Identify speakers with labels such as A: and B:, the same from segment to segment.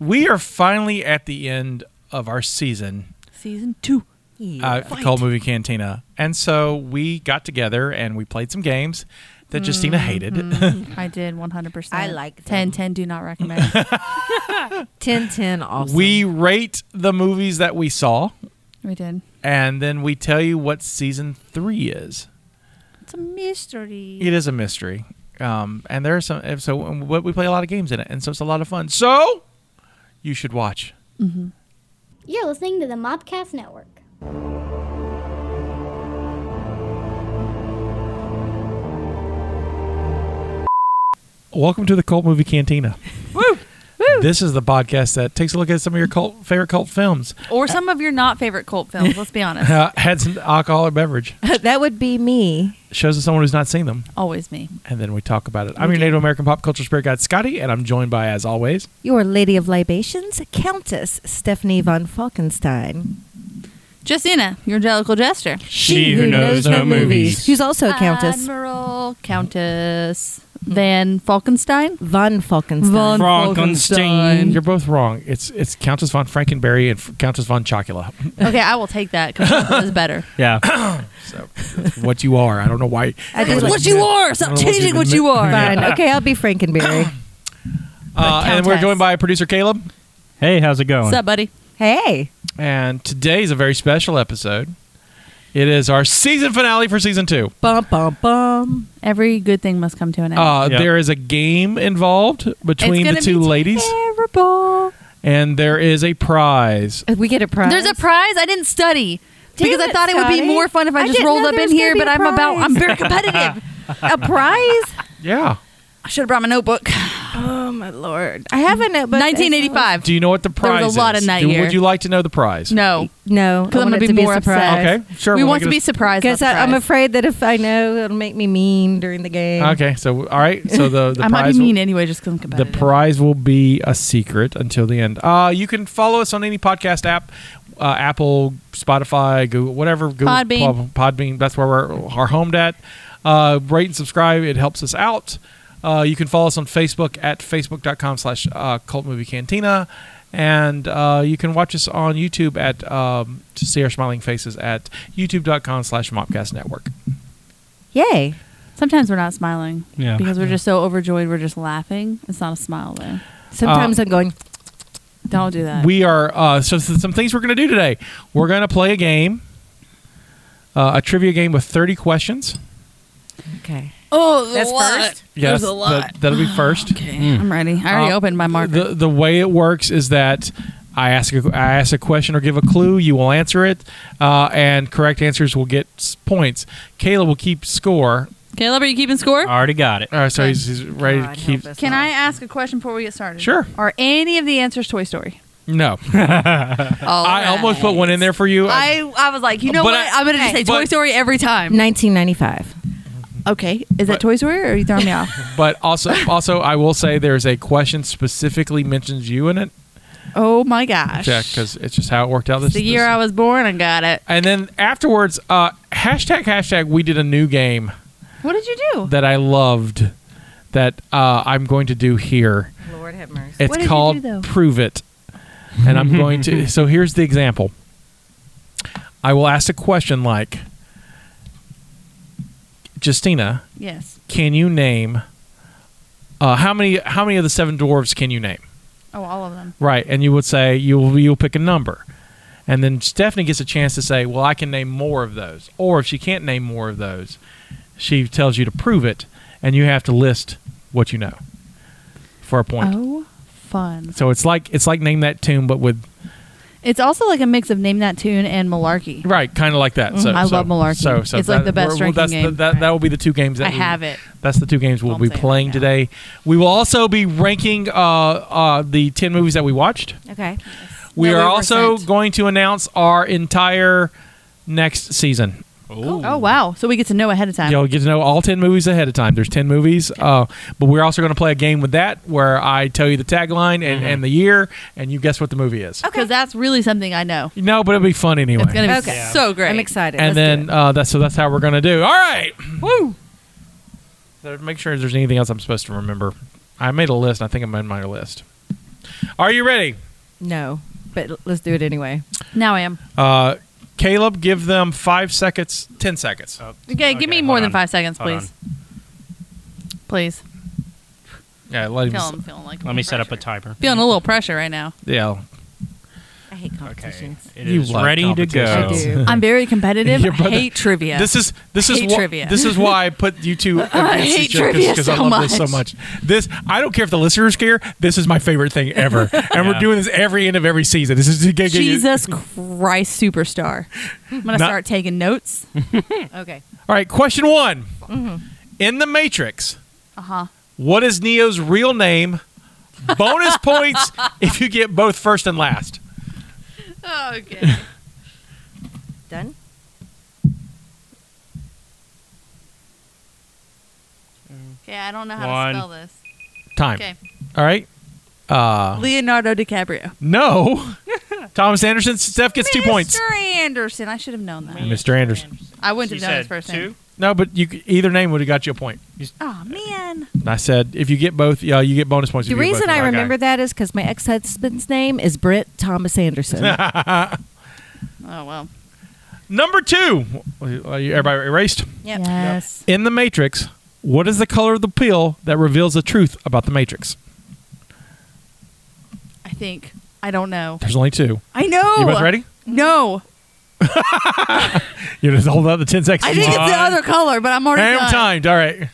A: We are finally at the end of our season
B: Season two.
A: uh, called Movie Cantina. And so we got together and we played some games that Justina hated.
B: I did 100%.
C: I like
B: 10
C: them.
B: 10 do not recommend.
C: 10 10 awesome.
A: we rate the movies that we saw
B: we did.
A: and then we tell you what season three is.
B: It's a mystery.
A: It is a mystery. Um, and there are some, and so what we play a lot of games in it. And so it's a lot of fun. So you should watch.
D: You're listening to the Mobcast Network.
A: Welcome to the Cult Movie Cantina. This is the podcast that takes a look at some of your cult, favorite cult films.
B: Or some of your not favorite cult films, let's be honest.
A: Uh, had some alcohol or beverage.
C: that would be me.
A: Shows to someone who's not seen them,
B: Always me.
A: and then we talk about it. I'm your Native American pop culture spirit guide, Scotty, and I'm joined by, as always,
C: Your Lady of Libations, Countess Stephanie von Falkenstein.
B: Justina, your angelical jester.
A: She who knows no movies.
C: Who's also a countess.
B: Admiral Countess Van Falkenstein.
C: von Falkenstein.
E: Frankenstein.
A: you're both wrong. It's it's Countess von Frankenberry and F- Countess von Chocula.
B: Okay, I will take that because that is better.
E: Yeah.
A: So that's what you are? I don't know why.
C: I do
B: That's
C: like
B: what you are.
A: I
B: Stop
A: don't know what
B: changing
A: you've
B: what you are.
C: Fine. Okay, I'll be Frankenberry.
A: Uh, and we're
B: Countess.
A: joined by producer Caleb.
E: Hey, how's it going?
B: What's up, buddy?
C: hey.
A: And today's a very special episode. It is our season finale for season two.
C: Bum, bum, bum.
B: Every good thing must come to an end.
A: Uh,
E: Yep.
A: There is a game involved between the
B: gonna
A: two
B: be
A: ladies,
C: Terrible.
A: and there is a prize.
C: We get a prize.
B: There's a prize. I didn't study
C: Damn
B: because I
C: it,
B: thought it would be
C: Scotty.
B: more fun if I,
C: I
B: just
C: didn't
B: rolled
C: know
B: up
C: there
B: in
C: was
B: here.
C: gonna
B: But
C: be a
B: I'm about. I'm
C: prize.
B: very competitive.
C: a prize.
A: Yeah.
B: I should have brought my notebook.
C: Oh my lord! I have a notebook.
B: 1985.
A: Do you know what the
B: There was
A: prize
B: a
A: is?
B: lot in that
A: Do-
B: year.
A: Would you like to know the prize?
B: No,
C: No,
B: because
C: I
B: I'm
C: want
B: gonna
C: it
B: be
C: to
B: more
C: a surprise.
B: upset.
A: Okay, sure,
B: We
A: we'll
B: want
A: make it
B: to
A: a-
B: be surprised.
C: Because
B: about the
C: I'm
B: prize.
C: afraid that if I know, it'll make me mean during the game.
A: Okay, so all right, so the the
B: I might
A: prize
B: be
A: will-
B: mean anyway, just because I'm
A: the
B: competitive.
A: prize will be a secret until the end. Uh, you can follow us on any podcast app, uh, Apple, Spotify, Google, whatever. Google,
B: Podbean.
A: Pod- Podbean. That's where we're our homed at. Uh, rate and subscribe. It helps us out. Uh, you can follow us on Facebook at facebook.com slash uh, cult movie cantina. And uh, you can watch us on YouTube at um, to see our smiling faces at youtube.com slash mopcast network.
C: Yay!
B: Sometimes we're not smiling
E: Yeah.
B: because we're just so overjoyed. We're just laughing. It's not a smile though.
C: Sometimes
A: Uh,
C: I'm going.
B: Don't do that.
A: we are uh, so s- some things we're going to do today. We're going to play a game, uh, a trivia game with thirty questions.
C: Okay.
B: oh,
C: That's lot. first?
A: Yes, That, will be first.
B: I'm ready. I already
A: Uh,
B: opened my marker.
A: The the way it works is that I ask a, I ask a question or give a clue. You will answer it, uh, and correct answers will get s- points. Kayla will keep score.
B: Caleb, are you keeping score?
E: Already got it.
A: Uh, so he's, he's ready
C: God,
A: to keep.
C: help us
B: Can
C: all.
B: I ask a question before we get started?
A: Sure.
B: Are any of the answers Toy Story?
A: No,
B: Oh,
A: I almost put one in there for you.
B: I, I was like, you know
A: But
B: what?
A: I-
B: I, am gonna just say
A: but-
B: Toy Story every time.
C: 1995.
B: Okay, is
A: But-
B: that Toy Story or are you throwing me off?
A: but also also I will say there's a question specifically mentions you in it.
B: Oh my gosh!
A: Yeah, because it's just how it worked out. This
B: the year
A: this-
B: I was born, I got it.
A: And then afterwards, uh, hashtag hashtag, we did a new game
B: What did you do?
A: that I loved that uh, I'm going to do here.
C: Lord have mercy.
A: It's
B: did you do,
A: called
B: though?
A: Prove It. And I'm going to. So here's the example I will ask a question like Justina,
B: yes.
A: can you name. Uh, how many how many of the seven dwarves can you name?
B: Oh, all of them.
A: Right, and you would say you'll you'll pick a number, and then Stephanie gets a chance to say, "Well, I can name more of those," or if she can't name more of those, she tells you to prove it, and you have to list what you know for a point.
B: Oh, fun!
A: So it's like it's like name that tune, but with
B: It's also like a mix of name that tune and malarkey.
A: right, kind of like that. So
B: Mhm. I
A: so-
B: love Malarkey.
A: So, so
B: It's like the best
A: we're-
B: drinking
A: that's the-
B: game.
A: that, that will be the two games. That
B: I
A: we-
B: have it.
A: That's the two games we'll
B: Don't
A: be
B: say it right
A: playing
B: now.
A: today. We will also be ranking uh, uh, the ten movies that we watched.
C: Okay.
A: We
B: that
A: are
B: we were
A: also
B: sent.
A: going to announce our entire next season.
B: Oh wow! So we get to know ahead of time.
A: You'll get to know all 10 movies ahead of time. There's 10 movies. Uh, but we're also going to play a game with that where I tell you the tagline and, and the year, and you guess what the movie is.
B: Because that's really something I know.
A: No, but it'll be fun anyway.
B: It's gonna be
C: Okay. Yeah.
B: so great.
C: I'm excited.
A: and
C: Let's
A: then
C: do
A: uh, that's so that's how we're going to do. All right.
C: it. woo.
A: So Make sure there's anything else I'm supposed to remember. I made a list. I think I'm in my list. Are you ready?
C: No, but l- let's do it anyway.
B: Now I am.
A: Uh, Caleb, give them five seconds, ten seconds.
E: Oh.
B: Okay, give me
E: hold
B: more than
E: on.
B: five seconds,
E: Hold
B: please. Please.
A: Yeah, let him.
B: Feel, I'm feeling like
E: Let
B: little
E: me set up a
B: pressure.
E: timer.
B: Feeling a little pressure right now.
A: Yeah,
C: I hate
E: Okay.
C: competitions.
E: It
A: You
E: is
A: love
E: ready to go.
C: I
A: competitions.
C: do.
B: I'm very competitive.
A: Your
B: I
A: brother-
B: hate trivia.
A: This is this is
B: hate
A: wh-
B: trivia.
A: this is why I put you two against
B: hate
A: each other
B: trivia
A: because I
B: so
A: love this so
B: much.
A: much. This I don't care if the listeners care. This is my favorite thing ever, and we're
E: Yeah.
A: doing this every end of every season. This is
B: Jesus Christ superstar. I'm gonna
A: Not-
B: start taking notes. okay.
A: All right, question one.
B: Mm-hmm.
A: In the Matrix,
B: Uh huh.
A: what is Neo's real name? Bonus points if you get both first and last.
B: Oh, Okay.
C: Done?
B: Okay. I don't know
E: how to One. spell
B: this.
A: Time. All right. Uh,
B: Leonardo DiCaprio.
A: no. Thomas Anderson. Steph gets two points.
B: Mr. Anderson. I should have known that.
A: Mr. Anderson.
B: I wouldn't
E: She
B: have known his
E: said
B: first
E: two.
B: name.
A: No, but you c- either name would have got you a point.
B: Oh man.
A: And I said if you get both, yeah, you get bonus points.
C: The
A: if you get
C: reason
A: both.
C: I
A: Okay.
C: remember that is because my ex husband's name is Britt Thomas Anderson.
B: Oh well.
A: Number two. Are you- Everybody erased.
B: Yep.
C: Yes.
A: In the Matrix, what is the color of the pill that reveals the truth about the Matrix?
B: I think. I don't know.
A: There's only two.
B: I know.
A: You both ready?
B: No.
A: You just hold out the ten seconds.
B: I think it's the
E: Fine.
B: other color, but I'm already
A: I
B: done.
A: am timed. All right.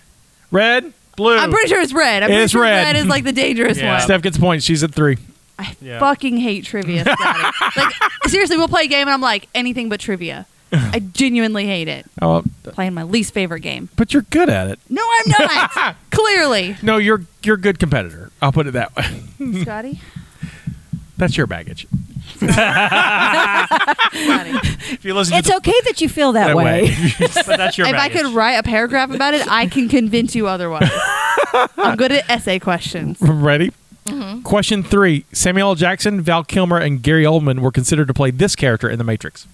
A: Red, blue.
B: I'm pretty sure it's red. I'm pretty
A: It's
B: sure
A: red.
B: red. is like the dangerous
E: Yeah.
B: one.
A: Steph gets points. She's at three.
B: I
E: Yeah.
B: fucking hate trivia. Scotty. like seriously, we'll play a game and I'm like anything but trivia. I genuinely hate it.
A: Oh,
B: Playing my least favorite game.
A: but you're good at it.
B: No, I'm not. Clearly,
A: No, you're you're a good competitor. I'll put it that way.
B: Scotty.
A: That's your baggage.
B: Scotty.
A: If you listen
C: It's
A: to
C: okay that you feel that,
A: that
C: way.
E: But that's your
B: if I could
E: baggage.
B: write a paragraph about it, I can convince you otherwise. I'm good at essay questions.
A: Ready?
B: Mm-hmm.
A: Question three: Samuel L. Jackson, Val Kilmer, and Gary Oldman were considered to play this character in The Matrix.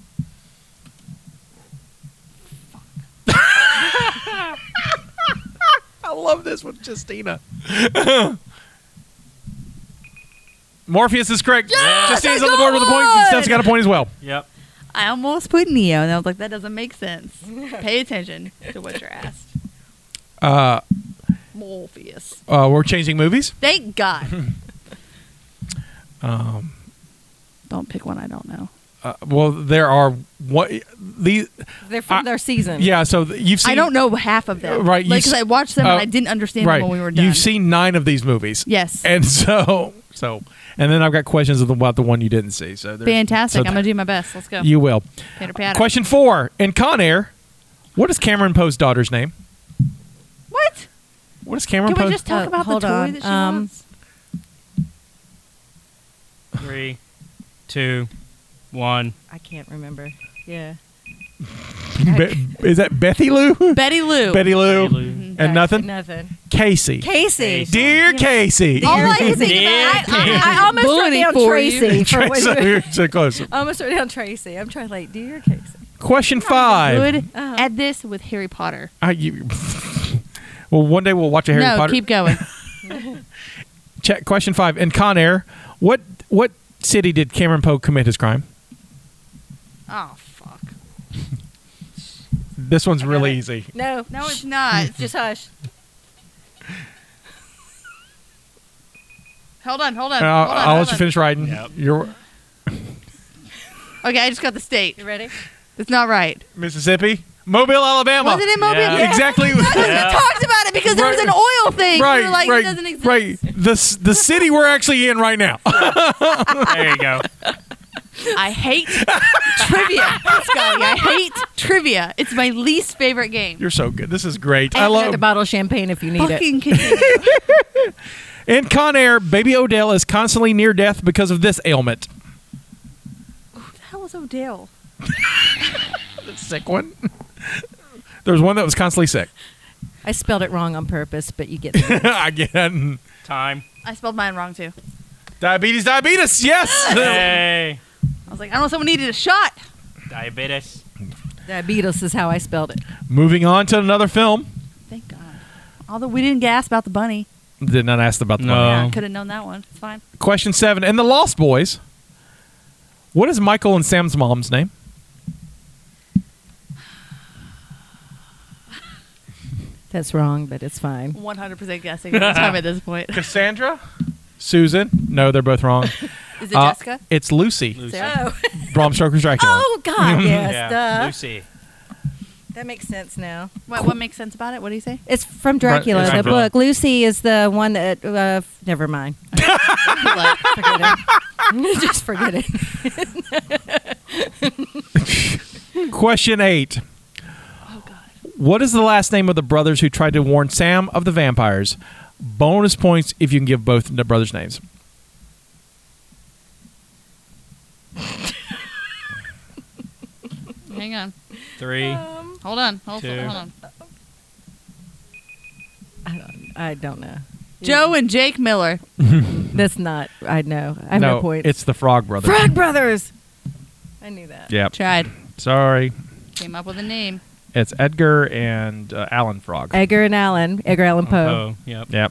A: I love this with Justina. Morpheus is correct. Justina's
B: I
A: on the board with a
B: got
A: point, and Steph's
B: one!
A: got a point as well.
E: Yep.
B: I almost put Neo, and I was like, that doesn't make sense. Pay attention to what you're asked.
A: Uh,
B: Morpheus.
A: uh, we're changing movies.
B: Thank God.
A: Um,
B: don't pick one I don't know.
A: uh, well, there are what these.
C: They're from
A: from I-
C: their season.
A: Yeah, so th- you've seen.
B: I don't know half of them.
A: Right, you
B: Like, 'cause
A: s-
B: I watched them and
A: uh,
B: I didn't understand
A: right.
B: them when we were done.
A: You've seen nine of these movies.
B: Yes.
A: And so, so, and then I've got questions about the one you didn't see. So there's-
B: Fantastic.
A: so
B: I'm going to do my best. Let's go.
A: You will.
B: Pitter patter.
A: Question four in Con Air, what is Cameron Poe's daughter's name?
B: What?
A: What is Cameron
B: Can
A: Poe's?
B: we just talk
C: Uh,
B: about the
C: hold
B: toy
C: on.
B: that she
C: Um,
B: wants?
E: Three, two, one.
C: I can't remember. Yeah.
A: Be- is that Bethy Lou?
B: Betty Lou. uh,
A: Betty Lou.
E: Betty Lou.
B: Mm-hmm.
A: And nothing.
C: Nothing.
A: Casey.
C: Casey.
A: Dear Casey.
C: All I
E: Dear
C: can think about.
E: Casey.
C: I, I almost wrote
B: Bullying
C: down
B: for
C: Tracy.
B: you.
C: For what
A: so,
C: you-
A: you're so close.
C: I almost wrote down Tracy. I'm trying to like, dear Casey.
A: Question five.
B: Good
C: Uh-huh.
B: at this with Harry Potter.
A: I, you, well, one day we'll watch a Harry
B: no,
A: Potter.
B: keep going.
A: Check question five. In Con Air, what what city did Cameron Poe commit his crime?
B: oh, fuck.
A: This one's
C: got
A: really
C: it.
A: easy.
C: No,
B: No, it's not. Just
C: just hush.
B: hold on, Uh, hold on.
A: And Uh, I'll,
B: hold on,
A: I'll
B: hold
A: let you
B: on.
A: finish writing.
E: Yep.
A: You're
B: Okay, I just got the state.
C: You ready?
B: It's not right.
A: Mississippi, Mobile, Alabama.
B: Was it in Mobile?
E: Yeah.
B: Yeah.
A: Exactly.
B: We talked about it because there was an oil thing. we
A: Right,
B: were like, it doesn't
A: right,
B: exist.
A: right. The s- the city we're actually in right now.
E: There you go.
B: I hate trivia, Scotty. I hate trivia. It's my least favorite game.
A: You're so good. This is great. I love.
C: Another bottle of champagne if you need it.
B: Fucking continue.
A: In Con Air, Baby Odell is constantly near death because of this ailment.
B: That was Odell.
A: Sick one. There was one that was constantly sick.
C: I spelled it wrong on purpose, but you get the
A: Again,
E: Time.
B: I spelled mine wrong too.
A: diabetes, diabetes. Yes.
E: Hey.
B: I was like, I don't know. Someone needed a shot.
E: Diabetes.
C: diabetes is how I spelled it.
A: Moving on to another film.
B: Thank God. Although we didn't gasp about the bunny.
A: Did not ask about the
E: No.
A: money.
E: Oh.
B: Yeah, could have known that one. It's fine.
A: Question seven and the Lost Boys. What is Michael and Sam's mom's name?
C: That's wrong, but it's fine.
B: 100% guessing all the time at this point. Is
A: Cassandra. Susan. No, they're both wrong.
B: it
A: Uh,
B: Jessica?
A: It's Lucy.
E: Lucy.
B: Oh.
A: Bram Stoker's Dracula.
C: Oh God, yes,
E: Yeah.
C: duh.
E: Lucy.
C: That makes sense now.
B: What, what makes sense about it? What do you say?
C: It's from Dracula,
A: it's
C: the
A: Dracula.
C: book. Lucy is the one that. Uh, f- never mind.
B: Like,
C: Forget it. Just forget it.
A: Question eight.
B: oh, God.
A: What is the last name of the brothers who tried to warn Sam of the vampires? Bonus points if you can give both the brothers' names.
B: Hang on.
E: Three.
B: Hold on. Hold,
E: Two.
B: hold on.
C: I don't, I don't know.
B: Joe and Jake Miller.
C: That's not. I know. I have no, point.
A: It's the Frog Brothers.
C: Frog Brothers. I knew that.
A: Yeah.
B: Tried.
A: Sorry.
B: Came up with a name.
A: It's Edgar and uh, Alan Frog.
C: Edgar and Allen. Edgar Allan Poe.
E: Oh, yep.
A: yep.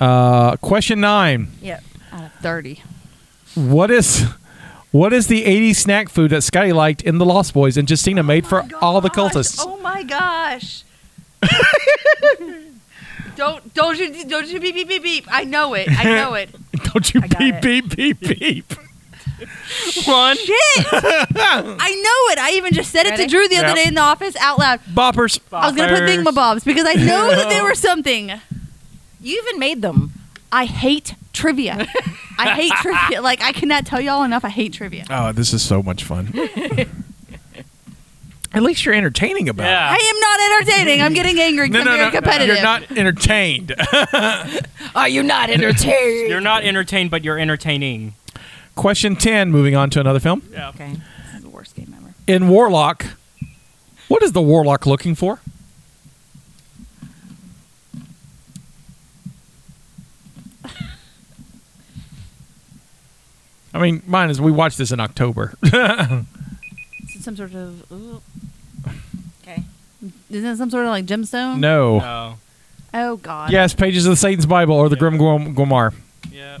A: Uh, question nine.
C: Yep.
B: Out of 30.
A: What is what is the 80s snack food that Scotty liked in The Lost Boys and Justina made for all the cultists?
B: Oh my gosh. don't don't you don't you beep beep beep beep. I know it. I know it.
A: Don't you
C: I got
A: beep,
C: it.
A: beep, beep, beep.
E: One.
B: Shit. I know it. I even just said it
C: Ready?
B: to Drew the
A: Yep.
B: other day in the office out loud.
A: Boppers.
B: I was gonna put
E: Boppers.
B: thingamabobs because I know that they were something.
C: You even made them.
B: I hate trivia. I hate trivia. Like I cannot tell y'all enough. I hate trivia.
A: Oh, this is so much fun. At least you're entertaining about
E: Yeah.
B: I am not entertaining. I'm getting angry
A: it.
B: because I'm very competitive.
A: You're not entertained.
C: Are you not entertained?
E: You're not entertained, but you're entertaining.
A: Question 10, moving on to another film.
E: Yeah.
C: okay.
B: This is the worst game ever.
A: In Warlock, what is the Warlock looking for? I mean, mine is we watched this in October.
B: Is it some sort of? Ooh,
C: Okay.
B: isn't it some sort of like gemstone?
A: no.
E: Oh.
B: Oh God.
A: Yes, pages of the Satan's Bible or the
E: Yeah.
A: Grim Gwom- Gwamar.
E: Yeah.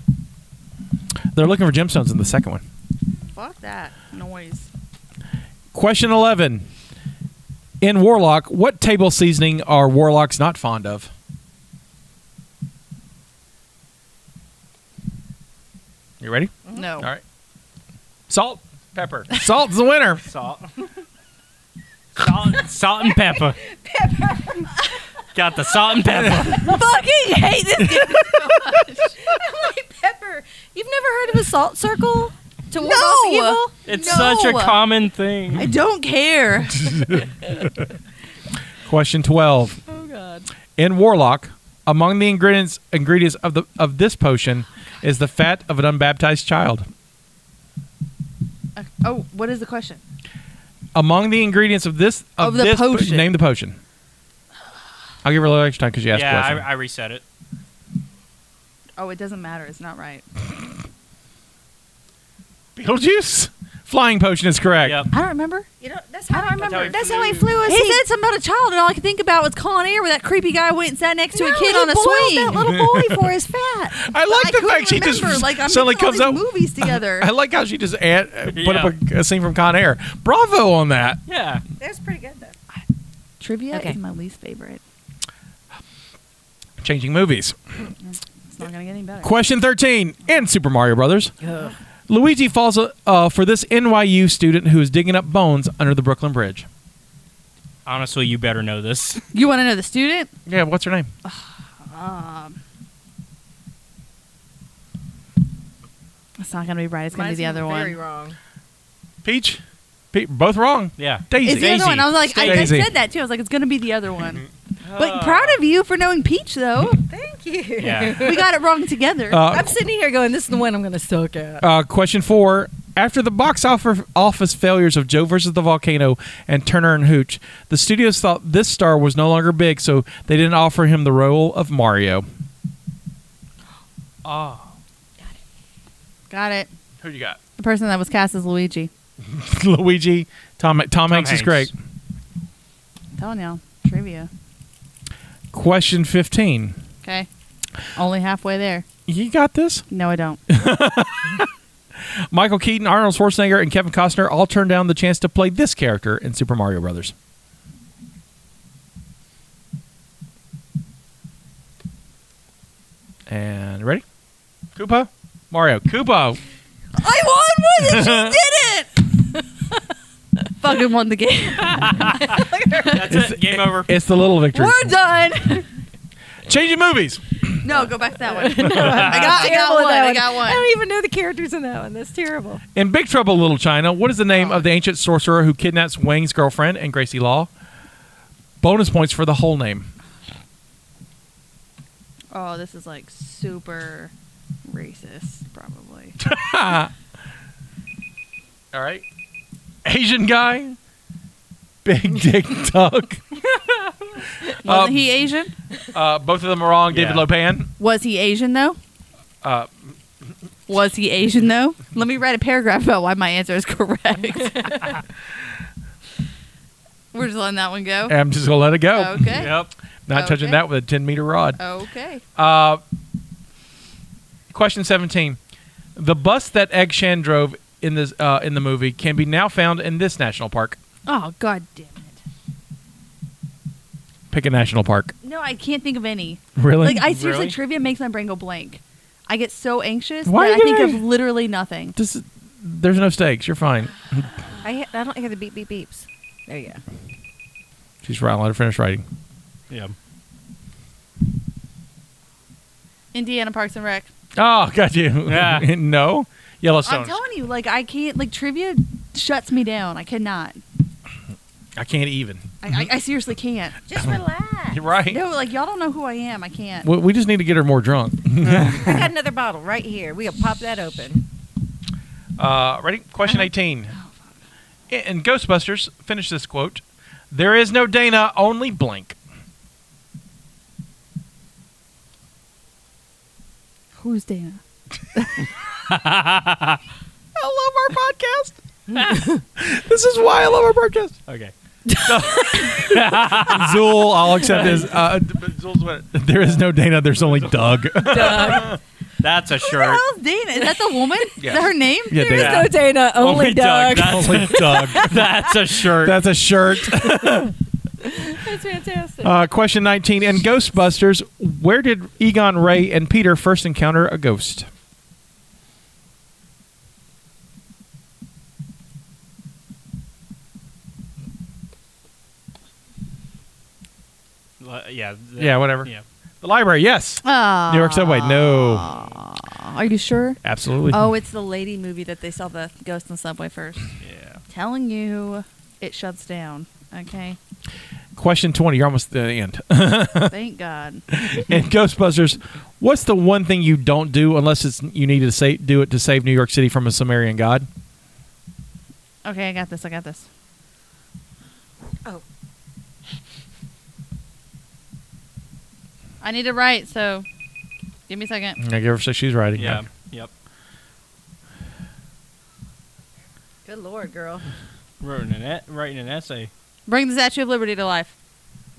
A: They're looking for gemstones in the second one.
B: Fuck that noise.
A: Question 11. In Warlock, what table seasoning are warlocks not fond of? You ready?
B: No.
A: All right. Salt, pepper. Salt's the winner.
E: Salt. salt. Salt and pepper. Got the salt and pepper.
C: fucking hate this game so much. Emily Pepper, you've never heard of a salt circle to ward off
B: No!
C: evil?
E: It's
B: No.
E: such a common thing.
B: I don't care.
A: Question 12.
B: oh God.
A: In Warlock, among the ingredients ingredients of the of this potion is the fat of an unbaptized child.
B: Oh, what is the question?
A: Among the ingredients of this of,
B: Of the
A: this po-
B: potion.
A: name the potion. I'll give her a little extra time because you asked
E: yeah,
A: a question.
E: I, I reset it.
B: Oh, it doesn't matter. It's not right.
A: Beetlejuice? Flying potion is correct.
E: Yep.
B: I don't remember.
C: You know, that's how I don't
E: remember.
C: That's how he flew us.
B: He said something about a child, and all I could think about was Con Air, where that creepy guy went and sat next to a kid on a swing.
C: that little boy for his fat.
A: I like the
B: couldn't
A: fact she just
B: remember. like, I'm
A: suddenly
B: mixing all
A: comes up.
B: these movies together.
A: I like how she just add, uh, put
E: Yeah.
A: up a, a scene from Con Air. Bravo on that.
E: Yeah.
C: That's pretty good though.
B: Trivia
C: Okay.
B: is my least favorite.
A: Changing movies.
B: It's not gonna get any better.
A: Question 13 in Super Mario Brothers. Luigi falls uh, uh, for this NYU student who is digging up bones under the Brooklyn Bridge.
E: Honestly, you better know this.
B: You want to know the student?
A: Yeah, what's her name?
B: Um, it's not gonna be right. It's gonna be the other one.
C: Very wrong.
A: Peach? Pe- both wrong.
E: Yeah.
A: Daisy.
B: It's the other one. I was like, I, I
A: Daisy.
B: said that too. I was like, it's gonna be the other one.
A: Mm-hmm.
B: But proud of you for knowing Peach, though.
C: Thank you.
E: Yeah.
B: we got it wrong together.
A: Uh,
C: I'm sitting here going, this is the one I'm going to suck at.
A: Uh, question four. After the box offer- office failures of Joe versus the Volcano and Turner and Hooch, the studios thought this star was no longer big, so they didn't offer him the role of Mario.
E: Oh.
B: got it.
A: Who you got?
B: The person that was cast as Luigi.
A: Luigi. Tom, Tom, Hanks, is great.
E: Hanks.
B: telling y'all, trivia.
A: Question 15.
B: Okay. Only halfway there.
A: You got this.
B: No, I don't.
A: Michael Keaton, Arnold Schwarzenegger, and Kevin Costner all turned down the chance to play this character in Super Mario Brothers. And ready? Koopa? Mario. Koopa!
C: I won one and she did it.
B: Fucking won the game.
E: That's it. Game over.
A: It's the little victory.
B: We're done.
A: Changing movies.
B: No, go back to that one. I
C: I'm
B: got, I got
C: terrible at
B: one.
C: that
B: I got
C: I
B: one.
C: don't even know the characters in that one. That's terrible.
A: In Big Trouble in Little China, what is the name of the ancient sorcerer who kidnaps Wang's girlfriend and Gracie Law? Bonus points for the whole name.
B: Oh, this is like super racist, probably.
A: All right. Asian guy. Big Dick Duck.
B: Wasn't he Asian?
A: Uh, both of them are wrong. David
E: Yeah.
A: Lopan.
B: Was he Asian though?
A: Uh,
B: Was he Asian though? Let me write a paragraph about why my answer is correct. We're just letting that one go.
A: I'm just gonna let it go.
B: Okay.
E: Yep.
A: Not touching
B: Okay.
A: that with a 10 meter rod.
B: Okay.
A: Uh, question 17: The bus that Egg Shan drove in this uh, in the movie can be now found in this national park.
B: Oh god damn it.
A: Pick a national park.
B: No, I can't think of any.
A: Really?
B: Like I seriously
E: Really?
B: trivia makes my brain go blank. I get so anxious
A: Why
B: that I
A: did
B: think
A: I-
B: of literally nothing.
A: This is, there's no stakes. You're fine.
C: I he- I don't hear the beep beep beeps. There you go.
A: She's right. Let her finish writing.
E: Yeah.
B: Indiana Parks and Rec.
A: Oh, got you.
E: Yeah.
A: no.
B: I'm
A: Yellowstone.
B: telling you, like I can't like trivia shuts me down. I cannot.
A: I can't even.
B: I, I, I seriously can't.
C: Just relax.
A: You're right.
B: No, like y'all don't know who I am. I can't.
A: We, we just need to get her more drunk.
C: I got another bottle right here. We'll pop that open.
A: Uh, ready? Question 18. In in Ghostbusters, finish this quote There is no Dana, only blank.
B: Who's Dana?
A: I love our podcast. this is why I love our podcast.
E: Okay.
A: Zool, I'll accept this. Uh, d- but Zool's win. There is no Dana, there's only Doug.
E: That's a
B: Who the
E: shirt.
B: hell's Dana? Is that the woman? Is that her name?
A: Yeah,
C: There's
A: Dana.
E: Yeah.
C: no Dana, only, Doug.
E: That's,
A: Only Doug.
E: that's a shirt.
A: That's a shirt.
C: That's fantastic.
A: Uh, question 19. In Ghostbusters, where did Egon, Ray, and Peter first encounter a ghost?
E: Li- yeah. th-
A: Yeah, whatever.
E: Yeah.
A: The library, yes.
B: Ah.
A: New York subway, no.
B: Are you sure?
A: Absolutely.
B: Oh, it's the lady movie that they saw the ghost in the subway first.
E: Yeah.
B: Telling you, it shuts down. Okay.
A: Question 20. You're almost at the end.
B: Thank God.
A: in Ghostbusters, what's the one thing you don't do unless it's you need to sa- do it to save New York City from a Sumerian god?
B: Okay, I got this. I got this.
C: oh,
B: I need to write, so give me a second.
A: I give her six. She's writing.
E: Yeah. Yep.
C: good lord, girl.
E: Writing an, e- writing an essay.
B: Bring the Statue of Liberty to life.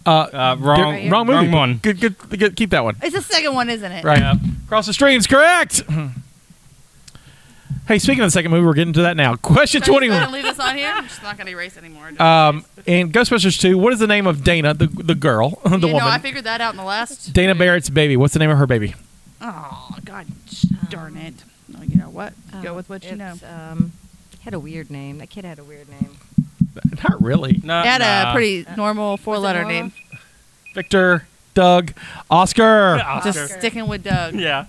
A: Uh,
E: Uh, wrong,
A: di- wrong movie.
E: one.
A: Good, good, good- keep that one.
B: It's the second one, isn't it?
A: Right.
E: Yep.
A: Cross the streams. Correct. hey, speaking of the second movie, we're getting to that now. Question
B: So I'm
A: 21.
B: gonna leave this on here. I'm just not gonna erase anymore.
A: Um, in Ghostbusters 2, what is the name of Dana, the, the girl, the
B: You
A: woman?
B: know, I figured that out in the last.
A: Dana Barrett's baby. What's the name of her baby?
B: Oh God, darn it! No, you know what? Go with what you know.
C: Um, It's, Um, had a weird name. That kid had a weird name.
A: Not really.
E: No,
B: It had
E: nah.
B: a pretty Uh, normal
C: it
B: four-letter
C: normal?
B: name.
A: Victor, Doug, Oscar.
E: Oscar.
B: Just sticking with Doug.
E: Yeah.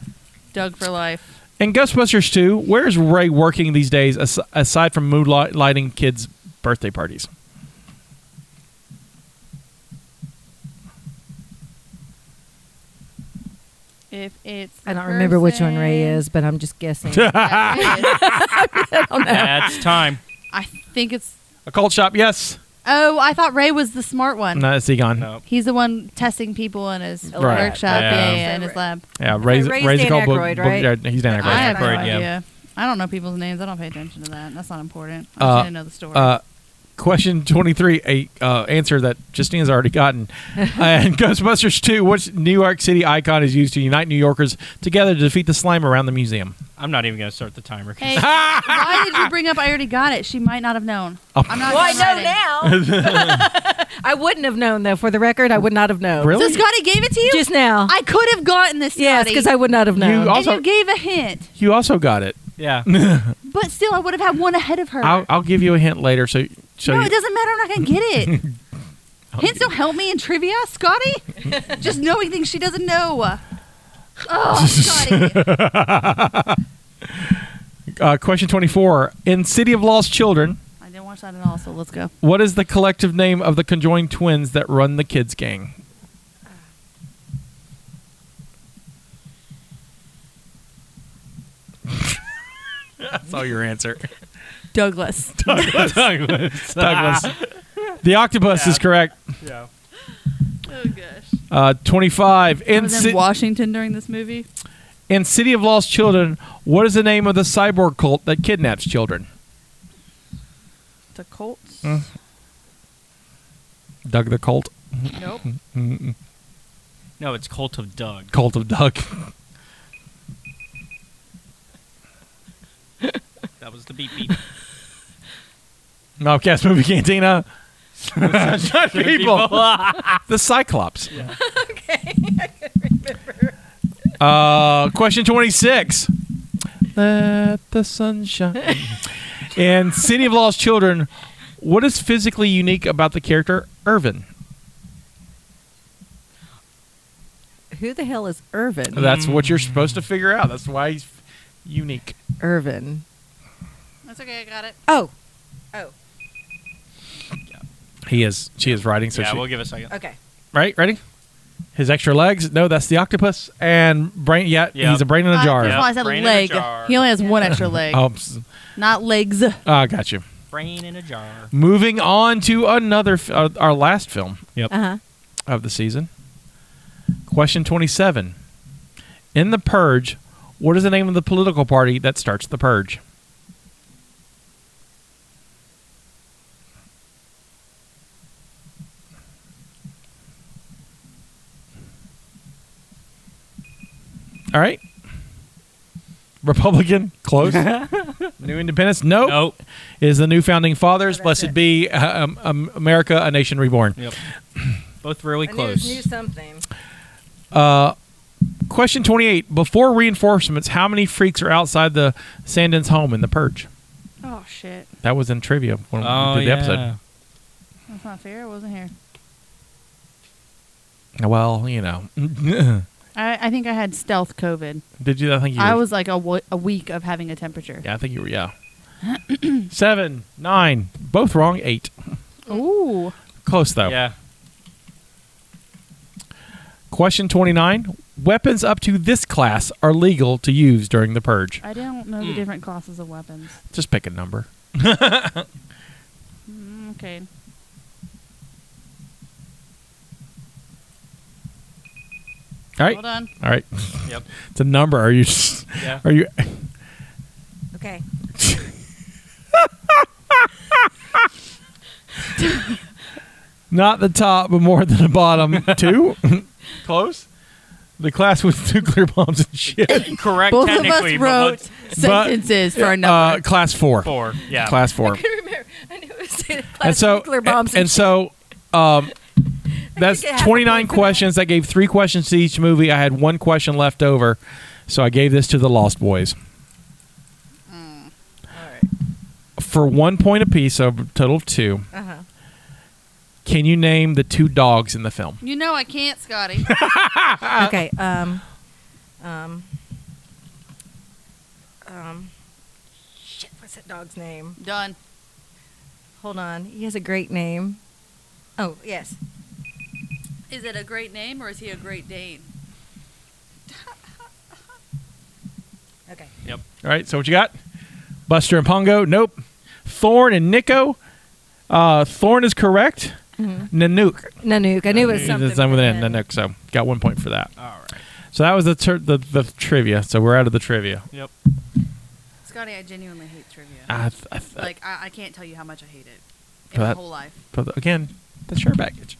B: Doug for life.
A: In Ghostbusters 2, where is Ray working these days as- aside from moonlighting kids' birthday parties?
B: If it's
C: I
B: the
C: don't remember which one Ray
B: person
C: is, but I'm just guessing.
B: that is-
E: That's time.
B: I think it's.
A: Occult shop, yes.
B: Oh, I thought Ray was the smart one.
A: No, it's Egon.
E: No.
B: He's the one testing people in his
A: Right.
B: workshop,
E: Yeah.
B: yeah, yeah, in
C: So
B: his
C: Ray-
B: lab.
A: Yeah, Ray's,
C: Ray's
A: Ray's
C: Dan
A: Occult book,
C: Aykroyd,
A: book-
C: right?
A: yeah, he's Dan Aykroyd.
B: I have no
E: Right, yeah.
B: idea. I don't know people's names. I don't pay attention to that. That's not important. I
A: Uh,
B: just need to know the story.
A: Uh, question 23, a uh, answer that Justina's already gotten. and Ghostbusters 2, which New York City icon is used to unite New Yorkers together to defeat the slime around the museum?
E: I'm not even gonna start the timer. 'cause-
B: Hey, why did you bring up? I already got it. She might not have known.
A: Oh.
B: I'm not.
C: Well, I
B: gonna write
C: know
B: it.
C: now. I wouldn't have known, though. For the record, I would not have known.
A: Really?
B: So Scotty gave it to you.
C: Just now.
B: I could have gotten this.
C: yes,
B: Scotty.
C: because I would not have known.
A: You-
B: And
A: Also-
B: you gave a hint,
A: You also got it.
E: Yeah.
B: but still, I would have had one ahead of her.
A: I'll, I'll give you a hint later. So, so
B: no,
A: you-
B: it doesn't matter. I'm not gonna get it. Hints don't help me in trivia, Scotty. Just knowing things she doesn't know. Oh, Scotty.
A: uh, question 24. In City of Lost Children,
B: I didn't watch that at all. So let's go.
A: what is the collective name of the conjoined twins that run the kids' gang? That's all your answer.
B: Douglas.
E: Douglas.
A: Douglas. the octopus is correct.
E: Yeah.
C: oh, gosh.
A: Uh, 25.
B: I
A: In,
B: was
A: Ci-
B: in Washington during this movie.
A: in City of Lost Children, what is the name of the cyborg cult that kidnaps children?
B: The Colts.
A: Mm. Doug the Cult.
B: Nope.
E: No, it's Cult of Doug.
A: Cult of Doug.
E: That was the beep beep.
A: Mobcast Movie Cantina. Sunshine People. the Cyclops. okay, I can remember. Uh, question 26. Let the sunshine. In City of Lost Children, what is physically unique about the character Irvin?
F: Who the hell is Irvin?
A: That's what you're supposed to figure out. That's why he's unique.
F: Irvin.
B: That's okay. I got it.
F: Oh,
A: He is. She is writing. So
E: yeah,
A: she,
E: we'll give it a second.
F: okay.
A: right. Ready? His extra legs? No, that's the octopus. And brain. Yeah,
E: Yeah.
A: he's a brain in a
B: Uh,
A: jar.
B: That's
E: Yeah.
B: why I said
E: Brain in a
B: leg.
E: jar.
B: He only has one extra leg,
A: Oh, s-
B: not legs.
A: ah, got you.
E: Brain in a jar.
A: Moving on to another, f- our, our last film
F: Uh
C: Uh-huh.
F: huh.
A: of the season. Question 27. In The Purge, what is the name of the political party that starts The Purge? All right. Republican, close. New Independence, nope.
E: Nope.
A: Is the new founding fathers. Blessed be uh, um, um, America, a nation reborn.
E: Yep. Both really close.
F: something.
A: Question 28. Before reinforcements, how many freaks are outside the Sandin's home in the Purge?
B: Oh shit,
A: That was in trivia when Oh,
E: Oh,
A: we did the episode.
B: that's not fair. I wasn't here.
A: Well, you know.
B: I, I think I had stealth COVID.
A: did you? I think you
B: I
A: were-
B: was like a, w- a week of having a temperature.
A: Yeah, I think you were. Yeah. Seven, nine, both wrong. Eight.
B: Ooh.
A: Close, though.
E: Yeah.
A: Question 29. Weapons up to this class are legal to use during the Purge.
B: I don't know the
A: Mm.
B: different classes of weapons.
A: Just pick a number.
B: Mm, Okay.
A: All right.
B: Hold on.
A: All right.
E: Yep.
A: It's a number. Are you.
E: Yeah.
A: Are you.
F: Okay.
A: Not the top, but more than the bottom. two? Close? The class with nuclear bombs and shit.
E: Correct.
B: Both of us
E: technically, but
B: wrote
E: let's-
B: sentences for a
A: Uh,
B: number.
A: class four.
E: four. Yeah.
A: Class four.
C: I remember. I knew it was
A: And so,
C: nuclear bombs.
A: and, so, um, that's
C: I have a
A: 29
C: point for
A: questions. I gave three questions to each movie. I had one question left over, so I gave this to the Lost Boys. For one point apiece, so a total of two.
F: Uh
C: uh-huh.
F: huh.
A: Can you name the two dogs in the film?
B: you know I can't, Scotty.
F: okay. Um. Um. Um. Shit. What's that dog's name?
B: Done.
F: Hold on. He has a great name. Oh yes.
B: Is it a great name or is he a great Dane?
F: Okay.
E: Yep.
A: All right, so what you got? Buster and Pongo? Nope. Thorn and Nico? Uh, Thorn is correct.
B: Mm-hmm.
A: Nanook.
F: Nanook. I knew it was
A: It's
F: something.
A: something with an
F: with
A: N, Nanook. So got one point for that.
E: All right.
A: So that was the, tur the the trivia. So we're out of the trivia.
E: Yep.
B: Scotty, I genuinely hate trivia.
A: I, uh, th- I, th-
B: like I, I can't tell you how much I hate it. in my
A: That-
B: whole life.
A: But again, that's your baggage.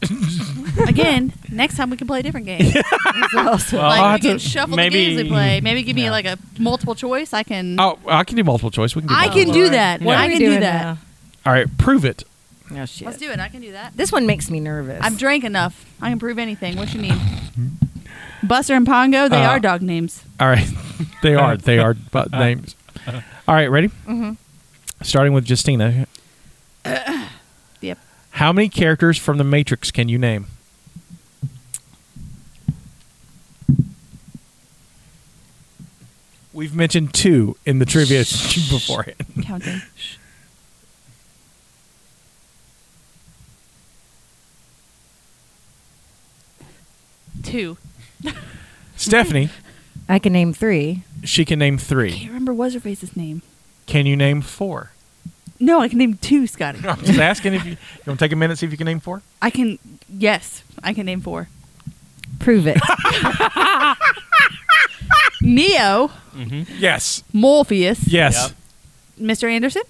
B: Again, next time we can play a different
A: Oh,
B: game.
E: Well, I'll
B: like
E: have
B: we can
E: to-
B: shuffle
E: maybe-
B: the games we play. Maybe give me
A: Yeah.
B: like a multiple choice. I can.
A: oh, I can do multiple choice. We can. Do
B: I
A: multiple
B: can
A: choice.
B: do that.
E: What
B: I can do that.
A: All right, prove it.
F: Oh shit.
B: Let's do it. I can do that.
F: This one makes me nervous.
B: I've drank enough. I can prove anything. What you need?
A: Mm-hmm.
B: Buster and Pongo. They
A: Uh,
B: are dog names.
A: All right, they are they are but names. All right, ready?
F: Mhm.
A: Starting with Justina.
B: Yep.
A: How many characters from The Matrix can you name? We've mentioned two in the trivia beforehand.
B: Counting. Two.
A: Stephanie,
F: I can name three.
A: she can name
B: I can't
A: three.
B: remember what's her face's name.
A: Can you name four?
B: No, I can name two, Scotty.
A: I'm just asking if you, you want to take a minute see if you can name four.
B: I can. Yes, I can name four.
F: Prove it.
B: Neo,
E: Mm-hmm.
A: Yes.
B: Morpheus,
A: Yes.
B: Mr. Anderson.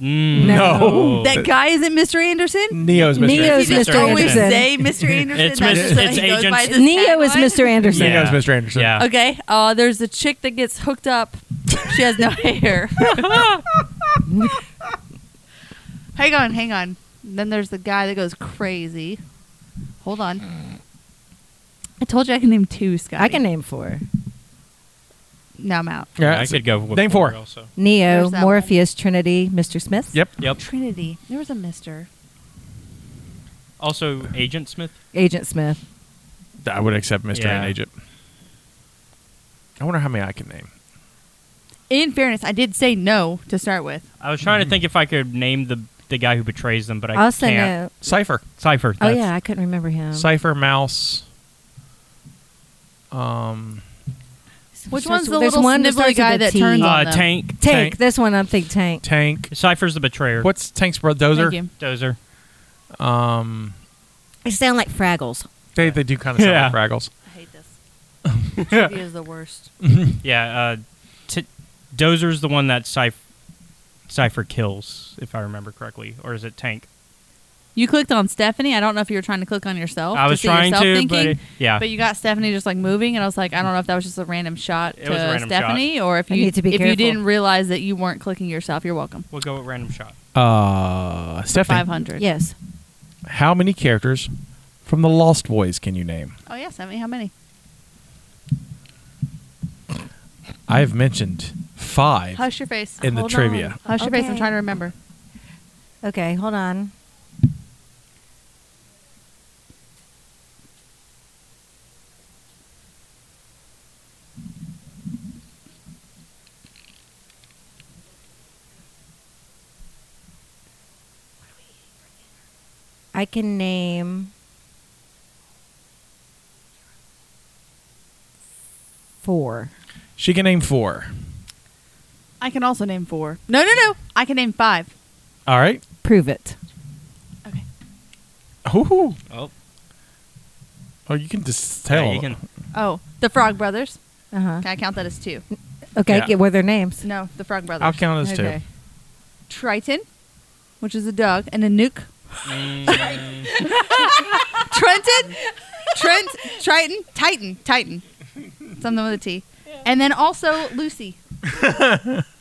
E: Mm,
F: No.
A: No.
B: That guy isn't Mr. Anderson.
A: Neo's Mr.
F: Neo's
B: You just
E: Mr.
B: always
E: Anderson.
B: say Mr. Anderson.
E: It's
B: That's
E: Mr.
B: just what
E: it's
B: he goes
E: Agent-
B: by. This
F: Neo is
B: tagline.
F: Mr. Anderson.
A: Yeah.
E: Yeah.
A: Neo's Mr. Anderson.
E: Yeah.
B: Okay. Uh, there's the chick that gets hooked up. She has no hair. hang on, hang on. Then there's the guy that goes crazy. Hold on. I told you I can name two, Scott.
F: I can name four.
B: Now I'm out.
A: Yeah,
E: I
A: so-
E: could go with
A: Name four.
E: Also.
F: Neo,
B: There's that one.
F: Morpheus, Trinity, Mr. Smith.
A: Yep.
E: Yep.
B: Trinity. There was a Mister.
E: Also, Agent Smith.
F: Agent Smith.
A: I would accept Mr.
E: Yeah.
A: and Agent. I wonder how many I can name.
B: In fairness, I did say no to start with.
E: I was
A: Mm-hmm.
E: trying to think if I could name the the guy who betrays them, but I
F: also
E: can't.
F: no.
A: Cipher.
E: Cipher.
F: Oh
E: that's-
F: yeah, I couldn't remember him.
B: Um,
A: Cipher, Mouse. Um,
B: Which one's
F: Starts-
B: the
F: there's
B: little
F: one that
B: snivelly
F: starts
B: guy
F: with a
B: that
F: T.
B: turns on
E: Uh,
B: them?
E: Tank.
F: Tank. This one I'm thinking Tank.
A: Tank.
E: Cipher's the betrayer.
A: What's Tank's brother?
B: Thank
A: Dozer.
B: you.
E: Dozer?
A: Um,
F: They sound like Fraggles.
A: they they do kind of sound
E: Yeah.
A: like Fraggles.
B: I hate this.
E: Yeah.
B: He is the worst.
E: Yeah. Uh, t- Dozer's the one that Cipher Cipher kills, if I remember correctly, or is it Tank?
B: You clicked on Stephanie. I don't know if you were trying to click on yourself.
E: I was
B: see
E: trying
B: yourself
E: to,
B: thinking,
E: but it- yeah.
B: But you got Stephanie just like moving, and I was like, I don't know if that was just a random shot
E: It
B: to
E: was a random
B: Stephanie, or if
F: I
B: you
F: need to be
B: if you
F: careful.
B: didn't realize that you weren't clicking yourself. You're welcome.
E: we'll go with random shot.
A: Uh,
B: Five
A: Stephanie,
B: hundred.
F: Yes.
A: how many characters from the Lost Boys can you name?
B: Oh yeah, Stephanie. How many?
A: I have mentioned five.
B: Hush your face.
A: In the
B: Hold
A: trivia.
B: on. Hush your face. I'm
F: Okay.
B: trying to remember.
F: Okay, hold on. I can name four.
A: She can name four.
B: I can also name four. No, no, no. I can name five.
A: All right.
F: Prove it.
B: Okay.
A: Ooh.
E: Oh,
A: Oh, you can just
E: yeah,
A: tell.
E: you can.
B: Oh, the Frog Brothers.
F: Uh
B: Can
F: huh.
B: I count that as two?
F: Okay,
E: Yeah.
F: get what are their names?
B: No, the Frog Brothers.
A: I'll count as
F: Okay.
B: Triton, which is a dog, and a nuke.
E: Mm,
B: Trenton, Trent, Triton, Titan, Titan, something with a T, and then also Lucy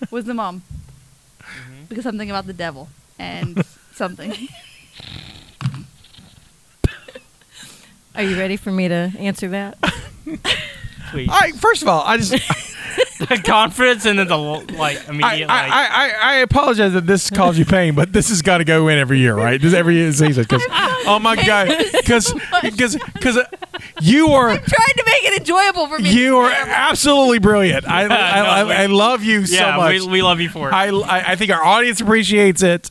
B: was the mom
F: Mm-hmm.
B: because something about the devil and something.
F: Are you ready for me to answer that?
A: two.
E: please.
A: All right. First of all, I just
E: the confidence and then the l- like
A: I,
E: immediate like
A: I, I, I apologize that this caused you pain, but this has got to go in every year, right? This every season, because oh my god, because because because uh, you are
B: Trying to make it enjoyable for me.
A: you are absolutely brilliant. I I,
E: no, we-
A: I, I love you
E: yeah
A: so much.
E: We, we love you for it
A: I, I I think our audience appreciates it.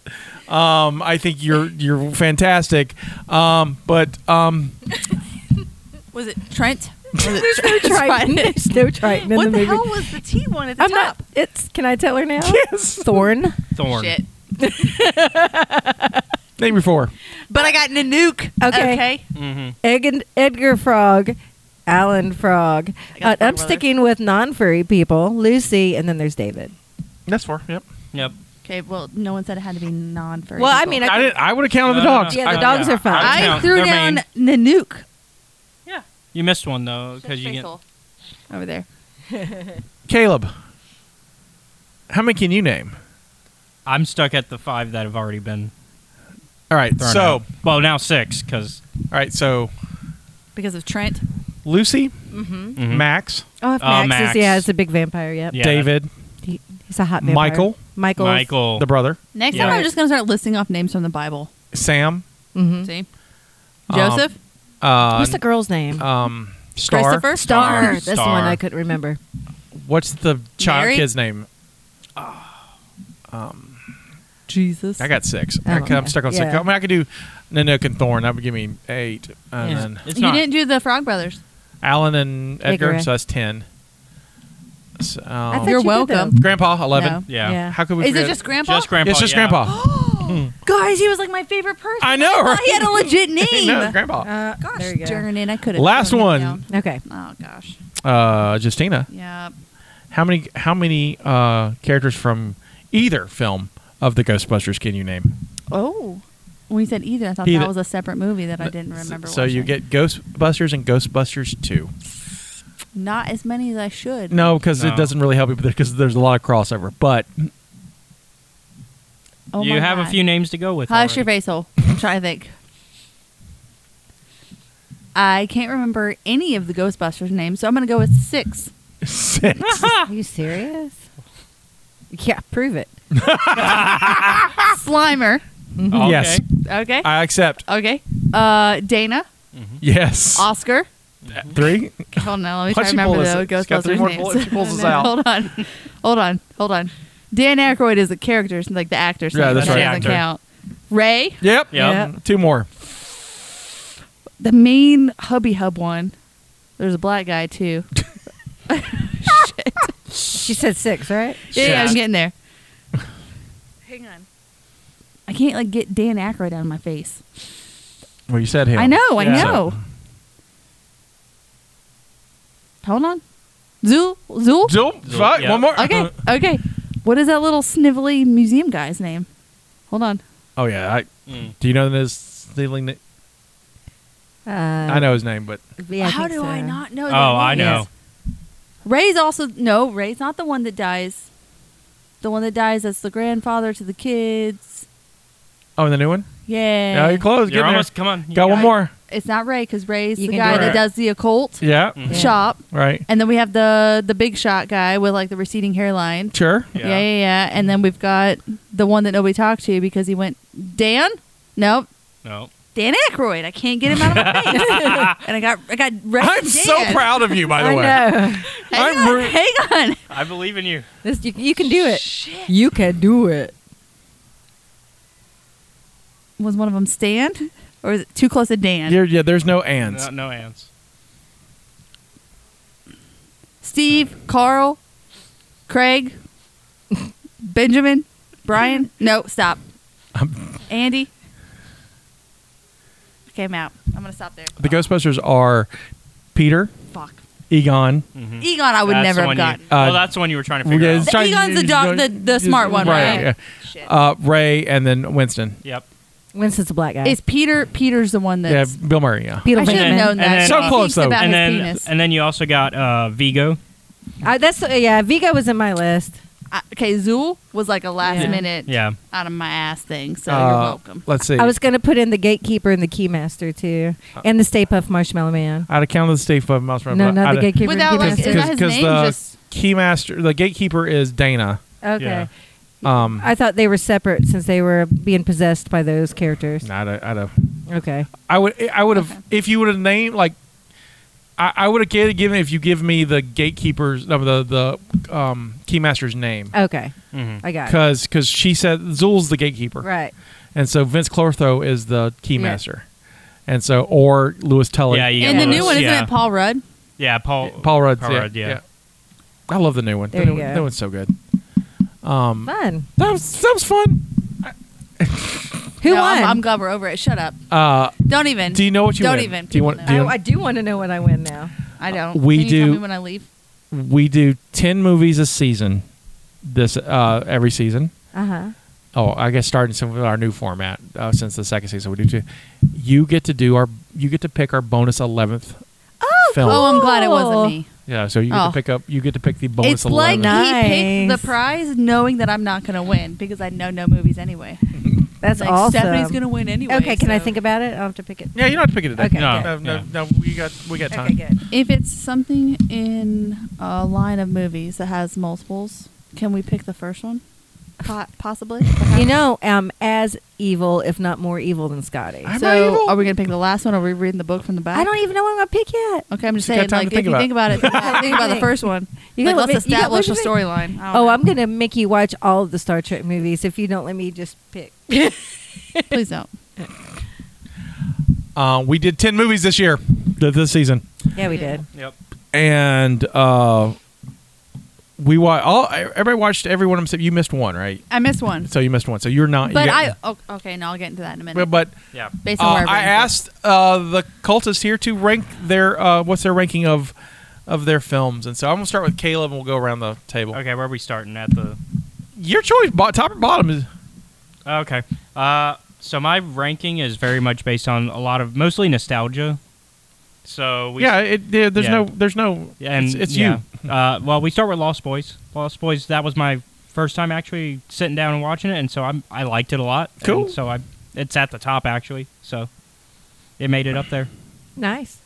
A: Um, I think you're you're fantastic. Um, but um,
B: was it Trent?
F: There's no Triton. There's no Triton in
B: what the,
F: the movie.
B: hell was the T one at the
F: I'm
B: top?
F: not. It's. Can I tell her now?
A: yes,
F: Thorn.
E: thorn
B: Shit.
A: name your four.
B: But I got Nanook.
F: Okay.
E: hmm
F: Egg- Edgar Frog. Alan Frog.
B: I got
F: Uh,
B: the
F: I'm
B: Frog
F: sticking with non-furry people. Lucy, and then there's David.
A: That's four. Yep.
E: yep
B: Okay, well, no one said it had to be non furry.
F: Well, I mean,
A: I, didn't, I would have counted
E: No,
A: the
E: no, no.
A: dogs.
F: Yeah, the
E: I-
F: dogs
E: yeah,
F: are fine.
E: I
B: I,
E: count.
B: threw
E: They're
B: down
E: main.
B: Nanook
E: You missed one though because you get.
B: over there.
A: Caleb, how many can you name?
E: I'm stuck at the five that have already been
A: All right,
E: thrown.
A: so
E: out. well now six because
A: all right, so
B: Because of Trent.
A: Lucy,
F: Mm-hmm.
A: Mm-hmm. Max,
F: Oh, if
E: Oh,
F: Max,
E: Max.
F: is yeah, it's a big vampire. Yep.
E: Yeah.
A: David,
F: He, he's a hot vampire.
A: Michael.
F: Michael.
E: Michael.
A: the brother,
B: Next
E: Yeah.
B: time, I'm just going to start listing off names from the Bible.
A: Sam,
F: Mm-hmm.
B: See?
A: Um,
B: Joseph?
A: uh,
F: What's the girl's name?
A: um, Star.
B: Christopher?
E: Star.
F: That's the one
E: Star.
F: I couldn't remember.
A: What's the child
B: Mary?
A: kid's name?
B: Jesus.
A: I got six.
F: Oh,
A: I, am
F: okay.
A: stuck on six.
F: Yeah.
A: I mean, I could do Nanook and Thorn. That would give me eight. And
E: It's-
A: then
E: it's
B: you
E: not-
B: didn't do the Frog Brothers.
A: Alan and Edgar,
F: Edgar.
A: so that's ten. So,
F: I thought
B: You're
F: you did, though.
B: welcome.
A: Grandpa, eleven.
E: Yeah.
F: Yeah.
A: How could we?
B: Is it
A: forget-
B: just Grandpa?
E: Just grandpa. Hmm.
A: It's just
E: yeah.
A: Grandpa.
C: Guys, he was like my favorite person.
A: I know,
C: thought He
A: right?
C: had a legit name.
A: no, Grandpa.
F: Uh,
C: Gosh,
F: there you go.
B: Darn it, I could have.
A: Last one.
F: Okay.
B: Oh, gosh.
A: uh, Justina.
B: Yeah.
A: How many how many uh, characters from either film of the Ghostbusters can you name?
B: Oh. When you said either, I thought
A: Either.
B: that was a separate movie that I didn't
A: S-
B: remember.
A: So you
B: watching.
A: get Ghostbusters and Ghostbusters Two.
B: not as many as I should.
A: No, because
E: No.
A: it doesn't really help you because there's a lot of crossover. But
B: Oh
E: you
B: my
E: have a
B: God.
E: few names to go with.
B: Hush your
E: already.
B: face hole. I'm trying to think. I can't remember any of the Ghostbusters names, so I'm going to go with six.
A: six.
F: Are you serious? Yeah, prove it.
B: Slimer.
E: Okay.
A: Yes,
B: Okay.
A: I accept.
B: okay. Uh, Dana.
A: Yes,
B: Oscar.
A: three.
B: Hold on, let me
A: Why'd
B: try to
A: you
B: remember
A: pull this?
B: the
A: She's got three
B: Ghostbusters
A: more
B: names.
A: bullets. She pulls us out.
B: Hold on, hold on, hold on. Dan Aykroyd is the character, so, like the actor. So
A: Yeah, that's
B: that
E: right.
B: Doesn't
E: Actor.
B: count. Ray,
A: Yep.
E: Yeah.
A: Two more.
B: the mean hubby hub one. There's a black guy too.
F: She said six, right?
B: Yeah, yeah,
E: Shit.
B: I'm getting there. Hang on. I can't like get Dan Aykroyd out of my face.
A: Well, you said him.
B: I know, I
E: Yeah.
B: know. Hold on. Zool, Zool.
A: Zoom.
E: Zoom,
A: Fuck.
E: yeah.
A: One more.
B: Okay, okay. What is that little snivelly museum guy's name? Hold on.
A: Oh yeah. I,
E: Mm.
A: do you know his stealing? na-
F: Uh,
A: I know his name, but
F: Yeah,
B: How
F: think
B: do
F: so.
B: I not know?
E: Oh,
B: their
E: I
B: names?
E: know.
B: Ray's also no. Ray's not the one that dies. The one that dies that's the grandfather to the kids.
A: oh, and the new one.
B: Yeah.
A: No, you're close.
E: You're
A: Get
E: almost. Come on. you
A: Got one
E: it.
A: more.
B: It's not Ray because Ray's
F: You
B: the
F: can
B: guy
E: do it.
B: that does the occult
A: Yeah.
E: Mhm.
B: shop,
A: Right.
B: and then we have the the big shot guy with like the receding hairline.
A: Sure.
E: Yeah.
B: Yeah. yeah, yeah, And then we've got the one that nobody talked to because he went Dan. No,
E: No.
B: Dan Aykroyd. I can't get him out of my face. and I got I got. Ray
A: I'm so proud of you, by the
F: I
A: way.
F: know.
B: Hang
A: I'm
B: on,
A: ru-
B: hang on.
E: I believe in you.
F: This, you, you can do it. You can do it.
B: Was one of them Stan, or is it too close to Dan?
A: You're- yeah, there's no ands.
E: No, no ants.
B: Steve, Carl, Craig, Benjamin, Brian. No, stop. Andy. Okay, I'm out. I'm gonna stop there.
A: The Ghostbusters are Peter,
B: Fuck.
A: Egon.
B: Egon, I would
E: That's the
B: never have
E: one you-
B: gotten.
A: Mm-hmm. Uh,
E: well, that's the one you were trying to figure
A: Yeah,
E: out.
A: it's trying-
B: Egon's the dog- the- the smart one, right?
A: yeah.
B: Shit.
A: Uh, Ray and then Winston.
E: Yep.
F: Winston's a black guy.
B: It's Peter. Peter's the one
A: Yeah,
B: that's.
A: Bill Murray. Yeah.
F: Peter
B: I should
F: Venkman.
B: have known
E: And
B: that.
E: then- So
B: He
A: close,
B: thinks
A: though.
B: About
E: and
B: his
E: then
B: penis.
E: and then you also got uh, Vigo.
F: I, that's yeah. Vigo was in my list.
B: I- okay, Zool was like a last
F: Yeah.
B: minute
E: Yeah.
B: out of my ass thing. So
A: Uh,
B: you're welcome.
A: Let's see.
F: I was gonna put in the gatekeeper and the keymaster too, and the Stay Puff Marshmallow Man.
A: I'd have counted the state for Mouse
F: no, not the gatekeeper. and
B: Without like,
F: keymaster.
B: is that his name?
A: the
B: Just
A: keymaster, the gatekeeper is Dana.
F: okay.
E: Yeah.
A: Um,
F: I thought they were separate since they were being possessed by those characters.
A: I'd have, I'd have,
F: Okay.
A: I would, I would have, if you would have named like, I, I would have given if you give me the gatekeeper's, no, the the um, keymaster's name,
F: Okay.
E: Mhm.
A: Mm-hmm.
F: I Oh, got it.
A: because because she said Zool's the gatekeeper,
F: Right.
A: And so Vince Clortho is the keymaster, and so or Lewis Tully.
E: Yeah, you got
B: and the
E: one of
B: new
E: those.
B: one isn't
E: yeah.
B: it Paul Rudd?
E: Yeah, Paul.
A: Paul Rudd. yeah,
E: Rudd, yeah.
A: yeah. I love the new one.
F: There
A: the new,
F: you
A: one-
F: go.
A: new one's so good.
B: Mm.
A: Um,
F: Fun.
A: that was that was fun.
F: Who
B: No,
F: won?
B: I'm, I'm glad we're over it. Shut up.
A: Uh,
B: Don't even.
A: do you know what you
B: Don't
A: win?
B: even.
A: Do you want?
B: People
A: Do
B: know.
A: you,
F: Oh, I do want to know what I win now.
B: I don't.
A: We
B: Can you tell
A: do-
B: me when I leave.
A: we do 10 movies a season this uh every season
F: Uh huh.
A: oh, I guess starting some with our new format uh, since the second season we do too. You get to do our you get to pick our bonus eleventh oh, film.
B: Oh, I'm glad it
F: Cool.
B: wasn't me.
A: Yeah, so you get
B: Oh.
A: to pick up you get to pick the bonus
B: it's like
A: eleventh.
B: he picked
F: Nice.
B: the prize knowing that I'm not going to win because I know no movies anyway.
F: That's
B: like,
F: awesome.
B: Stephanie's going to win anyway.
F: okay, can I
B: so-
F: think about it? I'll have to pick it.
A: yeah, you don't have to pick it today.
F: Okay,
E: No,
A: no,
E: good.
A: no,
E: yeah.
A: no, we got we got time.
F: Okay, good.
B: If it's something in a line of movies that has multiples, can we pick the first one? Po- possibly.
F: You know, I'm as evil, if not more evil than Scotty.
A: I'm
B: so
A: not evil.
B: are we going to pick the last one? Or are we reading the book from the back?
F: I don't even know what I'm gonna pick yet.
B: Okay, I'm just
A: You got
B: saying.
A: time
B: Like,
A: to think
B: if you
A: about
B: think about it, think about, think about the first one.
F: You
B: like,
F: gotta
B: let's
F: let me- you gotta let
B: establish a
F: me think.
B: storyline. I don't
F: Oh,
B: know.
F: I'm gonna make you watch all of the Star Trek movies if you don't let me just pick.
B: Please don't.
A: Uh, we did ten movies this year, th- this season,
F: Yeah, we did.
E: Yep.
A: and uh, we wa- all everybody watched every one of them. except You missed one, right?
B: I missed one.
A: So you missed one. So you're not. you
B: But
A: got-
B: I oh, okay. No, I'll get into that in a minute.
A: But- but
E: Yeah.
B: based on
A: Uh,
B: where
A: I
B: ranked it.
A: asked uh, the cultists here to rank their uh, what's their ranking of of their films, and so I'm gonna start with Caleb, and we'll go around the table.
E: Okay, where are we starting at the?
A: Your choice, bo- top or bottom, is
E: Oh, Okay. Uh, so my ranking is very much based on a lot of mostly nostalgia. So we
A: yeah. It, there- there's
E: yeah.
A: no, there's no,
E: and
A: it's, it's
E: yeah.
A: you.
E: Uh, well, we start with Lost Boys. Lost Boys. That was my first time actually sitting down and watching it, and so I I liked it a lot. and
A: Cool.
E: so I it's at the top actually. So it made it up there.
F: Nice.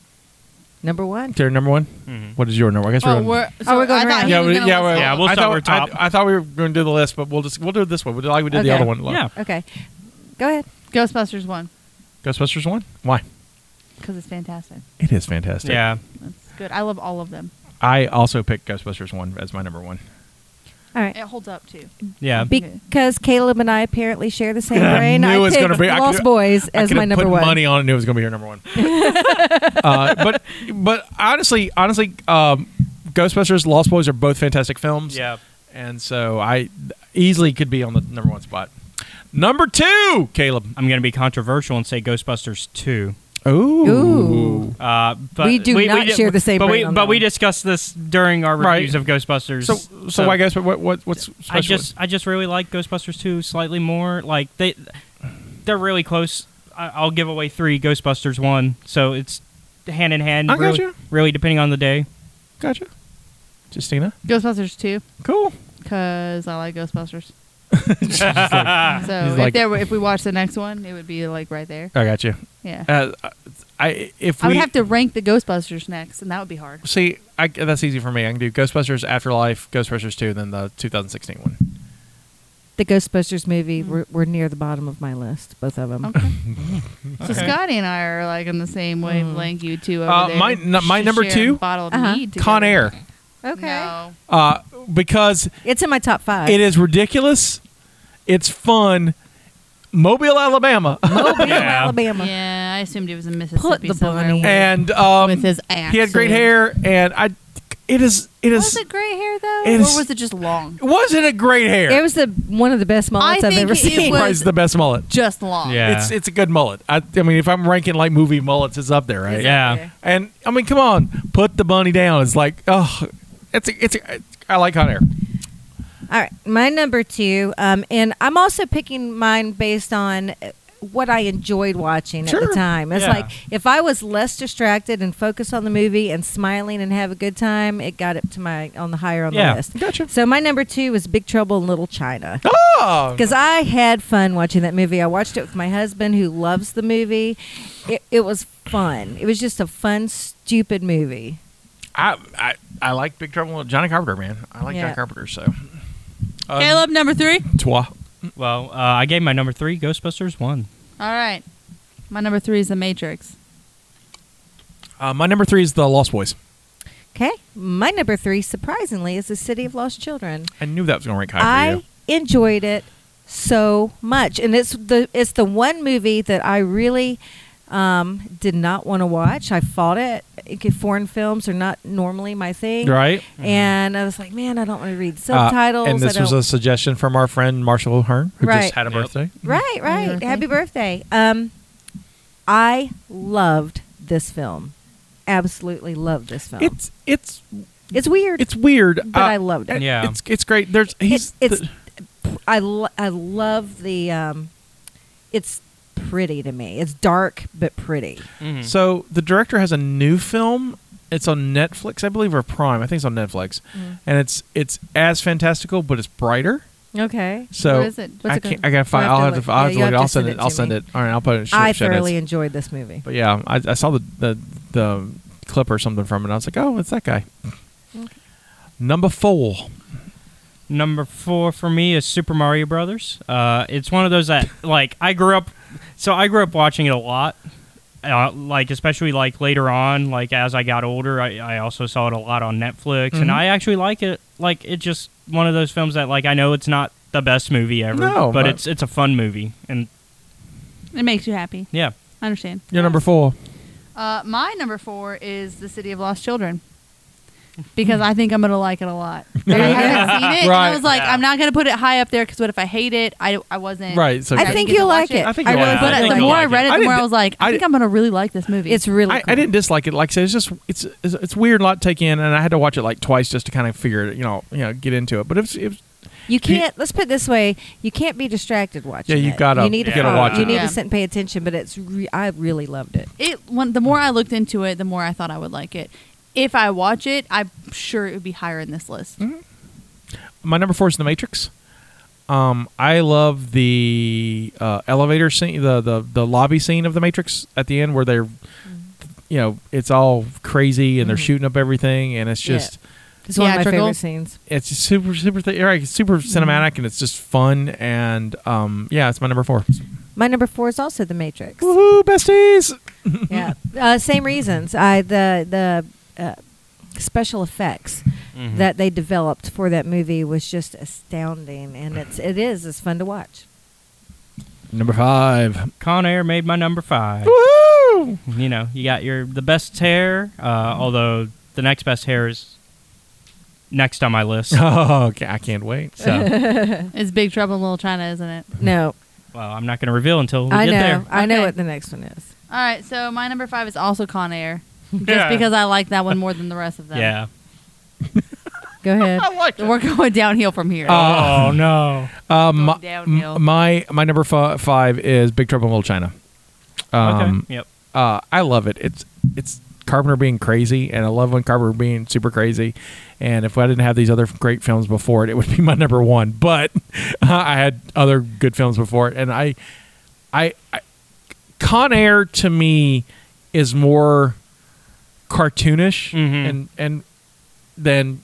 F: Number one.
A: Their number one.
E: Mm-hmm.
A: What is your number? I guess
B: Oh,
A: gonna-
B: we're, so
F: we're going
B: I thought
F: round.
B: he
A: yeah,
B: was
A: we,
B: gonna
A: yeah,
B: list
A: we-
E: Yeah,
B: all-
E: we'll
A: I
E: start
A: thought-
E: with top.
A: I, I thought we were going to do the list, but we'll just we'll do this one. We'll do like we did the
F: Okay.
A: other one.
E: Yeah.
F: Okay. Go ahead.
B: Ghostbusters one
A: Ghostbusters one. Why?
B: because it's fantastic.
A: It is fantastic.
E: Yeah.
B: That's good. I love all of them.
A: I also picked Ghostbusters one as my number one.
F: All right.
B: It holds up too.
E: Yeah.
F: Because Caleb and I apparently share the same
A: I
F: brain,
A: knew
F: I,
A: it was
F: picked
A: gonna be- I
F: Lost
A: could've-
F: Boys
A: I
F: as
A: could've
F: my number
A: put
F: one.
A: money on it. Knew it was going to be your number one. uh, but but honestly, honestly, um, Ghostbusters, Lost Boys are both fantastic films.
E: yeah.
A: and so I easily could be on the number one spot. Number two, Caleb.
E: I'm gonna be controversial and say Ghostbusters two.
A: Ooh.
F: Ooh.
E: Uh, but
F: We do not
E: did-
F: share the same
E: But we
F: brain on
E: but
F: that
E: we
F: one.
E: discussed this during our
A: Right.
E: reviews of Ghostbusters.
A: So so, I guess what what what's special?
E: I just I just really like Ghostbusters two slightly more. Like they they're really close. I, I'll give away three Ghostbusters one. So it's hand in hand.
A: I
E: really,
A: gotcha.
E: really depending on the day.
A: gotcha. Justina,
B: Ghostbusters two
A: cool.
B: because I like Ghostbusters.
A: I
B: So
A: like-
B: if there were, if we watched the next one, it would be like right there.
A: got you.
B: Yeah.
A: Uh, I if we
B: I would have to rank the Ghostbusters next, and that would be hard.
A: see, I, that's easy for me. I can do Ghostbusters Afterlife, Ghostbusters two, then the 2016 one.
F: The Ghostbusters movie were, were near the bottom of my list, both of them.
B: Hmm. Okay. So Scotty and I are like in the same wavelength. You two over
A: Uh,
B: there.
A: my- n- my
B: Sh-
A: number
B: share a
A: two?
B: Bottle of
F: Uh-huh.
B: mead
A: Con
B: together.
A: Air,
F: Okay.
B: No.
A: uh, because
F: It's in my top five.
A: it is ridiculous. It's fun. Mobile, Alabama,
F: Mobile,
E: Yeah.
F: Alabama.
B: Yeah, I assumed it was in Mississippi
F: Put the
B: somewhere
F: bunny.
B: with-
A: and um,
B: with his axe.
A: he had great hair, and I. It is. It is.
B: Was it gray hair though,
A: It
B: or
A: is-
B: was it just long?
A: wasn't it great hair?
F: It was the one of the best mullets
B: I
F: I've
B: think
F: ever
B: it
F: seen.
B: was-
A: Probably the best mullet.
B: Just long.
E: Yeah.
A: It's it's a good mullet. I, I mean, if I'm ranking like movie mullets, it's up there, right?
E: Yeah.
A: And I mean, come on, put the bunny down. It's like, oh, it's a, it's. A, I like Con Air.
F: All right, my number two, um, and I'm also picking mine based on uh, what I enjoyed watching at
A: Sure.
F: the time. It's
E: Yeah.
F: like if I was less distracted and focused on the movie and smiling and have a good time, it got up to my on the higher on
E: Yeah.
F: the list.
A: Gotcha.
F: So my number two was Big Trouble in Little China.
A: Oh,
F: Because I had fun watching that movie. I watched it with my husband, who loves the movie. It, it was fun. It was just a fun, stupid movie.
A: I, I I like Big Trouble. in- Johnny Carpenter, man. I like
F: Yeah.
A: Johnny Carpenter. So, um,
B: Caleb number three.
A: Toi.
E: Well, uh, I gave my number three Ghostbusters one.
B: All right, my number three is The Matrix.
A: Uh, my number three is the Lost Boys.
F: Okay, my number three, surprisingly, is The City of Lost Children.
A: I knew that was going to rank high for
F: I
A: you.
F: enjoyed it so much, and it's the it's the one movie that I really um, did not want to watch. I fought it. Okay, Foreign films are not normally my thing,
A: Right.
F: And I was like, man, I don't want to read
A: Uh,
F: subtitles.
A: and this
F: I
A: was
F: don't-
A: a suggestion from our friend Marshall Hearn, who just
F: Right.
A: had a
E: Yep.
A: birthday.
F: right, right.
B: birthday.
F: Happy birthday. Um, I loved this film. Absolutely loved this film. It's,
A: It's it's
F: weird.
A: it's weird,
F: But I loved it.
E: Yeah.
A: it's it's great. There's he's
F: It- it's
A: the-
F: I lo- I love the. Um, it's pretty to me. It's dark but pretty.
E: Mhm.
A: So the director has a new film. It's on Netflix, I believe, or Prime. I think it's on Netflix,
F: Mm.
A: and it's it's as fantastical, but it's brighter.
F: Okay.
A: So
B: What is it? What's
A: I
B: it
A: can't.
B: called?
A: I gotta find.
F: You'll
A: I'll
F: have
A: have
F: to
A: to. I'll
F: look.
A: have to
F: Yeah,
A: look.
F: you
A: I'll
F: have to
A: send
F: send
A: it.
F: it
A: I'll
F: to
A: send
F: me.
A: it. All right. I'll put it in. the show-
F: I
A: show notes.
F: thoroughly enjoyed this movie.
A: But yeah, I, I saw the, the the clip or something from it. And I was like, oh, it's that guy. Number four.
E: Number four for me is Super Mario Brothers. Uh, it's one of those that like I grew up, so I grew up watching it a lot. Uh, like especially like later on, like as I got older, I, I also saw it a lot on Netflix, and
A: Mhm.
E: I actually like it. Like it's just one of those films that like I know it's not the best movie ever,
A: No,
E: but
A: but-
E: it's it's a fun movie, and
B: It makes you happy.
E: yeah,
B: I understand.
A: You're number four.
B: Uh, my number four is The City of Lost Children. Because I think I'm going to like it a lot. I haven't seen it. And I
A: Right.
B: was like,
E: Yeah.
B: I'm not going to put it high up there because what if I hate it? I, I wasn't.
A: Right. So
F: I
B: Okay.
F: think
B: You get to
F: you'll
B: watch
F: like
B: it.
F: it.
A: I think you'll
F: really
A: like
E: it.
B: But
E: I
F: do.
E: think
B: the
E: you'll
B: more I
E: like
B: read
E: it.
B: it,
A: I
B: the more
A: didn't-
B: I was like,
A: I
B: I, think
A: didn't-
B: I'm going to really like this movie.
F: It's really.
A: I,
F: cool.
A: I didn't dislike it. Like I said, it's just it's, it's it's a weird lot to take in, and I had to watch it like twice just to kind of figure it, you know, you know, get into it. But it's it was,
F: You
A: Do you-
F: can't. let's put it this way: you can't be distracted watching.
A: Yeah, you
F: it.
A: gotta-
F: You need
E: you
F: to
E: gotta
F: follow-
E: watch
F: You
E: it.
F: need
B: Yeah.
F: to sit and pay attention. But it's. Re- I really loved it.
B: it when, the more I looked into it, the more I thought I would like it. If I watch it, I'm sure it would be higher in this list.
A: my number four is The Matrix. Um, I love the uh, elevator scene, the, the the lobby scene of The Matrix at the end where they're,
F: Mm-hmm.
A: you know, it's all crazy and they're
F: Mhm.
A: shooting up everything, and it's
F: Yeah.
A: just
F: It's one of my
B: Theatrical?
F: favorite scenes.
A: it's just super super thi- right, it's super cinematic and it's just fun and um yeah it's my number four
F: My number four is also The Matrix.
A: woohoo besties
F: yeah. Uh, same reasons. I the the uh, special effects that they developed for that movie was just astounding, and it's it is it's fun to watch.
A: number five
E: Con Air made my number five.
A: woohoo
E: You know, you got your the best hair, uh, although the next best hair is next on my list.
A: oh okay, I can't wait
E: So,
B: It's Big Trouble in Little China, isn't it?
F: No,
E: well, I'm not going to reveal until we
F: I know
E: get there.
F: I know
B: Okay.
F: what the next one is.
B: All right, so my number five is also Con Air, just
E: Yeah.
B: because I like that one more than the rest of them.
E: Yeah.
F: Go ahead.
A: I like
B: We're going downhill from here.
E: oh no.
A: um
B: Going downhill.
A: my my number f- five is Big Trouble in Little China um
E: okay. Yep.
A: uh I love it it's it's Carpenter being crazy and I love when Carpenter being super crazy and if I didn't have these other great films before it it would be my number one but I had other good films before it and I I, I Con Air to me is more cartoonish
E: Mhm.
A: and and than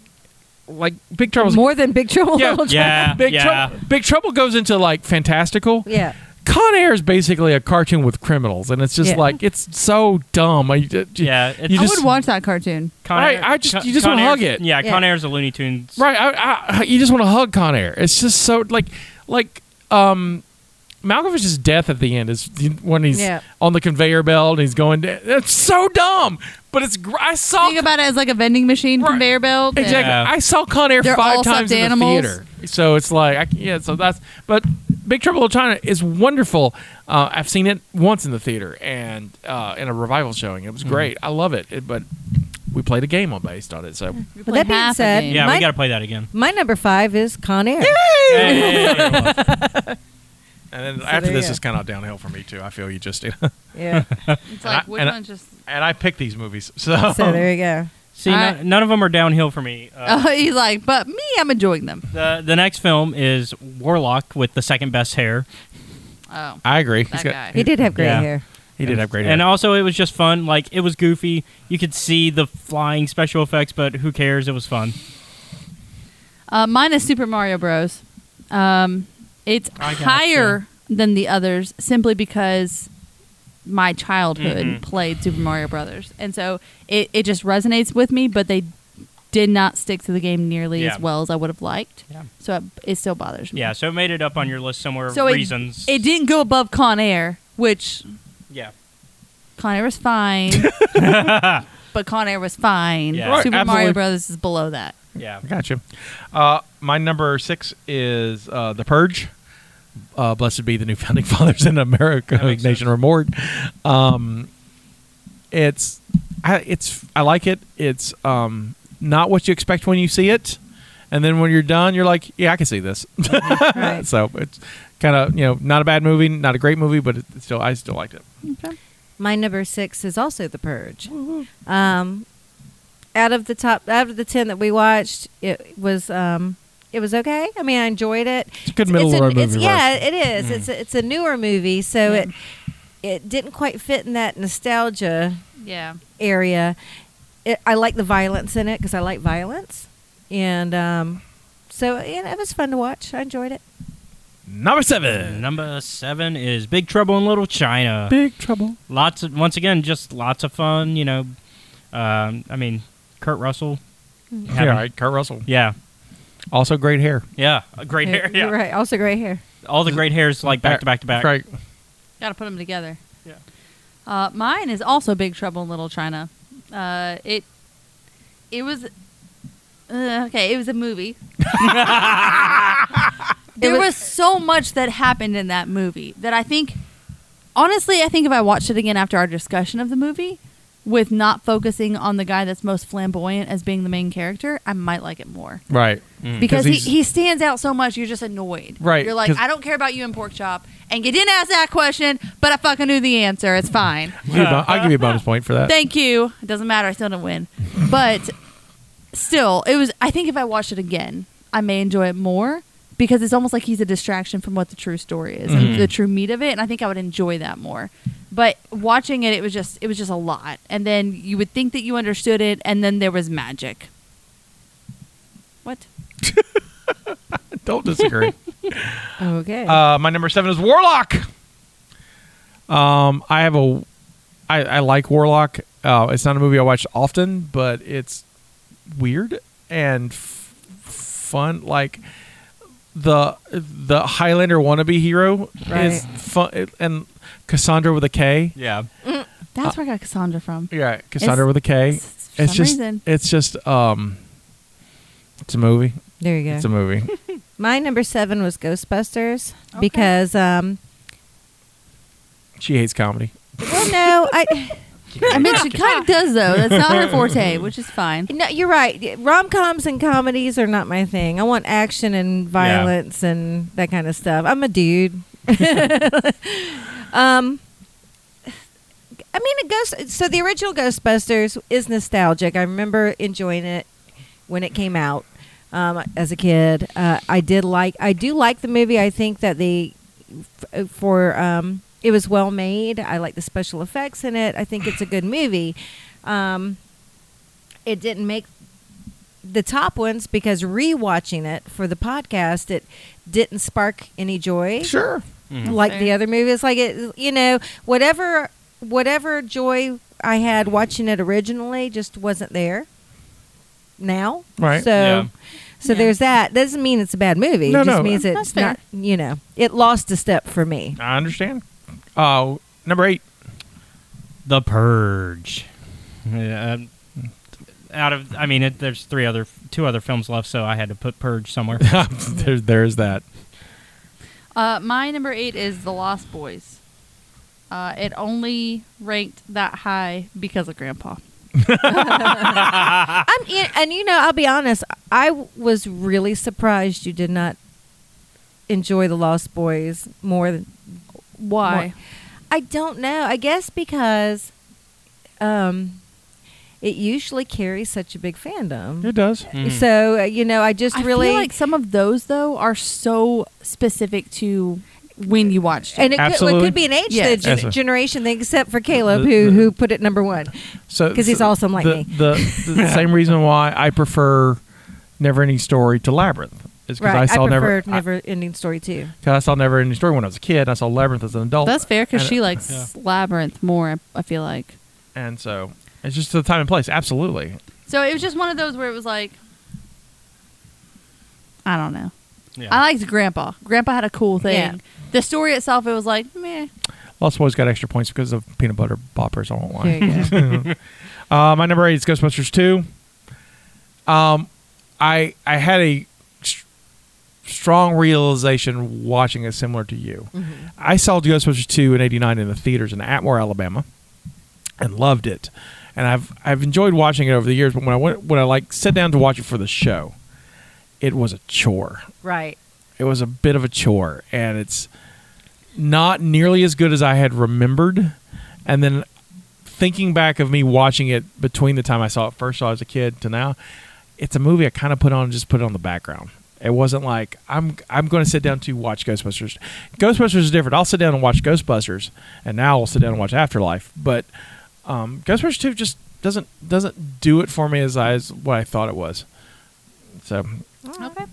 A: like Big Trouble.
F: More than Big Trouble in
A: Yeah.
F: Little China.
E: Yeah.
A: Big,
E: yeah.
A: Trouble, Big Trouble goes into like fantastical.
F: Yeah.
A: Con Air is basically a cartoon with criminals, and it's just
F: Yeah.
A: like it's so dumb. I, you,
E: Yeah, it's-
A: you
B: I
A: just
B: would watch that cartoon.
E: Con
A: I-
E: Air-
A: I just-
E: Con-
A: you just
E: Con
A: wanna
E: Air's-
A: hug it.
E: Yeah,
F: Yeah.
E: Con Air's a Looney Tunes.
A: Right. I, I, you just want to hug Con Air. It's just so like, like, um, Malkovich's death at the end is when he's
F: Yeah.
A: on the conveyor belt and he's going. to- It's so dumb, but it's. gr- I saw
B: Think about it as like a vending machine
A: Oh. Right.
B: conveyor belt.
A: exactly.
E: Yeah.
A: I saw Con Air
B: They're
A: five
B: all
A: times in the
B: stuffed
A: theater, so it's like, I, yeah. So that's. But Big Trouble Little China is wonderful. Uh, I've seen it once in the theater and uh, in a revival showing. It was
F: Mm-hmm.
A: great. I love it. it. But we played a game on based on it, so.
B: We
F: But
B: play
F: that being
B: half a
F: said-
B: game.
E: Yeah, we
F: Mine-
E: got to play that again.
F: My number five is Con Air.
E: Hey, hey, hey, hey.
A: And then
F: there
A: after
F: you
A: this,
F: go.
A: it's kind of downhill for me too. I feel you, Justina.
F: Yeah.
B: it's
A: and I-
B: like which
A: and I-
B: one's just.
A: and I pick these movies, so,
F: so there you go.
E: See,
B: All
E: no-
B: right.
E: none of them are downhill for me. Uh,
B: Oh, he's like, but me, I'm enjoying them.
E: the the next film is Warlock with the second best hair.
B: Oh,
A: I agree.
B: that
A: He's got-
B: guy.
F: He did have great
E: Yeah.
F: hair.
A: He did have great.
E: And
A: hair.
E: also, it was just fun. Like it was goofy. You could see the flying special effects, but who cares? It was fun.
B: Uh, mine is Super Mario Bros. Um, it's
E: I gotcha.
B: higher than the others simply because my childhood
A: Mm-hmm.
E: Mhm.
B: played Super Mario Brothers, and so it it just resonates with me. But they did not stick to the game nearly
E: Yeah.
B: as well as I would have liked.
E: Yeah.
B: So it, it still bothers me.
E: Yeah. So it made it up on your list somewhere.
B: So it-
E: reasons.
B: It didn't go above Con Air, which
E: Yeah.
B: Con Air was fine, but Con Air was fine.
E: Yeah. Right,
B: Super
A: absolutely.
B: Mario Brothers is below that.
E: Yeah.
A: I got you. Uh, my number six is uh, The Purge. Uh, blessed be the new founding fathers in America,
E: That makes
A: Ignatian
E: sense.
A: Remord. Um, it's, I, it's, I like it. It's um, not what you expect when you see it, and then when you're done, you're like, yeah, I can see this.
F: Right.
A: so it's kind of you know not a bad movie, not a great movie, but it still I still liked it.
F: My number six is also The Purge. Um, out of the top, out of the ten that we watched, it was um, it was okay. I mean, I enjoyed it.
A: It's a good middle
F: it's
A: of the road
F: it's-
A: movie,
F: Yeah,
A: right?
F: it is. It's a, it's a newer movie, so
B: Yeah.
F: it it didn't quite fit in that nostalgia
B: Yeah.
F: area. It, I like the violence in it because I like violence, and um, so yeah, it was fun to watch. I enjoyed it.
A: Number seven,
E: Number seven is Big Trouble in Little China.
A: Big Trouble.
E: Lots of once again, just lots of fun. You know, um, I mean, Kurt Russell.
A: Yeah, all right, Kurt Russell.
E: yeah,
A: Also great hair.
E: yeah, great hair.
F: You're
E: Yeah,
F: right. Also, gray hair.
E: all the great hairs like back to back to back.
A: Right.
B: Got to put them together.
E: Yeah.
B: Uh, mine is also Big Trouble in Little China. Uh, it it was uh, okay. It was a movie. there
F: was-
B: was, so much that happened in that movie that I think, honestly, I think if I watched it again after our discussion of the movie, with not focusing on the guy that's most flamboyant as being the main character, I might like it more
A: Right.
E: Mm.
A: 'Cause
B: because he,
A: he's-
B: he stands out so much you're just annoyed
A: Right,
B: you're like
A: 'cause-
B: i don't care about you and pork chop and you didn't ask that question but i fucking knew the answer it's fine
A: I'll give you a bon- I'll give you a bonus point for that.
B: thank you it doesn't matter i still didn't win but still it was i think if i watched it again i may enjoy it more because it's almost like he's a distraction from what the true story is
A: Mm-hmm.
B: and the true meat of it and i think i would enjoy that more but watching it it was just it was just a lot and then you would think that you understood it and then there was magic what
A: Don't disagree.
F: Okay.
A: Uh, my number seven is Warlock. Um, I have a, I, I like Warlock. Uh, it's not a movie I watch often, but it's weird and f- fun. Like the the Highlander wannabe hero is fun, and Cassandra with a K.
E: Yeah,
B: That's where I got Cassandra from.
A: Uh, Yeah, Cassandra
B: It's-
A: with a K.
B: it's- for
A: it's
B: some
A: just
B: reason.
A: it's just um, it's a movie.
F: there you go.
A: It's a movie.
F: My number seven was Ghostbusters
B: Okay.
F: because, um,
A: she hates comedy.
F: well, no, I,
B: I mean, she kind of does though. That's not her forte, which is fine.
F: no, you're right. Rom coms and comedies are not my thing. I want action and violence and that kind of stuff. I'm a dude. um, I mean, it goes. So the original Ghostbusters is nostalgic. I remember enjoying it when it came out um, as a kid. Uh, I did like. I do like the movie. I think that the f- for um, it was well made. I like the special effects in it. I think it's a good movie. Um, it didn't make the top ones because rewatching it for the podcast, it didn't spark any joy
A: Sure.
F: like
B: Fair.
F: the other movies like it you know whatever whatever joy i had watching it originally just wasn't there now
A: Right.
F: so
E: Yeah.
F: so
B: Yeah.
F: there's that doesn't mean it's a bad movie
A: No,
F: it just
A: no.
F: means
B: That's
F: it's
B: fair.
F: not you know it lost a step for me
A: I understand. Uh, number eight.
E: The Purge. Yeah, um, out of I mean, it, there's three other two other films left, so I had to put Purge somewhere.
A: there, there's that.
B: Uh, my number eight is The Lost Boys. Uh, it only ranked that high because of Grandpa.
F: I'm, yeah, and you know i'll be honest i was really surprised you did not enjoy the lost boys more than
B: Why?
F: Why? I don't know. I guess because um, it usually carries such a big fandom.
A: It mm. does.
F: So uh, you know, I just
B: I
F: really
B: feel like some of those though are so specific to when you watched it.
F: and it could, well, it
A: Absolutely.
F: could be an age
B: Yes.
F: gen-
A: Yes, sir.
F: generation thing, except for Caleb,
A: The-
F: who
A: the-
F: who put it number one.
A: So
F: 'Cause he's
A: so
F: awesome like
A: the,
F: me.
A: The, the same reason why I prefer Never Ending Story to Labyrinth is because
F: Right,
A: I saw
F: prefer
A: Never
F: never, ending story too.
A: I, 'cause I saw Never Ending Story when I was a kid. I saw Labyrinth as an adult.
B: That's fair because
A: Oh, And-
B: she likes Labyrinth more. I, I feel like.
A: And so it's just the time and place. Absolutely.
B: So it was just one of those where it was like, I don't know.
E: Yeah.
B: I liked Grandpa. Grandpa had a cool thing.
F: Yeah.
B: The story itself, it was like, meh.
A: Lost Boys got extra points because of peanut butter boppers. I won't lie.
F: There you go.
A: Uh, my number eight is Ghostbusters two. Um, I I had a st- strong realization watching it, similar to you. I saw Ghostbusters two in '89 in the theaters in Atmore, Alabama, and loved it. And I've I've enjoyed watching it over the years. But when I went when I like sat down to watch it for the show, it was a chore.
F: Right.
A: It was a bit of a chore, and it's not nearly as good as I had remembered. And then thinking back of me watching it between the time I saw it first saw it as a kid to now, it's a movie I kind of put on just put it on the background. It wasn't like I'm I'm going to sit down to watch Ghostbusters. Ghostbusters is different. I'll sit down and watch Ghostbusters, and now I'll sit down and watch Afterlife. But um, Ghostbusters Two just doesn't doesn't do it for me as I as what I thought it was. So
G: Okay.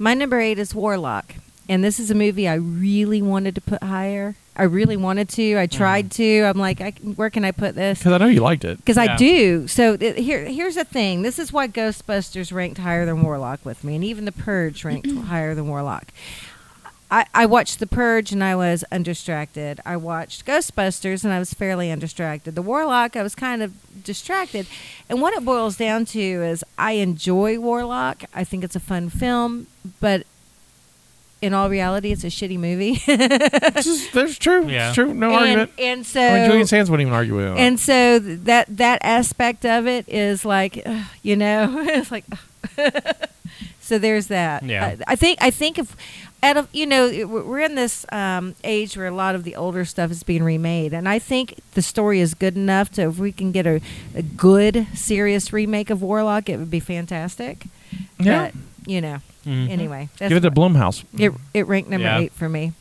F: My number eight is Warlock, and this is a movie I really wanted to put higher. I really wanted to. I tried to. I'm like, I, where can I put this?
A: because I know you liked it.
F: Because
E: Yeah.
F: I do. So th- here, here's the thing. This is why Ghostbusters ranked higher than Warlock with me, and even The Purge ranked higher than Warlock. I, I watched The Purge and I was undistracted. I watched Ghostbusters and I was fairly undistracted. The Warlock, I was kind of distracted. And what it boils down to is I enjoy Warlock. I think it's a fun film, but in all reality, it's a shitty movie.
A: It's just, that's true.
E: Yeah.
A: It's true. No
F: and,
A: argument.
F: and so.
A: I mean, Julian Sands wouldn't even argue with it.
F: And so th- that that aspect of it is like, ugh, you know, it's like, so there's that.
E: Yeah.
F: I, I think I think if out of you know it- we're we're in this um, age where a lot of the older stuff is being remade, and I think the story is good enough to if we can get a, a good serious remake of Warlock, it would be fantastic.
A: Yeah. Mm-hmm.
F: But, you know.
E: Mhm.
F: Anyway, that's
A: Give it to
F: what-
A: Blumhouse.
F: It it ranked number
E: Yeah.
F: eight for me.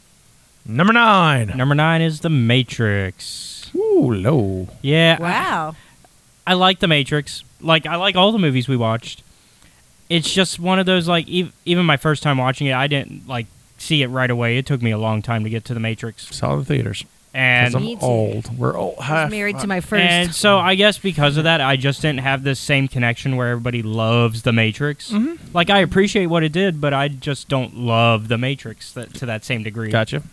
A: Number nine.
E: Number nine is The Matrix.
A: Ooh, low.
E: Yeah,
F: Wow.
E: I like The Matrix. Like I like all the movies we watched. It's just one of those like ev- even my first time watching it, I didn't like see it right away. It took me a long time to get to The Matrix,
A: Saw it in theaters. 'Cause
E: and
F: Me
A: I'm
F: too.
A: old. We're old.
F: I was married
A: uh,
F: to my first.
E: and so I guess because of that, I just didn't have this same connection where everybody loves The Matrix.
A: Mhm.
E: Like I appreciate what it did, but I just don't love The Matrix that, to that same degree.
A: Gotcha.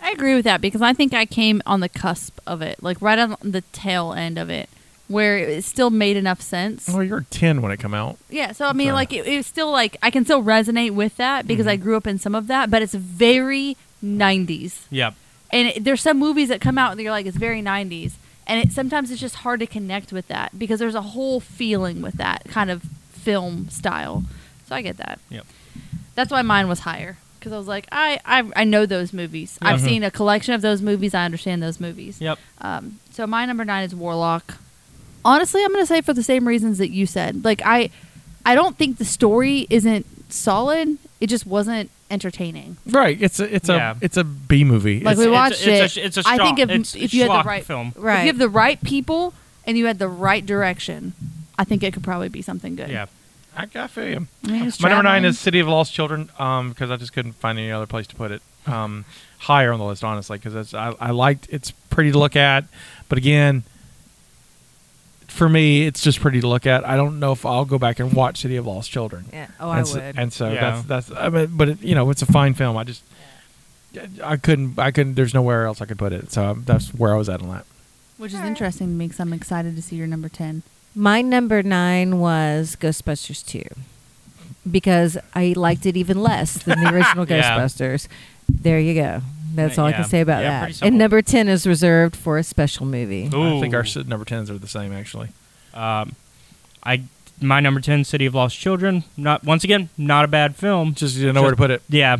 B: I agree with that because I think I came on the cusp of it, like right on the tail end of it, where it still made enough sense.
A: Well, you're 10 when it come out.
B: Yeah, so I
A: Okay.
B: mean,
A: Mm-hmm.
B: like it, it was still like I can still resonate with that because I grew up in some of that, but it's very '90s.
E: Yep.
B: And it, there's some movies that come out and you're like, it's very '90s, and it, sometimes it's just hard to connect with that because there's a whole feeling with that kind of film style. So I get that.
E: Yep.
B: That's why mine was higher because I was like, I I, I know those movies. I've
E: Mhm.
B: seen a collection of those movies. I understand those movies.
E: Yep.
B: Um, so my number nine is Warlock. Honestly, I'm gonna say for the same reasons that you said. Like I, I don't think the story isn't solid. It just wasn't entertaining.
A: Right. It's a it's
E: Yeah.
A: a it's a B movie.
B: Like
A: It's-
B: we
E: it's a-
B: watched
E: it's a-
B: it.
E: it's a
B: I think
E: schlock-
B: if,
E: it's-
B: if
E: it's
B: you had
E: schlock
B: the right
E: film.
B: if
F: Right.
B: you have the right people and you had the right direction, I think it could probably be something good.
E: Yeah.
A: I, I feel you.
B: I mean, it's
A: My number nine
B: traveling.
A: is City of Lost Children, um, because I just couldn't find any other place to put it um, higher on the list, honestly, because I, I liked it's pretty to look at, but again, for me, it's just pretty to look at. I don't know if I'll go back and watch City of Lost Children.
F: yeah. Oh, I
A: and
F: would.
A: so, and so
E: Yeah.
A: that's that's. I mean, but it, you know, it's a fine film. I just, I couldn't, I couldn't. There's nowhere else I could put it. So um, that's where I was at on that.
B: which is interesting to me because I'm excited to see your number ten.
F: My number nine was Ghostbusters 2 because I liked it even less than the original
E: Yeah.
F: Ghostbusters. There you go. That's all I
E: Yeah.
F: can say about
E: Yeah, pretty
F: that.
E: simple.
F: And number 10 is reserved for a special movie.
A: I think
E: Ooh.
A: our s- number tens are the same actually.
E: Um, I my number ten, City of Lost Children. Not once again, not a bad film.
A: Just you didn't know where to put it.
E: Yeah,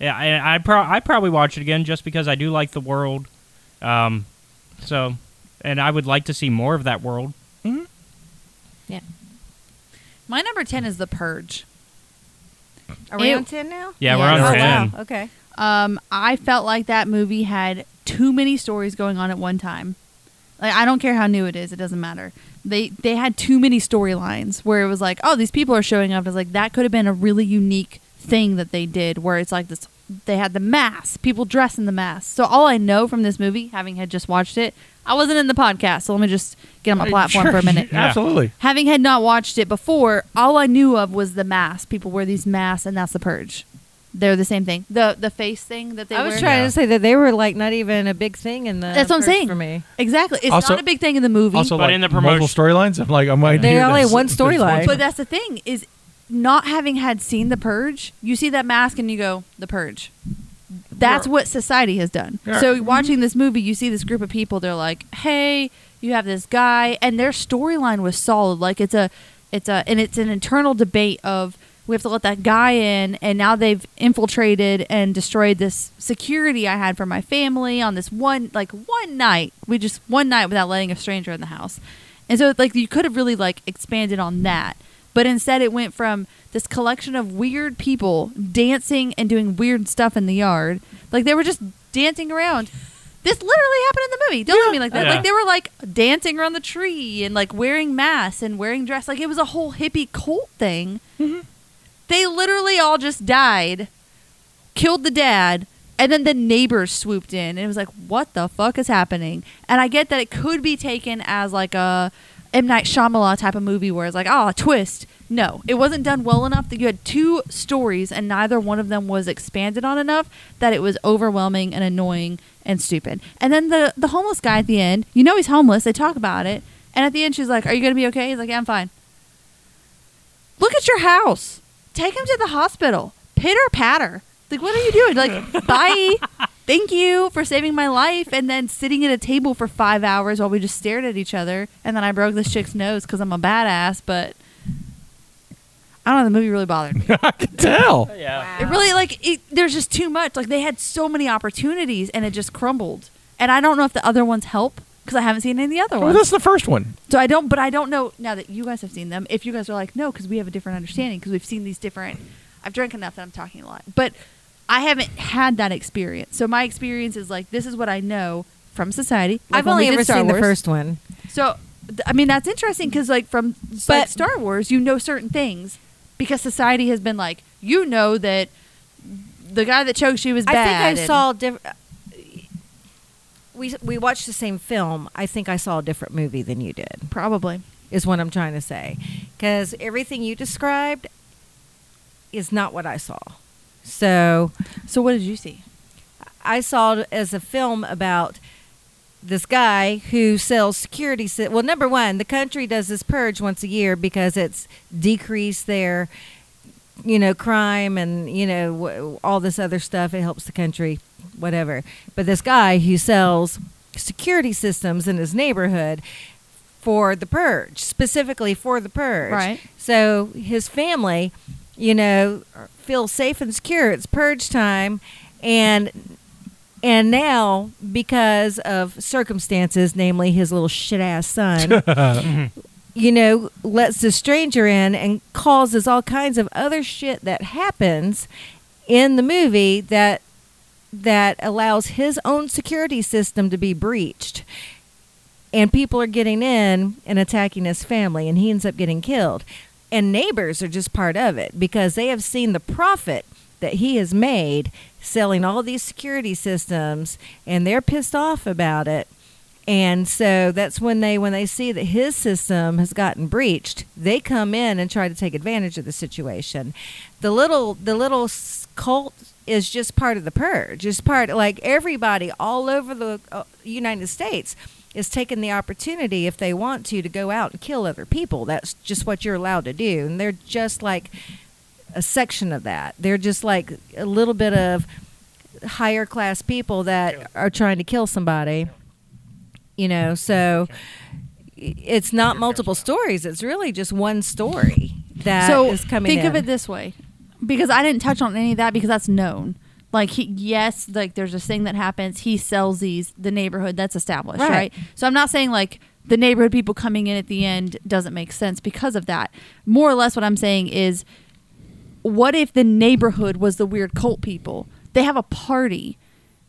E: yeah. I I, pro- I probably watch it again just because I do like the world. Um, so, and I would like to see more of that world.
F: Yeah.
B: My number ten is The Purge.
F: Are we
B: Ew.
F: on 10 now?
E: Yeah, we're
A: on
F: oh,
E: 10.
F: Wow. Okay.
B: Um, I felt like that movie had too many stories going on at one time. Like I don't care how new it is, it doesn't matter. They they had too many storylines where it was like, oh, these people are showing up. It's like that could have been a really unique thing that they did, where it's like this. They had the mask, people dress in the mask. So all I know from this movie, having had just watched it, I wasn't in the podcast, so let me just get on my platform
A: Sure,
B: for a minute.
E: Yeah.
A: Absolutely.
B: Having had not watched it before, all I knew of was the mask. People wear these masks, and that's the purge. They're the same thing. The the face thing that they
F: I was
B: wear.
F: trying
E: Yeah.
F: to say that they were like not even a big thing in the.
B: That's what I'm
F: first
B: saying.
F: For me.
B: Exactly. It's
A: Also-
B: not a big thing in the movie.
A: Also,
E: But
A: like
E: in the
A: multiple
E: promotion-
A: storylines, I'm like, I'm like,
F: They
A: dude,
F: only
A: this-
F: one
A: this one's-
F: storyline.
B: but that's the thing is not having had seen the purge, you see that mask and you go, the purge. That's
A: Yeah.
B: what society has done.
A: Yeah.
B: So watching this movie, you see this group of people, they're like, "Hey, you have this guy." And their storyline was solid. Like it's a it's a and it's an internal debate of we have to let that guy in and now they've infiltrated and destroyed this security i had for my family on this one like one night we just one night without letting a stranger in the house and so like you could have really like expanded on that but instead it went from this collection of weird people dancing and doing weird stuff in the yard like they were just dancing around this literally happened in the movie. Don't look at me like that.
E: Yeah.
B: Like they were like dancing around the tree and like wearing masks and wearing dress. Like it was a whole hippie cult thing
E: Mm-hmm.
B: they literally all just died, killed the dad, and then the neighbors swooped in and it was like, what the fuck is happening? And I get that it could be taken as like a M Night Shyamalan type of movie where it's like, ah, twist. No, it wasn't done well enough that you had two stories and neither one of them was expanded on enough that it was overwhelming and annoying and stupid. And then the the homeless guy at the end, you know he's homeless. They talk about it, and at the end she's like, "Are you gonna be okay?" He's like, "Yeah, I'm fine." Look at your house take him to the hospital. Pitter patter. Like, what are you doing? Like, bye. Thank you for saving my life. And then sitting at a table for five hours while we just stared at each other. And then I broke this chick's nose because I'm a badass. But I don't know. The movie really bothered me.
A: I can tell.
E: Yeah.
B: It really, like, it, there's just too much. Like, they had so many opportunities and it just crumbled. And I don't know if the other ones help because I haven't seen any of the other
A: Well,
B: ones.
A: that's the first one.
B: So I don't, but I don't know now that you guys have seen them. If you guys are like, no, because we have a different understanding because we've seen these different. I've drank enough that I'm talking a lot, but I haven't had that experience. So my experience is like, this is what I know from society. Like
F: I've
B: when we
F: only
B: did
F: ever
B: Star
F: seen the
B: Wars.
F: first one.
B: So th- I mean, that's interesting because like from s- like
F: But-
B: Star Wars, you know certain things because society has been like, you know that the guy that choked you was bad.
F: I think I
B: and-
F: saw different. We we watched the same film. I think I saw a different movie than you did.
B: probably.
F: Is what I'm trying to say, because everything you described is not what I saw. So
B: So what did you see?
F: I saw it as a film about this guy who sells security. sy- Well, number one, the country does this purge once a year because it's decreased their, you know, crime and you know w- all this other stuff. It helps the country, whatever. But this guy who sells security systems in his neighborhood for the purge, specifically for the purge.
B: Right.
F: So his family, you know, feels safe and secure. It's purge time, and and now because of circumstances, namely his little shit ass son, you know, lets the stranger in and causes all kinds of other shit that happens in the movie that that allows his own security system to be breached and people are getting in and attacking his family and he ends up getting killed and neighbors are just part of it because they have seen the profit that he has made selling all these security systems and they're pissed off about it and so that's when they when they see that his system has gotten breached they come in and try to take advantage of the situation the little the little s- cult is just part of the purge it's part like everybody all over the uh, united states is taking the opportunity if they want to to go out and kill other people that's just what you're allowed to do and they're just like a section of that they're just like a little bit of higher class people that are trying to kill somebody you know so it's not multiple stories it's really just one story that is
B: so
F: coming
B: think of
F: in.
B: it this way because i didn't touch on any of that because that's known like he, yes like there's this thing that happens he sells these the neighborhood that's established right,
F: Right.
B: so i'm not saying like the neighborhood people coming in at the end doesn't make sense because of that more or less what i'm saying is what if the neighborhood was the weird cult people they have a party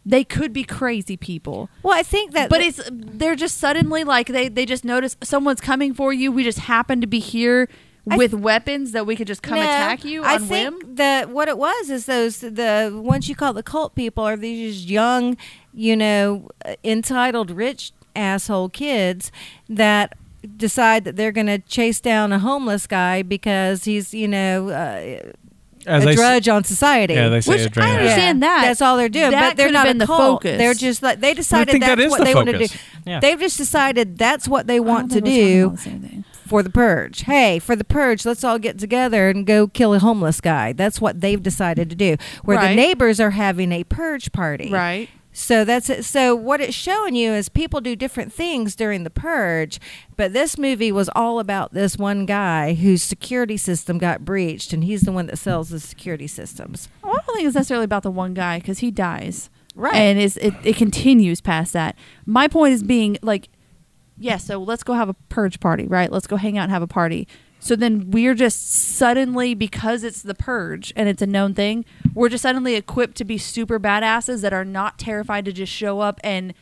B: they could be crazy people
F: well i think that
B: but it's they're just suddenly like they they just notice someone's coming for you. We just happen to be here
F: I
B: with weapons that we could just come
F: No,
B: attack you on
F: I
B: whim.
F: think that what it was is those the ones you call the cult people are these just young, you know, uh, entitled rich asshole kids that decide that they're going to chase down a homeless guy because he's you know uh,
A: As
F: a
A: they s-
F: drudge on society.
A: yeah, they say
B: Which
A: a drain.
B: I
A: out.
B: understand. that.
F: That's all they're doing,
B: That
F: but they're
B: could've
F: not
B: been the
F: a cult.
B: focus.
F: They're just like they decided
A: think that
F: that's
A: is
F: what
A: the
F: they want to
A: focus.
F: do.
E: Yeah.
F: They've just decided that's what they want to
B: I don't think we're talking
F: do
B: about the same thing.
F: for the purge. Hey, for the purge, let's all get together and go kill a homeless guy. That's what they've decided to do. Where
B: Right.
F: the neighbors are having a purge party.
B: Right.
F: So that's it. So what it's showing you is people do different things during the purge, but this movie was all about this one guy whose security system got breached, and he's the one that sells the security systems.
B: Well, I don't think it's necessarily about the one guy because he dies.
F: Right.
B: And it's, it, it continues past that. My point is being like, yeah, so let's go have a purge party, right? Let's go hang out and have a party. So then we're just suddenly, because it's the purge and it's a known thing, we're just suddenly equipped to be super badasses that are not terrified to just show up and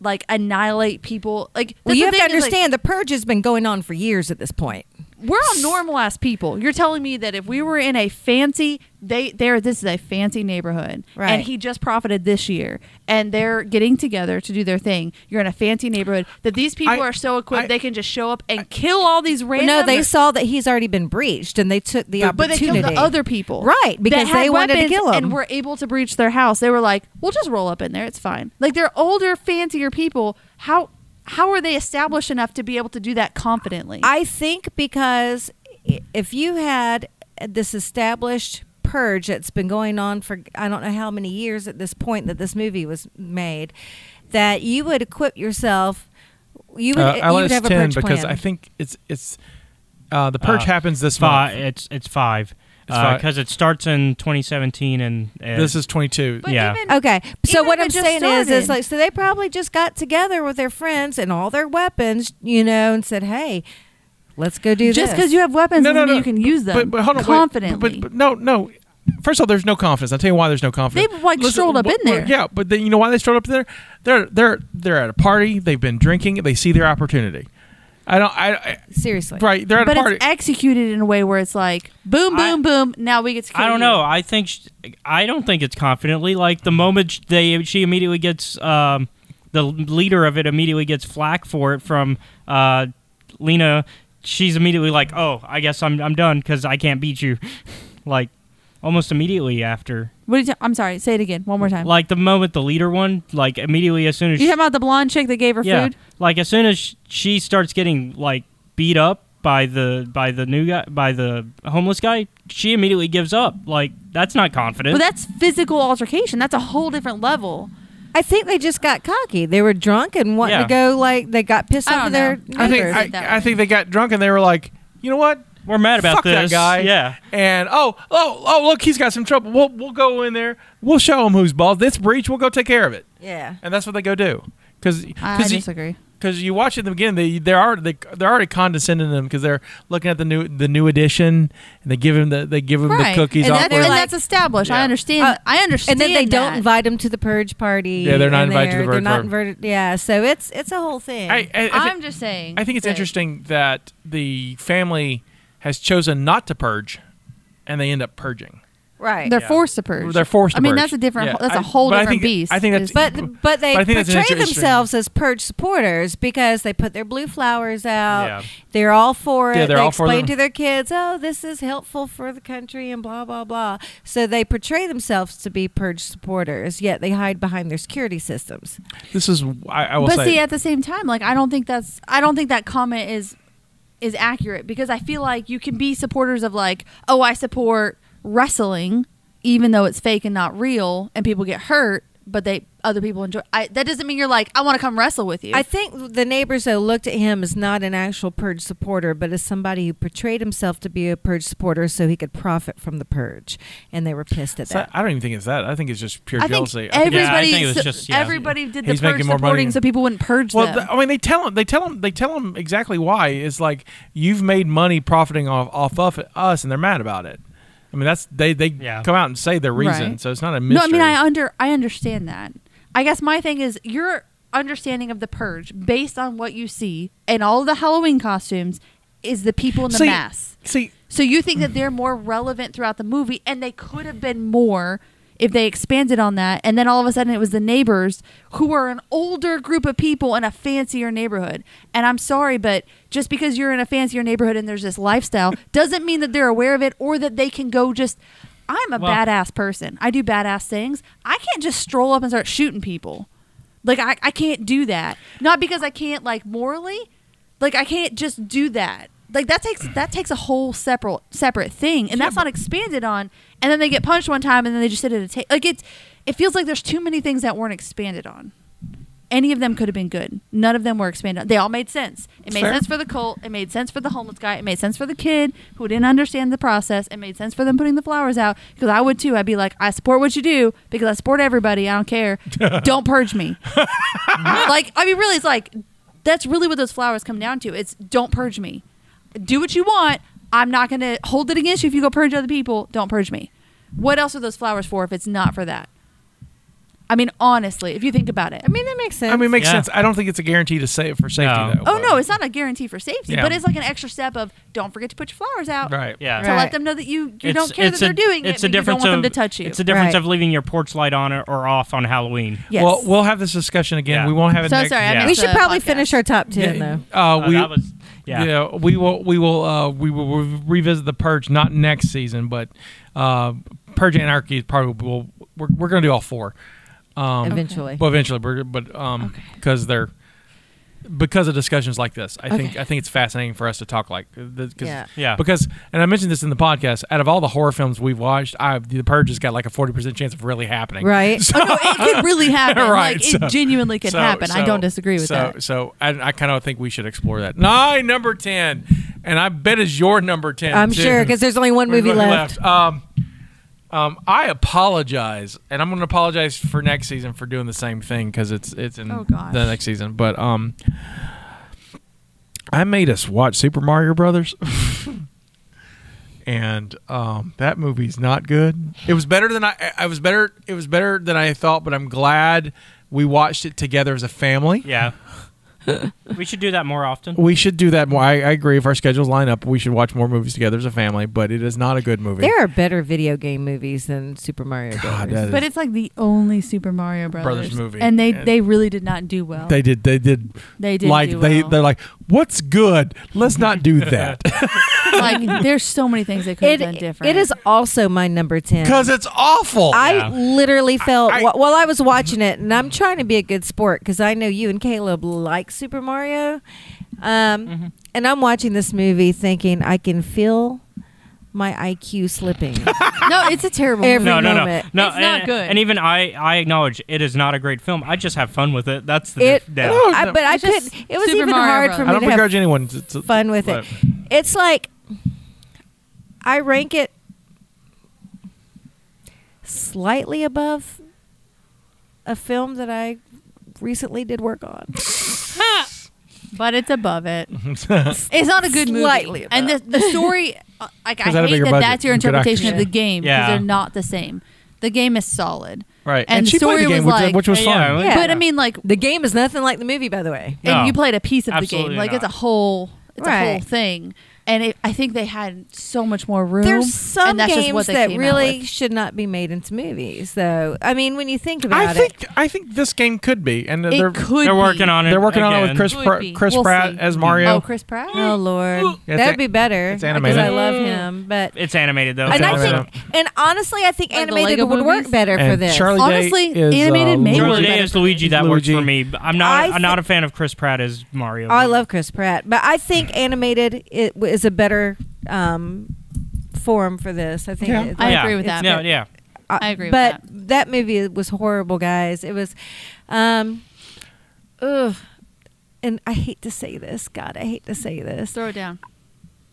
B: like annihilate people. Like,
F: Well,
B: that's
F: you
B: the
F: have
B: thing
F: to
B: is, like,
F: understand the purge has been going on for years at this point.
B: we're all normal ass people. You're telling me that if we were in a fancy they there this is a fancy neighborhood
F: Right.
B: and he just profited this year and they're getting together to do their thing. You're in a fancy neighborhood that these people
A: I-
B: are so equipped
A: I-
B: they can just show up and kill all these random
F: no, they saw that he's already been breached, and they took the
B: but they
F: opportunity.
B: killed the other people.
F: Right,
B: that
F: because
B: had
F: they wanted to
B: weapons
F: kill 'em.
B: And were able to breach their house. They were like, We'll just roll up in there, it's fine. Like they're older, fancier people. How how are they established enough to be able to do that confidently?
F: I think because i- if you had this established purge that's been going on for I don't know how many years at this point that this movie was made, that you would equip yourself. You would,
A: Uh,
F: you
A: LS
F: would have a
A: ten
F: purge
A: because
F: plan.
A: I think it's it's uh, the purge
E: Uh,
A: happens this
E: Fi-
A: month.
E: It's it's five
A: It's five.
E: because it starts in 2017 and uh,
A: This is twenty two.
E: But- Yeah.
B: even-
F: Okay, so
B: Even
F: what
B: if
F: I'm
B: it just
F: saying is,
B: started.
F: is like, so they probably just got together with their friends and all their weapons, you know, and said, "Hey, let's go do
B: just
F: this."
B: because you have weapons
A: no, no,
B: doesn't
A: no.
B: mean you can use them
A: But, but hold on, wait.
B: confidently.
A: But, but no, no. First of all, there's no confidence. I'll tell you why there's no confidence.
B: They've, like, strolled up
A: wh-
B: in
A: wh-
B: there.
A: Yeah, but then you know why they strolled up there? They're they're they're at a party. They've been drinking. They see their opportunity. I don't. I, I
F: seriously,
A: right. They're at
B: But
A: a party.
B: it's executed in a way where it's like boom,
E: I-
B: boom, boom. Now we get to. Kill
E: I don't
B: you.
E: know. I think sh I don't think it's confidently. Like the moment sh- they she immediately gets um, the l- leader of it immediately gets flack for it from uh, Lena. She's immediately like, "Oh, I guess I'm I'm done because I can't beat you." like almost immediately after,
B: What did you, I'm sorry. Say it again one more time.
E: like the moment the leader won, like immediately as soon as
B: you
E: she-
B: talking about the blonde chick that gave her
E: yeah,
B: food?
E: like as soon as sh- she starts getting like beat up by the by the new guy by the homeless guy, she immediately gives up. Like that's not confident.
B: But that's physical altercation. That's a whole different level.
F: I think they just got cocky. They were drunk and wanting to go like they got pissed
B: I
F: off
B: don't
F: at their
B: know.
A: I think
F: neighbors.
A: I,
B: it that
A: I
B: way.
A: think they got drunk and they were like, you know what?
E: We're mad about
A: Fuck
E: this
A: that guy.
E: Yeah.
A: And oh oh oh look, he's got some trouble. We'll we'll go in there. We'll show him who's bald. This breach. We'll go take care of it.
F: yeah.
A: And that's what they go do. Because
B: I, I disagree.
A: because you watch it again, they they're already they, they're already condescending to them because they're looking at the new the new edition and they give him the they give him the cookies.
B: and,
A: off
B: that-
A: where-
B: and
F: like-
B: that's established.
A: Yeah.
B: I understand.
F: Uh,
B: I understand.
F: And then they don't
B: that.
F: invite him to the purge party.
A: Yeah, they're not
F: and
A: invited to the
F: they're-
A: purge
F: They're not
A: party.
F: invited. Yeah, so it's it's a whole thing.
A: I, I, I, thi-
B: I'm just saying.
A: I think it's
B: that-
A: interesting that the family has chosen not to purge, and they end up purging.
F: right.
B: They're
A: Yeah.
B: forced to purge.
A: They're forced.
B: I
A: to
B: mean,
A: purge.
B: that's a different.
A: Yeah.
B: That's
A: I-
B: a whole
A: but I
B: different
A: think-
B: beast.
A: I think that's
B: Is-
F: but but they
A: But I think that's an
F: portray
A: interesting-
F: themselves as purge supporters because they put their blue flowers out.
A: Yeah.
F: They're all for it.
A: Yeah, they're
F: they
A: all for them.
F: explain to their kids, "Oh, this is helpful for the country," and blah blah blah. So they portray themselves to be purge supporters, yet they hide behind their security systems.
A: This is I, I will
B: but
A: say.
B: see, at the same time, like I don't think that's I don't think that comment is is accurate because I feel like you can be supporters of like, oh, I support wrestling, even though it's fake and not real, and people get hurt, but they other people enjoy. I, that doesn't mean you're like, I want to come wrestle with you.
F: I think the neighbors though looked at him as not an actual purge supporter, but as somebody who portrayed himself to be a purge supporter, so he could profit from the purge, and they were pissed at
A: So I-
F: that.
A: I don't even think it's that. I think it's just pure
B: I think
A: jealousy. I think
E: Yeah, I
B: everybody
E: think it was
B: su-
E: just- yeah.
B: everybody did the
A: He's
B: purge
A: making more money.
B: supporting so people wouldn't purge
A: well,
B: them.
A: th- I mean, they tell him. They tell him. They tell him exactly why. It's like you've made money profiting off off of us, and they're mad about it. I mean, that's they they
E: Yeah.
A: come out and say their reason.
B: Right.
A: So it's not a
B: No, I
A: mystery.
B: mean I under I understand that. I guess my thing is your understanding of the purge based on what you see and all the Halloween costumes is the people in the
A: see,
B: mass.
A: See,
B: So you think that they're more relevant throughout the movie and they could have been more if they expanded on that and then all of a sudden it was the neighbors who are an older group of people in a fancier neighborhood. And I'm sorry but just because you're in a fancier neighborhood and there's this lifestyle doesn't mean that they're aware of it or that they can go just I'm a
E: Well-
B: badass person. I do badass things. I can't just stroll up and start shooting people. Like I, I can't do that. Not because I can't like morally, like I can't just do that. like that takes that takes a whole separate separate thing, and that's not expanded on. And then they get punched one time, and then they just sit at a table. Like it's, it feels like there's too many things that weren't expanded on. Any of them could have been good. None of them were expanded. on. They all made sense. It made
A: Fair.
B: sense for the cult. It made sense for the homeless guy. It made sense for the kid who didn't understand the process. It made sense for them putting the flowers out because I would too. I'd be like, I support what you do because I support everybody. I don't care. don't purge me. like I mean, really, it's like that's really what those flowers come down to. It's don't purge me. Do what you want. I'm not going to hold it against you if you go purge other people. Don't purge me. What else are those flowers for if it's not for that? I mean, honestly, if you think about it.
F: I mean, that makes sense.
A: I mean, it makes
E: Yeah.
A: sense. I don't think it's a guarantee to save for safety
E: No.
A: though.
B: oh
A: but-
B: no, it's not a guarantee for safety,
A: Yeah.
B: but it's like an extra step of don't forget to put your flowers out.
A: Right.
E: Yeah.
B: To let
F: Right.
B: them know that you, you
E: It's-
B: don't care that
E: it's
B: they're
E: a-
B: doing
E: it's
B: it, but you
E: a
B: don't
E: difference
B: want them to
E: of-
B: touch you.
E: It's a
F: Right.
E: difference of leaving your porch light on or- or off on Halloween.
B: yes.
A: Well, we'll have this discussion again.
E: Yeah.
A: We won't have it.
B: so
A: next,
B: sorry, I
E: yeah.
B: missed
F: we should
B: the
F: probably
B: podcast.
F: finish our top ten
A: Yeah,
F: though.
A: Uh,
E: Oh,
A: we,
E: that was
A: yeah.
E: yeah.
A: we will we will uh, we will re- revisit the purge not next season, but uh, purge anarchy is probably will we're, we're going to do all four. Um,
F: Eventually.
A: well, eventually, we're, but um, because they're because of discussions like this, I think
F: Okay.
A: I think it's fascinating for us to talk like th- 'cause-
F: Yeah.
E: Yeah.
A: because and I mentioned this in the podcast. Out of all the horror films we've watched, I the purge has got like a forty percent chance of really happening,
F: Right.
B: Oh, no, it could really happen.
A: Right,
B: like
A: so-
B: it genuinely could
A: so-
B: happen. I
A: so-
B: don't disagree with
A: so,
B: that.
A: So I, I kind of think we should explore that. Nine, number ten, and I bet it's your number ten.
F: I'm
A: too.
F: sure because there's only one
A: We've
F: movie
A: only
F: left.
A: Um, um, I apologize, and I'm going to apologize for next season for doing the same thing because it's it's in
B: Oh, gosh.
A: the next season. But um, I made us watch Super Mario Brothers. And um, that movie's not good. It was better than I. I was better. It was better than I thought. But I'm glad we watched it together as a family.
E: yeah. we should do that more often.
A: We should do that more. I, I agree. If our schedules line up, we should watch more movies together as a family. But it is not a good movie.
F: There are better video game movies than Super Mario
A: God,
F: Brothers.
A: that
B: But
A: is-
B: it's like the only Super Mario Brothers,
A: Brothers movie.
B: and they
A: And-
B: they really did not do well.
A: they did. They did.
B: Oh. They did
A: like
B: do
A: they
B: well.
A: they're like, what's good? Let's not do that
B: like there's so many things they could have
F: It,
B: done different.
F: it is also my number ten.
A: because it's awful.
F: I
E: Yeah.
F: literally felt
A: I-
F: wh- while I was watching it, and I'm trying to be a good sport because I know you and Caleb like Super Mario. Um, And I'm watching this movie thinking I can feel my IQ slipping.
B: no, it's a terrible.
F: Every-
E: no, no, no,
F: moment.
E: no.
B: It's
E: and,
B: not good.
E: And even I, I acknowledge it is not a great film. I just have fun with it. That's the
F: it,
E: dif- yeah.
A: Oh,
F: I,
A: no.
F: but I
B: It's just
F: could. It was
B: Super
F: even
B: Mario
F: hard for
B: Brothers.
A: I
F: me
A: don't
F: to have
A: begrudge anyone to, to-
F: fun with it. It's like I rank it slightly above a film that I recently did work on.
B: but it's above it. it's not a good
F: Slightly
B: movie. And the,
F: above.
B: the story, uh, like I
A: Because it had a
B: hate
A: bigger
B: that
A: budget
B: that's your
A: and good
B: interpretation of
F: actors.
B: the game because
E: Yeah.
B: they're not the same. The game is solid,
A: Right,
B: And, the
A: she played
B: story
A: the game,
B: was
A: which,
B: like,
A: which was
E: Yeah,
A: fun.
E: yeah.
B: but I mean, like,
F: The game is nothing like the movie, by the way.
E: No.
B: and you played a piece of the game.
E: Absolutely
B: Like it's a
E: not.
B: whole, it's a whole
F: Right.
B: thing. And it, I think they had so much more room.
F: There's some
B: and that's just
F: games
B: what they
F: that
B: came out
F: really
B: with.
F: should not be made into movies, though. I mean, when you think about
A: I
F: it,
A: think I think this game could be, and they're
B: it could.
E: They're
B: be.
E: working on it.
A: they're working on it with
E: again.
A: Chris
B: Could
A: Pra-
B: be.
A: Chris
B: We'll
A: Pratt
B: see.
A: as Mario.
B: Oh, Chris Pratt.
F: oh lord,
A: Yeah,
F: that'd
A: it's-
F: be better.
A: it's animated.
F: because I love him, but
E: It's animated though.
A: It's
F: and I
A: animated.
F: think, and honestly, I think
B: Like the
F: animated
B: Lego
F: would
B: movies?
F: work better for
A: and
F: this.
A: Charlie
B: Honestly,
A: Day is,
B: animated
A: uh,
B: may
A: Luigi.
B: work
E: Charlie Day is Luigi. That works
A: Luigi.
E: for me. but I'm
F: I
E: not.
F: thi-
E: I'm not a fan of Chris Pratt as Mario.
F: Oh, I love Chris Pratt, but I think animated i- w- is a better um, form for this. I think.
A: Yeah.
F: it-
B: I
E: Yeah.
B: agree with
F: It's
B: that.
E: No, yeah.
B: I agree with
F: But that. movie was horrible, guys. It was, um, ugh. And I hate to say this, God, I hate to say this.
B: Throw it down.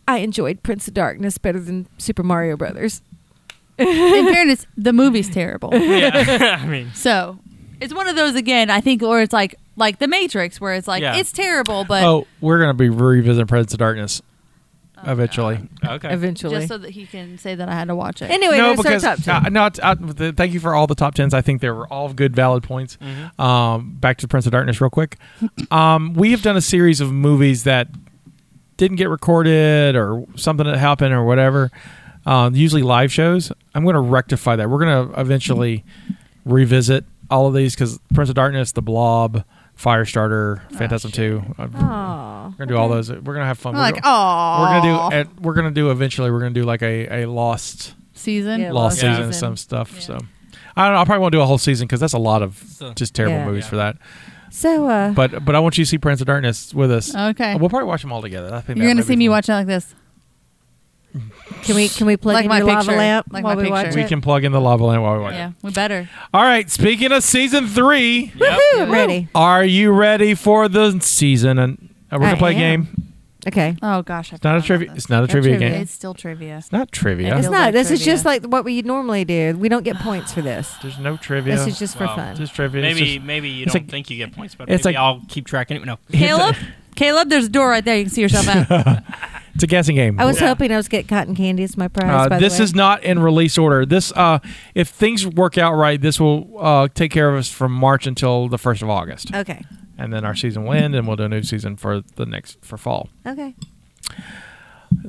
F: I enjoyed Prince of Darkness better than Super Mario Brothers.
B: In fairness, the movie's terrible.
E: yeah. I mean,
B: So it's one of those again. I think, or it's like like The Matrix, where it's like
E: Yeah.
B: it's terrible, but Oh,
A: Oh, we're gonna be revisiting Prince of Darkness eventually.
E: okay.
F: Eventually,
B: just so that he can say that I had to watch it.
F: anyway,
A: no,
F: there's our
A: because
F: top two.
A: uh, no, it's- uh, th- thank you for all the top tens. I think they were all good, valid points. Um, back to Prince of Darkness, real quick. um, we have done a series of movies that didn't get recorded or something that happened or whatever. Um, usually live shows. I'm going to rectify that. We're going to eventually revisit all of these because Prince of Darkness, The Blob, Firestarter, Phantasm Two. uh,
F: Aw.
A: We're gonna do all those. We're gonna have fun.
B: I'm
A: We're
B: like,
A: gonna-
B: oh,
A: we're gonna do. and We're gonna do eventually. We're gonna do like a a lost
B: season.
F: Yeah,
A: lost
E: lost
A: season and
F: season.
A: some stuff.
B: Yeah.
A: So I don't know. I probably won't do a whole season because that's a lot of
E: So-
A: just terrible
F: Yeah.
A: movies
E: Yeah.
A: for that.
F: So, uh,
A: But but I want you to see Prince of Darkness with us.
B: Okay.
A: We'll probably watch them all together. I think
B: You're
A: that
B: gonna
A: may
B: see
A: be
B: me
A: fun.
B: watching it like this.
F: can we can we plug
B: Like
F: in
B: my
F: your lava
B: picture.
F: lamp
B: Like
F: while
B: my
F: we watch
B: picture.
A: We
F: it?
A: can plug in the lava lamp while we watch.
B: Yeah,
A: it.
B: we better.
A: All right. Speaking of season three,
E: Yep.
F: Woohoo, I'm ready.
A: are you ready for the season? And uh, we're
F: I
A: gonna play a
F: am.
A: game.
F: Okay.
B: Oh gosh, I
A: It's not a
B: forgot about
A: trivia.
B: this.
A: It's not a trivia
F: trivia.
A: game.
B: It's still trivia.
A: It's not trivia.
F: It's
B: Feels
F: not.
B: like
F: this is
B: trivia.
F: just like what we normally do. We don't get points for this.
A: There's no trivia.
F: This is just for
E: Wow.
F: fun.
A: Just trivia. It's
E: Maybe
A: just-
E: maybe you
A: it's
E: don't
A: like-
E: think you get points, but
A: it's
E: maybe
A: like-
E: I'll keep tracking it. No.
B: Caleb, Caleb, there's a door right there. You can see yourself out.
A: it's a guessing game.
F: I was
E: Yeah.
F: hoping I was getting cotton candy as my prize.
A: Uh,
F: by
A: this
F: the way.
A: is not in release order. This, uh, if things work out right, this will uh, take care of us from March until the first of August,
F: okay.
A: and then our season will end, and we'll do a new season for the next for fall.
F: Okay.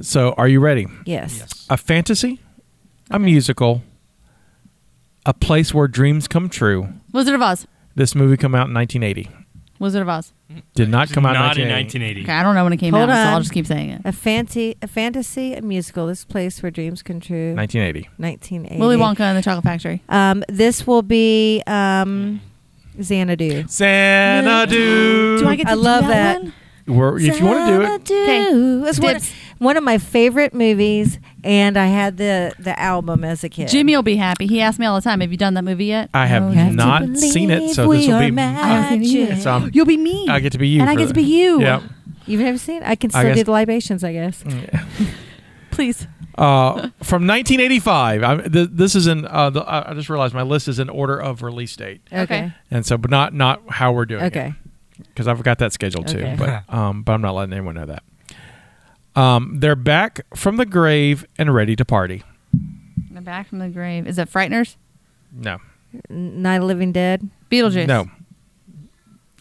A: So, are you ready?
F: Yes.
E: Yes.
A: A fantasy, a musical, a place where dreams come true.
B: Wizard of Oz.
A: This movie come out in 1980.
B: Wizard of Oz.
A: Did not come out
E: Not in
A: 1980.
E: 1980.
B: Okay, I don't know when it came
F: Hold
B: out, so I'll
F: on.
B: just keep saying it.
F: A fancy, a fantasy, a musical. This place where dreams come true.
A: 1980.
F: 1980.
B: Willy Wonka and the Chocolate Factory.
F: Um, this will be um, Xanadu.
A: Xanadu.
B: Do I get to
F: I
B: do
F: love
B: that?
F: that.
B: one?
A: We're- if you want to do it,
F: Xanadu. It's one,
B: Dibs.
F: one of my favorite movies, and I had the the album as a kid.
B: Jimmy will be happy. He asked me all the time, "Have you done that movie yet?"
A: I have
B: Oh,
F: You have to
A: not seen it, so
F: believe
A: this will
F: we
A: be. Um,
F: are magic.
A: So I'm-
B: You'll be me.
A: I get to be you,
B: and I
A: for
B: get to
A: the-
B: be you.
A: Yep.
F: You've never seen? it? I can
A: I
F: still do
A: guess- Mm.
F: the libations, I guess.
B: Please.
A: Uh, from 1985. I'm, th- this is in. Uh, the, I I just realized my list is in order of release date,
B: Okay.
A: and so, but not not how we're doing.
F: Okay.
A: Because I've got that scheduled too,
F: Okay.
A: but um, but I'm not letting anyone know that. Um, they're back from the grave and ready to party.
B: I'm back from the grave. Is it Frighteners?
A: No,
F: N- Night of Living Dead.
B: Beetlejuice.
A: no,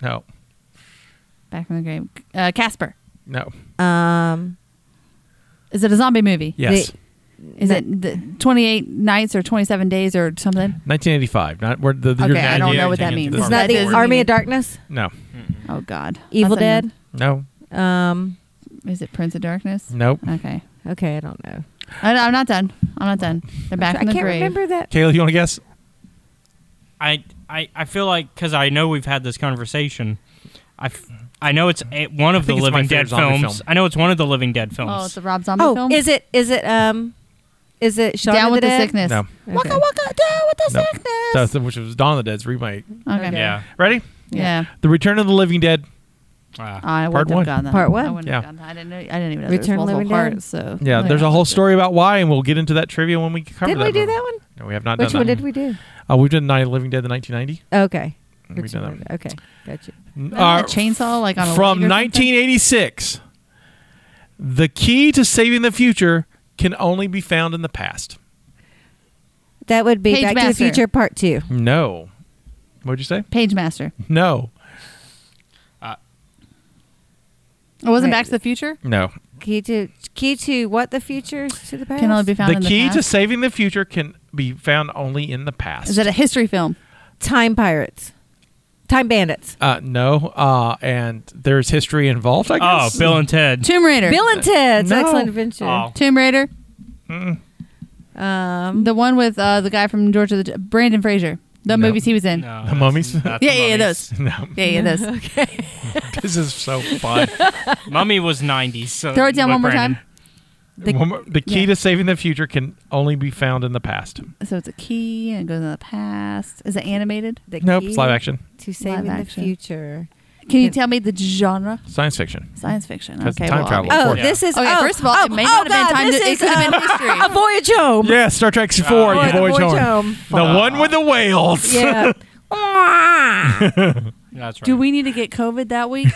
A: no,
B: Back from the grave. Uh, Casper.
A: no.
F: Um,
B: Is it a zombie movie?
A: Yes,
F: The-
B: Is it the 28 nights or 27 days or something?
A: 1985. Not where the, the
B: Okay,
A: you're-
B: I don't
E: yeah,
B: know what
E: yeah,
B: that
E: yeah.
B: means.
E: It's
F: it's
E: That
F: not the
B: doesn't
F: Army
B: mean-
F: of Darkness.
A: No,
B: Oh God.
F: Evil
B: That's a-
F: Dead.
A: no,
F: Um,
B: Is it Prince of Darkness?
A: nope.
B: Okay.
F: okay, I don't know.
B: I, I'm not done. I'm not done. They're back
F: I
B: from the
F: can't
B: grave.
F: remember that.
A: Kayla, you want to guess?
E: I I, I feel like because I know we've had this conversation. I, f- I know it's a, one of the
A: think it's my
E: Living Dead
A: favorite zombie
E: films.
A: film.
E: I know it's one of the Living Dead films.
B: Oh, it's a Rob Zombie
F: Oh,
B: film.
F: is it? Is it? Um, is it Shaun
B: Down
F: of
B: with
F: the
B: the
F: Dead?
B: sickness.
A: No,
F: Okay.
B: Waka waka down with the
A: No.
B: sickness.
A: That's the- which was Dawn of the Dead's remake.
B: okay.
F: Okay.
E: yeah.
A: Ready?
B: Yeah.
A: The Return of the Living Dead.
E: Ah.
B: I
A: Part
B: wouldn't have
A: one.
B: gotten that.
F: Part
B: I
F: one.
B: wouldn't
A: Yeah.
B: have gotten that. I didn't know. I didn't even know
F: Return
B: there was
F: Living
B: multiple
F: Dead.
B: parts. So
A: Yeah, there's a whole story about why, and we'll get into that trivia when we cover
F: Did
A: that.
F: we do
A: movie.
F: that one?
A: No, we have not
F: Which
A: done
F: one
A: that.
F: did we do?
A: Uh, we've done Night of the Living Dead, the 1990.
F: Okay.
A: We've
F: Which
A: done
F: one?
A: that.
F: Okay, gotcha.
A: N-
B: Remember
A: uh,
B: that chainsaw like on a
A: from
B: leg or something?
A: 1986. The key to saving the future can only be found in the past.
F: That would be
B: Page
F: Back to the
B: Master.
F: Future Part Two.
A: No. What'd you say?
B: Page Master.
A: No.
B: It Oh, wasn't
F: Wait.
B: Back to the Future.
A: No.
F: Key to key to what the future is to the past.
B: Can only be found
A: The
B: in the
A: key to
B: past?
A: saving the future can be found only in the past.
B: Is it a history film?
F: time pirates, time bandits,
A: uh, no. Uh, and there's history involved, I
E: Oh,
A: guess.
E: Bill and Ted.
B: Tomb Raider.
F: Bill and Ted's
A: No.
F: Excellent Adventure.
E: Oh.
B: Tomb Raider.
A: Mm-hmm.
F: Um,
B: The one with uh, the guy from Georgia, the, Brandon Fraser. The
A: No.
B: movies he was in.
E: No,
A: The mummies?
E: that's not
B: Yeah,
E: the
B: yeah, yeah,
E: mummies.
B: those.
A: No.
B: Yeah, yeah, those.
A: This is so fun.
E: Mummy was 90s. So
B: Throw it down
E: but
B: one more
E: Brandon.
B: time.
A: The,
F: the,
A: the key
B: yeah.
A: to saving the future can only be found in the past.
B: So it's a key and it goes in the past. Is it animated?
F: the
A: Nope,
F: key
A: it's live action.
F: to saving the
B: action.
F: future.
B: Can you
F: It-
B: tell me the genre?
A: Science fiction.
B: Science fiction.
A: That's
B: Okay,
A: time
B: well,
A: travel, of
B: obviously.
F: Oh,
A: course.
F: this is
B: Okay,
F: oh,
B: first of all,
F: oh,
B: it may
F: oh,
B: not have
F: God,
B: been time.
F: this
B: To, it
F: is,
B: could have
F: uh,
B: been history.
F: a voyage home.
A: Yeah, Star Trek IV,
E: Oh,
A: you
E: yeah.
A: voyage home.
F: Voyage home.
A: The one with the whales.
F: Yeah.
E: That's right.
B: Do we need to get COVID that week?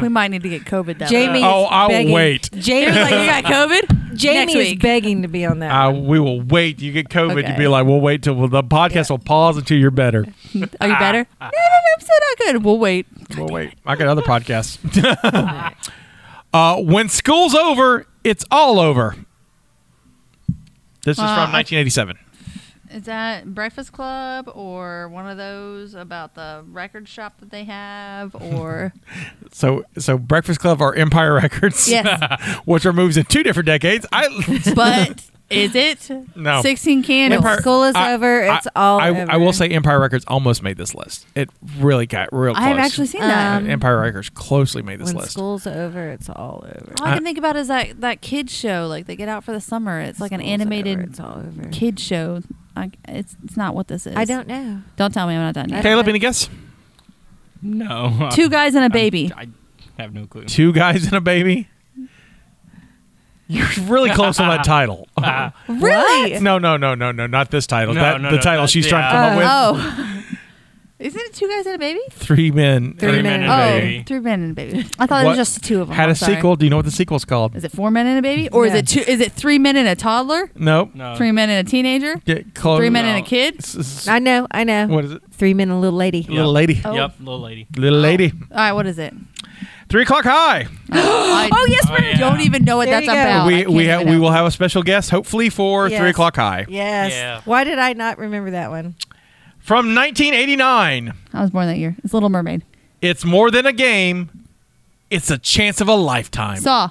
B: we might need to get COVID that
F: Jamie.
B: week.
A: Oh,
F: is
A: I'll
F: begging.
A: wait.
F: Jamie,
B: like, you got COVID?
F: Jamie
B: Next
F: is
B: week.
F: begging to be on that.
A: Uh, we will wait. You get COVID. You'd be
F: Okay.
A: like, we'll wait till well, the podcast will pause until you're better.
B: Are you better? No, no, no, I'm still not good. We'll wait.
A: We'll wait. I got other podcasts. uh, when school's over, it's all over. This is
B: Uh,
A: from
B: I-
A: 1987.
B: Is that Breakfast Club or one of those about the record shop that they have? Or
A: So, so Breakfast Club are Empire Records,
B: yes,
A: which are movies in two different decades. I
B: but Is it?
A: No.
B: 16 candles.
A: Empire-
F: School is
A: I-
F: over.
A: I-
F: It's all
A: I,
F: over.
A: I will say Empire Records almost made this list. It really got real
B: I
A: close.
B: have actually seen that.
F: Um,
A: Empire Records closely made this
F: when
A: list.
F: school's over, it's all over.
B: All I, can think about is that that kids show. Like they get out for the summer. It's like an
F: School's over,
B: animated
F: It's all over.
B: kid show. I, it's it's not what this is.
F: I don't know.
B: Don't tell me I'm not done yet.
A: Caleb, any guess?
E: No.
B: Two guys and a baby.
E: I, have no clue.
A: Two guys and a baby. You're really close on that title.
F: Really?
A: no, no, no, no, no, not this title.
E: No,
A: that,
E: no,
A: the
E: no,
A: title
E: that-
A: she's trying to
E: yeah.
A: come up with.
B: Oh. Isn't it two guys and a baby?
A: Three men.
F: Three men and a
B: oh,
E: baby.
B: three men and a baby. I thought
A: What
B: it was just the two of them.
A: Had
B: I'm
A: a
B: sorry.
A: sequel. Do you know what the sequel's called?
B: Is it four men and a baby, or is
F: Yeah.
B: it two? Is it three men and a toddler?
A: Nope.
E: No.
B: Three men and a teenager?
A: Get close.
B: Three men
E: no.
B: and a kid?
A: S- s-
F: I know. I know.
A: What is it?
F: Three men and a little lady.
E: Yeah.
A: Little lady.
B: Oh.
E: Yep, little lady.
A: Little lady.
B: All right, what is it?
A: Three o'clock high.
B: I
F: Oh, yes,
E: we're-
B: I don't even know what
F: There
B: that's
F: you go.
B: about. Oh, I
A: we
B: can't
A: we ha-
B: even
A: we
B: know.
A: will have a special guest, hopefully for
F: Yes.
A: three o'clock high
F: Yes.
E: Yeah.
F: Why did I not remember that one?
A: from 1989.
B: I was born that year. It's Little Mermaid.
A: It's more than a game. It's a chance of a lifetime.
B: Saw.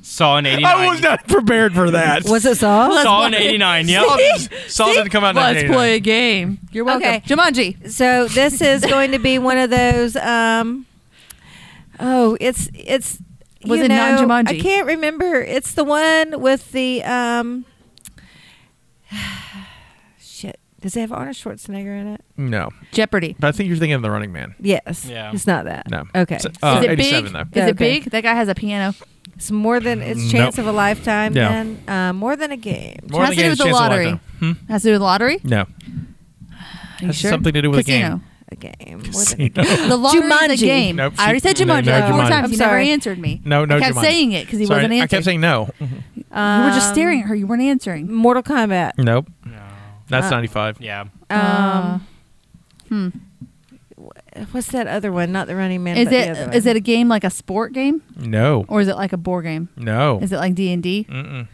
E: Saw in 89.
A: I was not prepared for that.
F: Was it Saw?
E: Saw in 89, yep.
A: Saw, Saw didn't come out. in
B: Let's
A: 1989.
B: play a game. You're welcome.
F: Okay.
B: Jumanji.
F: so this is going to be one of those. Um, oh, it's it's.
B: Was
F: you
B: it
F: know,
B: non-Jumanji?
F: I can't remember. It's the one with the um. Shit. Does it have Arnold Schwarzenegger in it?
A: No,
B: Jeopardy.
A: but I think you're thinking of the Running Man.
F: Yes.
E: Yeah.
F: It's not that.
A: No.
F: Okay.
A: So- uh,
B: is it
A: 87
B: big?
A: though.
B: Is it
F: Okay.
B: big? That guy has a piano.
F: it's more than it's chance
A: Nope.
F: of a lifetime.
A: Yeah.
F: Then uh, more than a game.
A: More
B: Has
A: than
B: to
A: a game,
B: do with the
A: chance of a
B: lottery.
A: lifetime. Hmm?
B: Has to do with lottery?
A: No,
B: Are you
A: Has
B: sure?
A: something to do with a
B: Casino.
F: A game. More than a
A: casino.
B: The lottery
F: Jumanji.
B: is a game.
A: Nope,
B: I already
A: she-
B: said
A: no,
B: Jumanji
A: no,
B: like
A: Jumanji.
B: four times.
F: I'm
B: You never
F: sorry.
B: answered me.
A: No, no.
B: I kept
A: Jumanji.
B: saying it because he
A: Sorry,
B: wasn't answering.
A: I kept saying no.
B: you were just
F: Um,
B: staring at her. You weren't answering.
F: Mortal Kombat.
A: Nope.
E: No.
A: That's
F: Uh,
A: 95.
E: Yeah.
F: Um,
B: Uh, Hmm.
F: what's that other one? Not the Running Man.
B: Is
F: but the
B: it
F: other
B: is
F: one.
B: it a game like a sport game
A: No.
B: or is it like a board game?
A: No.
B: Is it like D and D?
A: Mm-mm.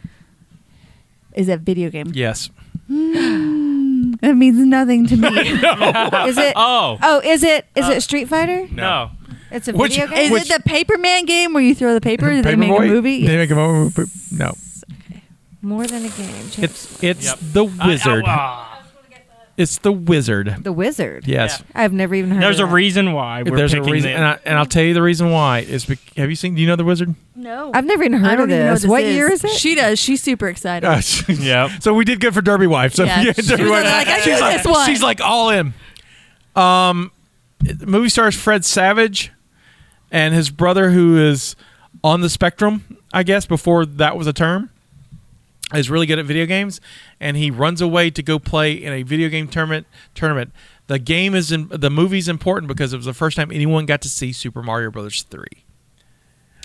B: Is it a video game?
A: Yes.
B: That means nothing to me.
F: Is it?
E: Oh.
F: Oh, is it? Is it Street Fighter?
E: No.
F: It's a
A: Uh, Which-
F: video
B: is
F: game.
A: Which-
B: it the Paperman game where you throw the paper? Did they make a
A: Paperboy?
B: movie?
A: They make a movie. No.
F: more than a game. Just
A: It's it's
E: Yep.
A: the
F: Uh,
A: wizard.
E: I- I- ah.
A: it's the wizard.
F: the Wizard.
A: Yes.
E: Yeah.
F: I've never even heard.
E: there's a
F: of that.
E: reason why we're
A: There's a
E: picking
A: reason,
E: the-
A: and, I, and I'll tell you the reason why. Is bec- have you seen? Do you know the wizard?
B: No.
F: I've never even
B: I
F: heard
B: don't
F: of
B: even know
F: this. What
B: is.
F: year is it?
B: She does. She's super excited.
A: Uh,
E: Yep.
A: So we did good for Derby Wife. So
B: Yeah.
A: yeah,
B: She
A: Derby
B: was
A: Wife.
B: like, I knew
A: she's
B: this
A: like,
B: one.
A: she's like all in. Um, it- movie stars Fred Savage and his brother, who is on the spectrum, I guess, before that was a term, is really good at video games, and he runs away to go play in a video game tournament. Tournament. The game is in, the movie's important because it was the first time anyone got to see Super Mario Brothers three.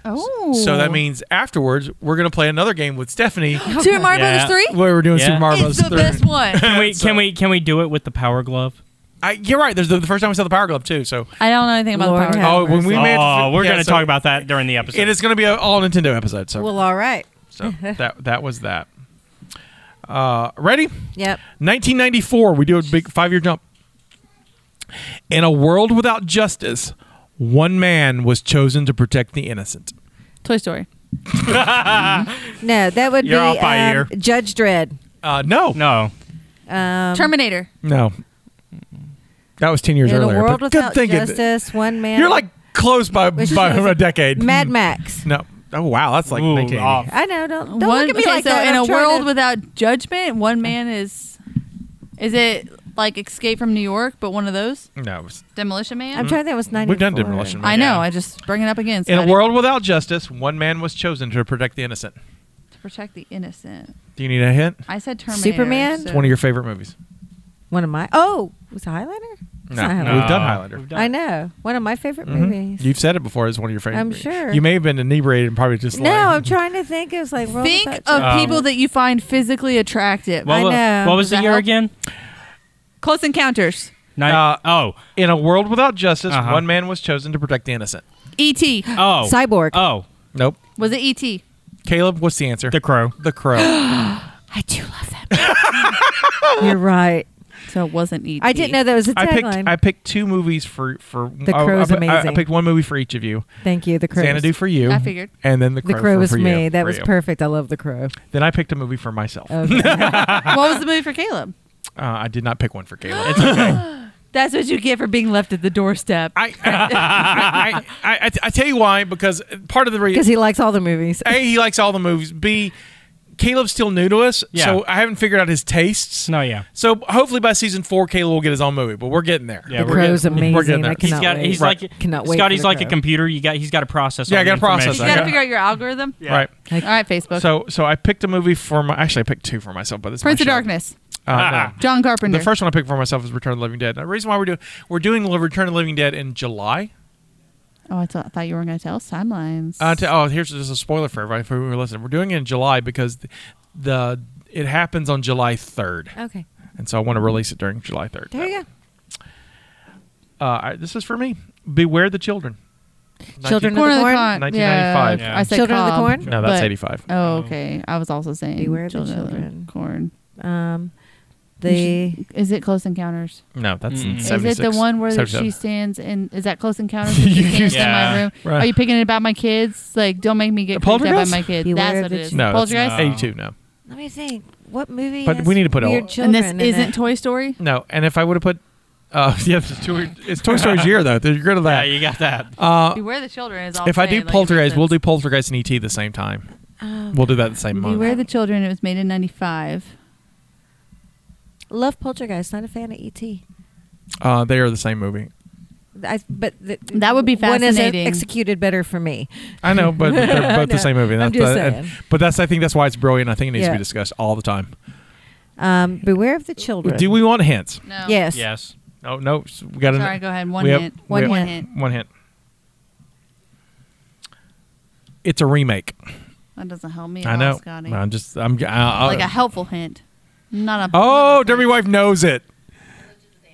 B: oh.
A: So that means afterwards we're gonna play another game with Stephanie
B: Super Mario Brothers
E: Yeah.
B: Three.
A: where we're doing
E: Yeah.
A: Super Mario Brothers
B: It's the
A: three.
B: best one.
E: Can we can we can we do it with the power glove?
A: I, you're right. There's the, the first time we saw the Power Glove too. So
B: I don't know anything about
F: Lord
B: the power.
F: have-
A: oh, when we
E: oh,
A: made
E: we're
A: yeah,
E: gonna
A: so-
E: talk about that during the episode.
A: and it's gonna be an all Nintendo episode. So
F: Well, all right.
A: so that that was that. Uh, ready?
F: Yep.
A: 1994. We do a big five year jump. In a world without justice, one man was chosen to protect the innocent.
B: Toy Story.
F: No, that would
E: You're
F: be
E: off by a
F: um,
E: year.
F: Judge Dredd.
A: Uh, no,
E: no.
F: Um,
B: Terminator.
A: no. That was ten years
F: in
A: earlier.
F: a world
A: but good
F: without
A: thinking.
F: justice, one man.
A: You're like close by
F: Which
A: by
F: is-
A: a decade. Mm.
F: Mad Max.
A: No. Oh wow, that's like
E: Ooh, oh,
A: 1980.
E: off.
F: I know. Don't don't
B: one,
F: look at me
B: okay,
F: like
B: so
F: that.
B: in
F: I'm
B: a
F: trying
B: world
F: to-
B: without judgment, one man is is it like Escape from New York, but one of those
A: No. it was-
B: Demolition Man.
F: I'm trying. That was ninety.
A: We've done Demolition Man.
B: I know.
E: Yeah.
B: I just bring it up again.
A: In a
F: e-
B: Scotty,
A: world without justice, one man was chosen to protect the innocent.
B: to protect the innocent.
A: Do you need a hint?
B: I said Terminator.
F: Superman?
B: so-
A: It's one of your favorite movies.
F: One of my. Oh, was it Highlander? It's
A: No,
F: not
A: we've
F: Highlander.
A: done Highlander.
E: uh, We've done
F: I
E: it.
F: know. One of my favorite
A: Mhm.
F: movies.
A: You've said it before. It's one of your favorite.
F: I'm
A: movies.
F: sure.
A: You may have been inebriated and probably just.
F: no,
A: lying.
F: I'm trying to think. It was like World
B: Think
F: Without
B: of
E: Um,
B: people that you find physically attractive.
E: What,
F: I
E: wa-
F: know.
E: what was
B: Does
E: the
B: that
E: year
B: help?
E: again?
B: Close Encounters.
E: Ni-
A: Uh,
E: oh,
A: In a world without justice,
E: Uh-huh.
A: one man was chosen to protect the innocent.
B: E.T.
E: oh,
F: Cyborg.
E: oh,
A: Nope.
B: Was it E E.T.?
A: Caleb, what's the answer?
E: the crow.
A: The crow.
F: I do love that. You're right.
B: So it wasn't E E.T.
F: I didn't know that was a
A: Oh. I picked
F: tagline.
A: I picked two movies for for
F: The
A: I- I-
F: Crow's
A: I, I
F: amazing.
A: picked one movie for each of you.
F: Thank you. The crow.
A: Xanadu
F: was-
A: for you.
B: I figured.
A: And then the
F: The
A: crow,
F: crow
A: for-
F: was
A: for you-
F: me. That
A: for
F: was Oh.
A: you.
F: perfect. I love the crow.
A: Then I picked a movie for myself.
F: Okay.
B: what was the movie for Caleb?
A: Uh, I did not pick one for Caleb.
E: It's okay.
B: That's what you get for being left at the doorstep.
A: I, I, I, I, I, I tell you why because part of the reason
F: Because he likes all the movies.
A: A, he likes all the movies. B, Caleb's still new to us,
E: Yeah.
A: so I haven't figured out his tastes.
E: no, yeah.
A: So hopefully by season four, Caleb will get his own movie, but we're getting there.
E: Yeah, The
A: we're
F: Crow's
A: getting,
F: amazing.
A: We're getting there.
F: I cannot-
E: he's got.
F: wait.
E: He's
A: Right.
E: like.
F: Cannot wait
E: Scotty's
F: for the
E: like a
F: crow.
E: computer. You got. He's got to process.
A: Yeah,
E: all
A: I
E: the
A: gotta process
E: information.
B: you
A: I got-
B: got to figure out your algorithm.
E: Yeah.
A: Right.
B: All right, Facebook.
A: So, so I picked a movie for my. Actually, I picked two for myself, but this is my
B: Prince of
A: show.
B: Darkness,
A: Uh, no.
B: John Carpenter.
A: The first one I picked for myself is Return of the Living Dead. The reason why we're doing we're doing the Return of the Living Dead in July.
B: oh, I thought, I thought you were going to tell us timelines.
A: Uh, to, oh, here's just a spoiler for everybody who are listening. We're doing it in July because the, the it happens on July 3rd,
F: Okay.
A: and so I want to release it during July 3rd.
F: There you go.
A: Uh, I, this is for me. Beware the children.
F: Children
B: Corner of the
F: Corn?
B: Con-
A: 1995.
B: Yeah,
E: Yeah.
B: I said
F: Children of the
B: Cobb,
F: Corn?
A: No, that's
B: but-
A: 85.
B: Oh, okay. I was also saying
F: Beware the
B: Children of the
F: Children.
B: Corn.
F: Um,
B: You
F: the
B: Is it Close Encounters?
A: No, that's
E: Mm-mm.
A: in
E: Is
A: 76.
B: Is
E: it
B: it the one where that
A: 77.
B: she stands in? Is that Close Encounters? Where she stands
E: Yeah.
B: in my room.
A: Right.
B: Are you picking it about my kids? Like, don't make me get
A: The
B: creeped out by
A: Poltergeist?
B: my kids.
F: Beware
B: That's what
F: the
B: it is.
F: chi-
A: No, that's
B: Poltergeist.
E: not.
A: 82, no.
F: let me think. What movie?
A: But
F: has
A: we need to put
F: weird
A: all-
B: And this
F: children in
B: isn't
F: it?
B: Toy Story.
A: No, and if I would have put uh yeah, it's Toy, it's Toy Story's year though. You're good at
E: Yeah,
A: that.
E: you got that.
A: Uh,
B: Beware the Children is all.
A: if I do Poltergeist, we'll do Poltergeist and ET the same time.
F: Oh,
A: We'll do that the same month.
B: Beware the Children. It was made in '95.
F: love Poltergeist. Not a fan of E ET.
A: Uh, they are the same movie.
F: I, but the,
B: That would be
F: One
B: fascinating.
F: is executed better for me.
A: I know, but they're both the same movie.
F: I'm
A: That's
F: just
A: the-
F: saying.
A: but that's I think that's why it's brilliant. I think it needs to
F: Yeah.
A: be discussed all the time.
F: Um, Beware of the Children.
A: Do we want hints?
B: No.
F: Yes.
E: Yes.
A: No, no. s- We got
B: Sorry.
A: an,
B: Go ahead. One
A: we have-
B: hint.
A: we have-
F: One
B: One
F: hint.
B: hint.
A: One hint. It's a remake.
B: That doesn't help me. At
A: I
B: all,
A: know.
B: Scotty.
A: I'm just. I'm. I, I,
B: like a helpful hint, not a.
A: oh, Derby Wife knows it.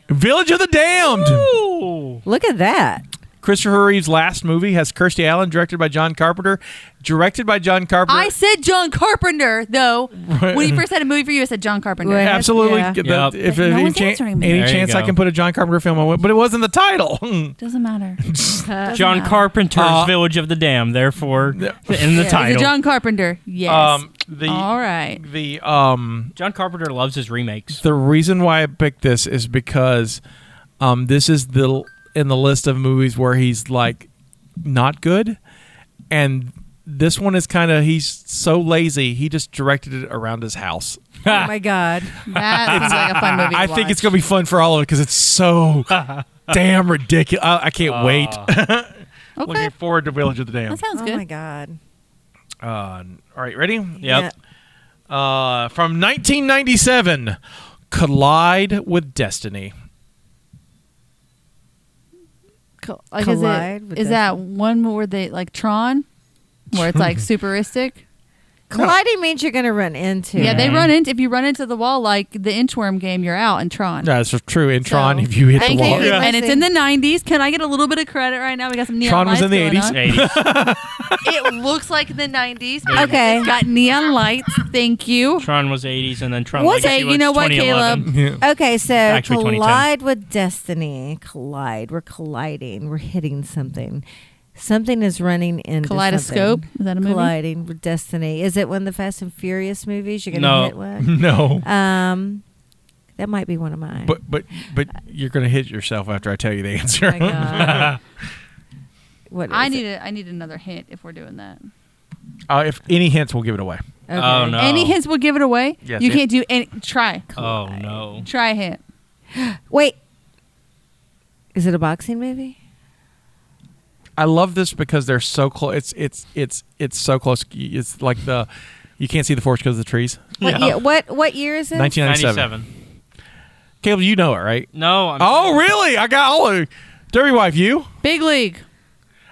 A: Village of the Damned.
E: Ooh.
F: Look at that.
A: Christopher Reeve's last movie has Kirstie Allen, directed by John Carpenter. Directed by John Carpenter.
B: I said John Carpenter though. when you first had a movie for you, I said John Carpenter.
F: Right.
A: Absolutely.
F: Yeah.
A: Get
E: Yep.
A: the- If
B: But no
A: any,
B: one's
A: chance,
B: answering me.
A: any
E: There you
A: chance I
E: go.
A: can put a John Carpenter film, I went, but it wasn't the title. Hmm.
B: Doesn't matter. Doesn't
E: John
B: matter.
E: Carpenter's
A: Uh,
E: Village of the Dam. Therefore, in the
B: Is it
E: title,
B: John Carpenter? Yes.
A: Um, the
B: All right.
A: the um
E: John Carpenter loves his remakes.
A: the reason why I picked this is because um this is the in the list of movies where he's like not good, and this one is kind of he's so lazy he just directed it around his house.
F: oh my God.
B: That seems like a fun movie.
A: I think it's gonna be fun for all of it because it's so damn ridiculous. I, I can't wait.
B: be okay.
A: Uh, Looking forward to Village of the Damned.
B: That sounds
F: oh
B: good.
F: my God.
A: Uh, all right, ready?
E: Yep.
A: Uh, from 1997, Collide with Destiny.
B: Cool. Like, is
F: Collide
B: it,
F: with
B: is
F: that.
B: that one where they like Tron, where it's like superistic?
F: Colliding means you're going to run into.
B: Yeah, they
E: Mhm.
B: run into if you run into the wall like the inchworm game, you're out in Tron.
A: No, it's true. In Tron,
B: So-
A: if you hit the
B: Thank
A: wall,
B: you.
E: Yeah.
B: And it's in the '90s. Can I get a little bit of credit right now? We got some neon
A: Tron was
B: lights
A: in the 80s.
B: going on.
E: Eighties.
B: It looks like the '90s.
F: Okay.
B: It's got neon lights. Thank you.
E: Tron was eighties, and then Tron.
F: What's-
E: Legacy
B: Hey,
E: was
B: you know what,
E: 2011.
B: Caleb?
A: Yeah.
F: Okay, so
E: Actually, 2010.
F: collide with destiny. Collide. We're colliding. We're hitting something. Something is running into
B: Kaleidoscope.
F: something.
B: Is that a movie?
F: Colliding with destiny. Is it one of the Fast and Furious movies? You're gonna
E: No.
F: hit one.
A: no,
F: Um, that might be one of mine.
A: but but but you're gonna hit yourself after I tell you the answer.
F: Oh my God. what?
B: I
F: is
B: need
F: it?
B: a, I need another hint if we're doing that.
A: uh, if any hints, we'll give it away.
F: Okay.
E: Oh no.
B: Any hints will give it away.
A: Yes,
B: you
A: it-
B: can't do any. Try.
E: Oh no.
B: Try a hint.
F: Wait. Is it a boxing movie?
A: I love this because they're so close. It's it's it's it's so close. It's like the you can't see the forest because of the trees.
F: What, year, what what year is it?
A: 1997.
E: Ninety-seven.
A: Caleb, you know it, right?
E: No. I'm,
A: Oh, really? I got all of Dirty Wife. You?
B: Big league.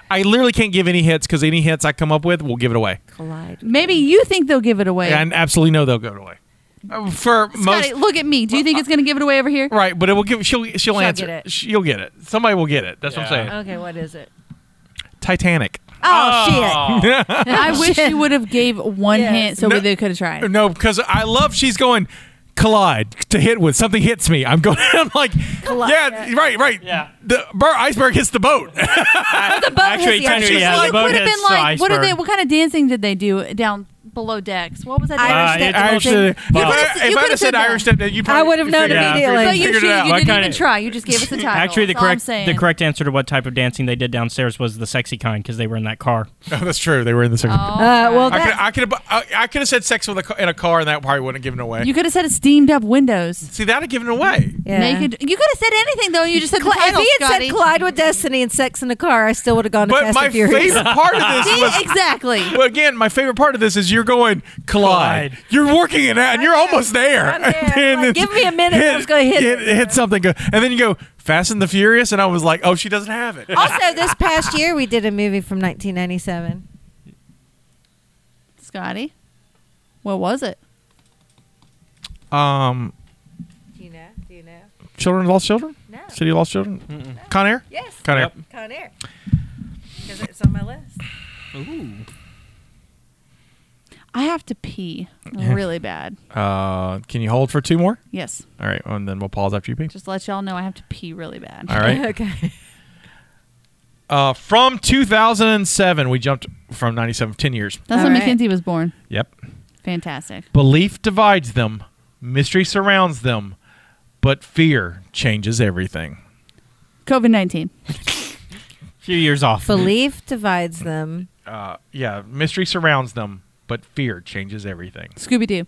A: I literally can't give any hits because any hits I come up with, we'll give it away.
F: Collide.
B: Maybe you think they'll give it away.
A: And absolutely no, they'll give it away. Uh, For
B: Scotty,
A: most,
B: look at me. Do you think it's going to give it away over here?
A: right? But it will give. She'll she'll, answer.
F: get it.
A: She'll get it. Somebody will get it. That's what I'm
E: Yeah.
A: saying.
F: Okay, what is it?
A: Titanic.
F: Oh,
E: Oh.
B: I wish you would have gave one
F: Yes.
B: hint so
A: No.
B: we they could have tried.
A: No, because I love. She's going. collide to hit with something hits me. I'm going. I'm like, yeah, right, right.
E: Yeah.
A: the bur- iceberg hits the boat.
B: the boat
E: Actually,
B: has the iceberg.
E: technically, yeah, the
B: It
E: boat
B: would've
E: hits
B: been
E: the
B: like, what, are they,
E: iceberg.
B: what kind of dancing did they do down below decks? What was that?
F: Irish
E: Uh,
B: dance?
E: it's
A: Irish
E: also-
A: step.
E: Well,
A: if
B: could've-
A: I,
B: you
A: if I'd
B: could've
A: have said
B: said
A: Irish step, then you probably
F: I would have known
A: figured it out.
F: immediately.
B: So
E: Like,
B: you,
A: figured
B: should-
A: it out.
B: you
A: What
B: didn't
E: kind
B: even
E: of-
B: try. You just gave us the title.
E: Actually, the
B: That's all I'm
E: correct the
B: saying.
E: correct answer to what type of dancing they did downstairs was the sexy kind because they were in that car.
A: Oh, that's true. They were in the second.
B: All
F: Uh, well,
B: right.
A: I could
F: that's-
A: I could have I, I could have said sex with a, ca- in a car, and that probably wouldn't have given it away.
B: you could have said it's steamed up windows.
A: See, that'd have given it away.
F: Yeah.
B: Naked. You could have said anything though. You just said the
F: Cl- if
B: title,
F: he had
B: Scotty.
F: said Clyde with Destiny and Sex in the Car, I still would have gone to
A: But
F: Fast
A: my
F: and Furious.
A: favorite part of this
B: See,
A: was
B: exactly.
A: Well, again, my favorite part of this is you're going collide.
E: Collide.
A: You're working it out, and you're almost there.
F: I'm there.
A: And then
F: Like,
A: it's-
F: give me a minute, I was gonna hit
A: hit,
F: it.
A: hit something, go, and then you go Fast and the Furious, and I was like, oh, she doesn't have it.
F: also, this past year we did a movie from 1997.
B: Scotty, what was it?
A: Um,
F: Do you know? Do you know?
A: Children of Lost Children,
F: No.
A: City of Lost Children, Con Air,
F: Yes.
A: Con Air.
E: Yep.
F: Con Air. Because it's on my list.
E: Ooh.
B: I have to pee really bad.
A: Uh, can you hold for two more?
B: Yes.
A: All right, and then we'll pause after you pee.
B: Just to let y'all know I have to pee really bad.
A: All right.
F: okay.
A: Uh, from 2007, we jumped from 97, 10 years.
B: That's
F: All
B: when
F: right.
B: Mackenzie was born.
A: Yep.
B: Fantastic.
A: Belief divides them, mystery surrounds them, but fear changes everything.
B: COVID nineteen.
E: few years off.
F: Belief divides them.
A: uh, yeah, mystery surrounds them, but fear changes everything.
B: Scooby Doo.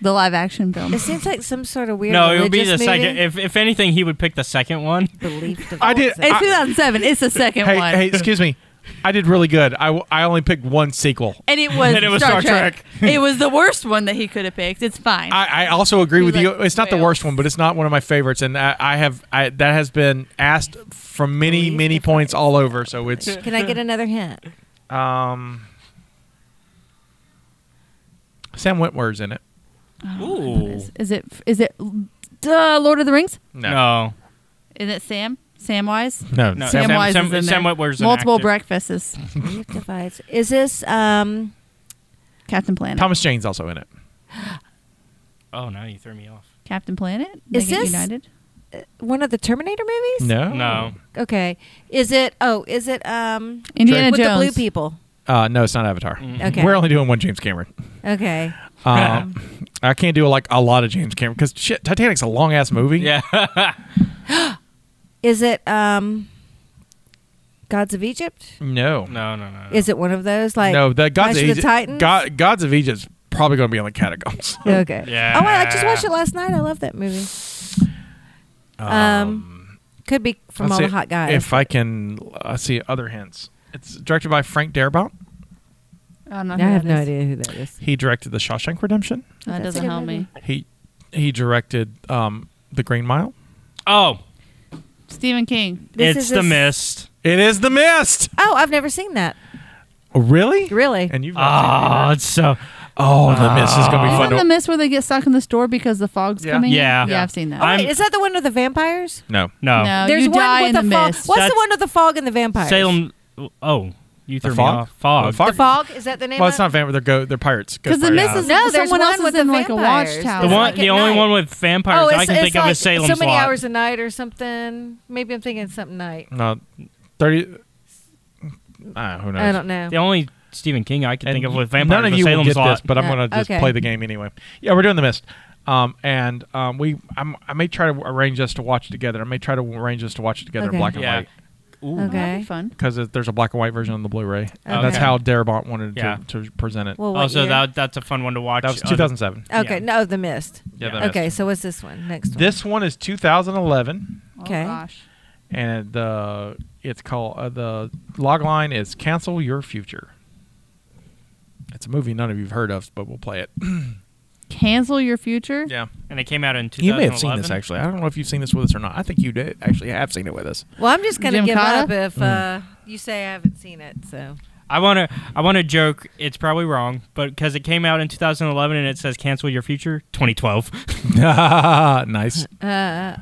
B: The live action film.
F: It seems like some sort of weird.
E: no, it would be the
F: religious
E: second.
F: movie.
E: If, if anything, he would pick the second one.
F: Belief divides
A: I did-
F: them.
B: It's 2007. It's the second
A: Hey,
B: one.
A: hey, excuse me. I did really good. I, w- I only picked one sequel.
B: and it was,
E: And it was
B: Star,
E: Star
B: Trek. it was the worst one that he could have picked. It's fine.
A: I, I also agree
B: He
A: with
B: was
A: you.
B: like,
A: It's not the
B: whales.
A: worst one, but it's not one of my favorites, and I, I have I, that has been asked from many many points all over. So it's
F: Can I get another hint?
A: um, Sam Wentworth's in it.
E: Ooh.
B: Oh, is, is it is it uh, Lord of the Rings?
E: No.
B: Is it Sam? Samwise?
A: no,
E: No.
A: Sam.
E: Sam-
B: Samwise
E: Sam-
B: is in
E: Sam
B: there.
E: Witwer's an
B: multiple
E: actor.
B: breakfasts.
F: Belief divides. Is this um?
B: Captain Planet.
A: Thomas Jane's also in it.
E: Oh, now you threw me off.
B: Captain Planet.
F: Is
B: They Get
F: this-
B: United?
F: one of the Terminator movies?
B: Oh.
A: No,
E: No.
F: Okay. Is it? Oh, is it? Um,
B: Indiana
F: with the
B: Jones.
F: blue people.
A: uh, no, it's not Avatar.
B: Mm-hmm.
F: Okay.
A: We're only doing one James Cameron.
F: Okay.
A: Um, I can't do like a lot of James Cameron because shit, Titanic's a long ass movie.
E: Yeah.
F: Is it? Um, Gods of Egypt.
A: No.
E: no, no, no.
F: Is it one of those? Like
A: no, the Gods of
F: Clash of,
A: Egypt.
F: the Titans.
A: God, Gods of Egypt's probably going to be on the catacombs.
F: Okay.
E: Yeah.
F: Oh, I just watched it last night. I love that movie. Um, could be from
A: let's
F: all
A: see
F: the hot guys.
A: If I can uh, see other hints. It's directed by Frank Darabont.
B: I don't know.
F: I
B: who
F: have
B: that
F: no
B: is.
F: idea who that is.
A: He directed The Shawshank Redemption.
B: That
F: That's a
B: doesn't
F: good
B: help me.
F: movie.
A: He he directed um, The Green Mile.
E: Oh,
B: Stephen King.
F: This
E: it's
F: is
E: the
F: this-
E: mist.
A: It is The Mist.
F: Oh, I've never seen that.
A: Oh, really?
F: Really?
A: And you've not
E: Oh,
A: seen it.
E: it's so.
A: Oh, The Mist is going to be
B: Is
A: fun.
B: that the
A: To,
B: mist where they get stuck in the store because the fog's
A: Yeah.
B: coming? in?
E: Yeah.
B: yeah,
A: Yeah.
B: I've seen that.
E: I-
F: Wait,
E: I'm-
F: is that the one with the vampires?
A: no.
E: No.
B: No,
F: There's
B: Oh, you
F: one
B: die
F: with
B: in the,
F: the, fog.
B: mist.
F: What's the
E: That's-
F: one with the fog and the vampires?
E: Salem. Oh, you threw me
A: fog?
E: off. Fog.
A: The fog?
F: The fog is that the name?
A: Well,
F: of
A: it's not vampire. They're go. They're pirates. Ghost
B: Because the
A: pirates.
B: mist is
F: No, there's
B: someone
F: one
B: else
F: with
B: is in
F: the
B: like a
F: vampires.
B: watchtower.
E: The
F: It's
E: one,
F: like
E: the
F: at
E: only
F: night.
E: one with vampires
F: oh,
E: I
F: it's,
E: can
F: it's
E: think
F: like
E: of is Salem's
F: so many
E: Lot.
F: hours a night or something. Maybe I'm thinking something night.
A: No, Uh, thirty. Uh, who knows?
F: I don't know.
E: The only Stephen King I can
A: And
E: think of with vampires
A: None of
E: was
A: you will
E: Salem's
A: get
E: Lot.
A: this, but I'm
F: Uh,
A: going to just
F: okay.
A: play the game anyway. Yeah, we're doing the mist, um, and um, we I'm, I may try to arrange us to watch it together. I may try to arrange us to watch it together
F: Okay.
A: in black
E: Yeah.
A: and white
E: Ooh.
B: Oh, that'd be
F: Okay.
B: fun.
A: because there's a black and white version on the Blu-ray. And that's
E: Okay.
A: how Darabont wanted
E: Yeah.
A: to, to present it.
F: Well, what
E: Oh, so
F: year?
E: that that's a fun one to watch.
A: that was
E: Uh,
A: 2007.
F: Okay,
E: yeah.
F: no, the mist.
A: Yeah, The
F: okay,
A: Mist.
F: so what's this one? Next one.
A: This one is 2011,
F: Okay.
B: Oh, gosh.
A: and the it's called uh, the log line is "Cancel Your Future." It's a movie none of you've heard of, but we'll play it.
B: Cancel your future.
A: yeah.
E: and it came out in 2011.
A: You may have seen this actually. I don't know if you've seen this with us or not. I think you did actually have seen it with us.
F: Well, I'm just gonna
B: Jim
F: give
B: Cotta?
F: up if uh, you say I haven't seen it. So
E: I want to I want to joke. It's probably wrong, but because it came out in 2011 and it says cancel your future 2012.
A: nice.
F: uh,
A: Uh,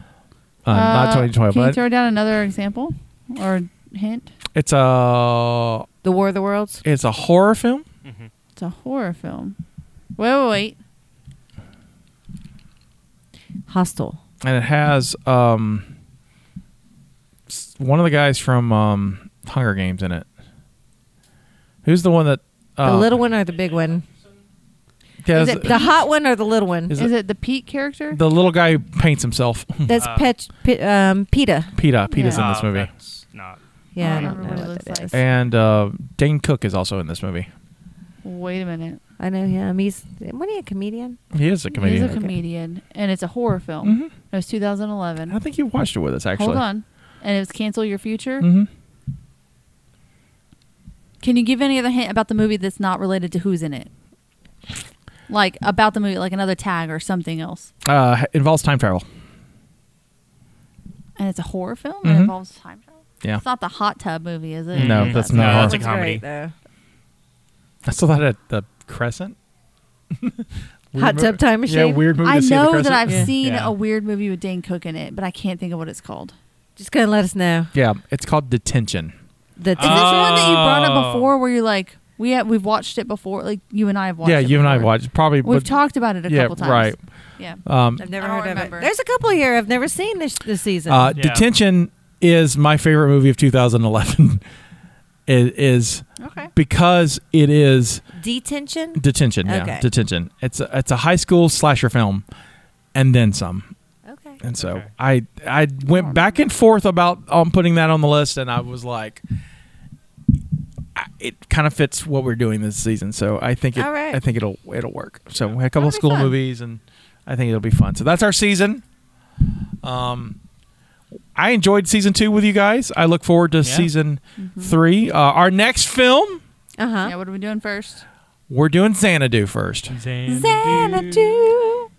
A: not
B: Uh,
A: 2012,
B: Can you
A: but
B: throw down another example or hint?
A: it's a
F: the War of the Worlds.
A: it's a horror film.
B: It's a horror film. Wait, wait, wait.
F: Hostel.
A: and it has um s- one of the guys from um Hunger Games in it. Who's the one that uh,
F: the little one or the big one?
A: yeah,
F: Is
A: it's-
F: it the hot one or the little one?
A: Is
B: Is,
A: it-
B: it the Pete character?
A: the little guy who paints himself.
F: That's Pet, Pet, um, Peta.
A: Peta. Peta's
E: Oh,
A: in this movie.
E: That's not.
F: Yeah, I
B: I don't
F: don't know
B: remember what
F: what
B: it
F: that
B: looks
F: is.
A: And uh, Dane Cook is also in this movie.
B: Wait a minute.
F: I know him. He's what are you a comedian?
A: He is a comedian.
B: He's a comedian, and it's a horror film.
A: Mhm.
B: It was 2011.
A: I think you watched it with us actually.
B: Hold on, and it was Cancel Your Future.
A: hmm
B: Can you give any other hint about the movie that's not related to who's in it? Like about the movie, like another tag or something else.
A: Uh, involves time travel.
B: And it's a horror film
A: Mhm.
B: that involves time travel.
A: Yeah.
B: It's not the hot tub movie, is it?
A: Mm-hmm. No, that's not
E: No,
A: horror.
E: Oh, that's a
A: That's
E: comedy.
A: I saw that at the Crescent. Weird
F: Hot tub
A: mo-
F: time
A: Yeah,
F: machine.
A: weird movie.
B: I
A: to see at the
B: know that
A: Crescent.
B: I've
F: Yeah.
B: seen
E: Yeah.
B: a weird movie with Dane Cook in it, but I can't think of what it's called.
F: Just gonna let us know.
A: Yeah, it's called Detention.
F: The
B: Is this the one that you brought
E: Oh.
B: up before where you're like, we have, we've watched it before, like you and I have watched
A: yeah,
B: it.
A: you and I
B: before.
A: watched probably.
B: We've
A: but-
B: talked about it a
A: yeah,
B: couple times.
A: right.
B: Yeah.
A: Um,
F: I've never
B: I
F: heard
B: don't
F: of it.
B: remember.
F: There's a couple here I've never seen this this season.
A: Uh,
E: Yeah.
A: Detention is my favorite movie of 2011. it is
B: Okay.
A: because it is
F: Detention.
A: detention. Yeah,
F: Okay.
A: detention. It's a, it's a high school slasher film, and then some.
F: okay.
A: And so
E: Okay.
A: I I went back and forth about um, putting that on the list, and I was like, I- it kind of fits what we're doing this season. So I think it,
F: All right.
A: I think it'll it'll work. So we had a couple
B: That'll be
A: school
B: fun.
A: movies, and I think it'll be fun. So that's our season. Um, I enjoyed season two with you guys. I look forward to season
E: Mm-hmm.
A: three. Uh, our next film,
F: Uh
B: Yeah,
F: huh.
B: what are we doing first?
A: we're doing Xanadu first.
F: Xanadu.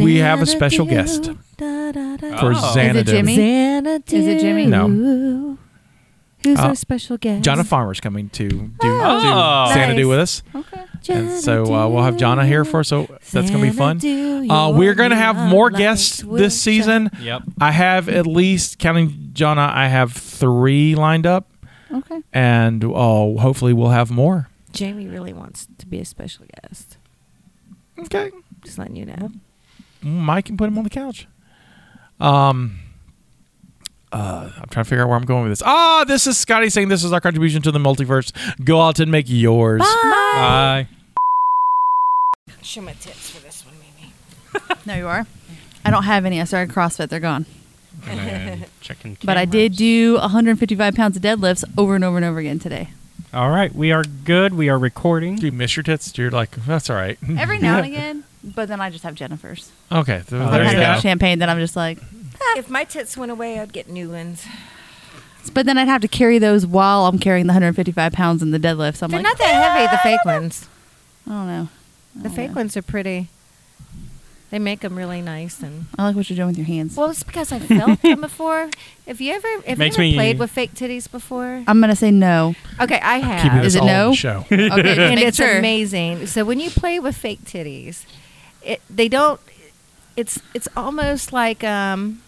A: We have a special guest Uh,
F: Da, da, da.
A: For
E: Oh. Is it
A: Xanadu,
B: Jimmy?
F: Xanadu.
B: Is it Jimmy?
F: No. Who's
A: Uh,
F: our special guest?
A: Jonna Farmer's coming to do,
E: Oh.
A: do Xanadu
F: Nice.
A: with us.
B: Okay.
A: And so uh, we'll have Jonna here for us, so that's gonna be fun.
F: Xanadu,
A: Uh, we're
F: your
A: gonna have
F: love
A: more
F: light
A: guests
F: will
A: this
F: shine.
A: season.
E: Yep.
A: I have at least counting Jonna, I have three lined up,
B: Okay.
A: and uh, hopefully we'll have more.
F: Jamie really wants to be a special guest.
A: Okay,
F: Just letting you know.
A: Mike can put him on the couch. Um, uh, I'm trying to figure out where I'm going with this. Ah, this is Scotty saying this is our contribution to the multiverse. Go out and make yours.
E: Bye.
F: Show my tips for this one, maybe.
B: There you are. I don't have any. I started CrossFit. They're gone.
E: And Checking
B: But I did
E: cameras.
B: do 155 pounds of deadlifts over and over and over again today.
E: All right, we are good. We are recording.
A: Do you miss your tits? You're like, that's all right.
B: Every now and again, but then I just have Jennifer's.
A: Okay, th-
E: Oh,
B: I've
A: there
B: had
A: you
B: enough
A: go.
B: champagne that I'm just like,
F: If my tits went away, I'd get new ones.
B: but then I'd have to carry those while I'm carrying the 155 pounds in the deadlifts. I'm
F: They're
B: like,
F: not that Oh, heavy, the fake ones.
B: I don't know.
F: The fake
B: yeah.
F: ones are pretty. They make them really nice and.
B: I like what you're doing with your hands.
F: Well, it's because I felt them before. If you ever, if you
E: Makes
F: ever
E: me-
F: played with fake titties before,
B: I'm gonna say no.
F: okay, I have.
A: Keeping this
B: Is it
A: all on
B: no?
A: the show.
B: Okay, just
F: and
B: make
F: it's
B: sure.
F: amazing. So when you play with fake titties, it, they don't. It's it's almost like um.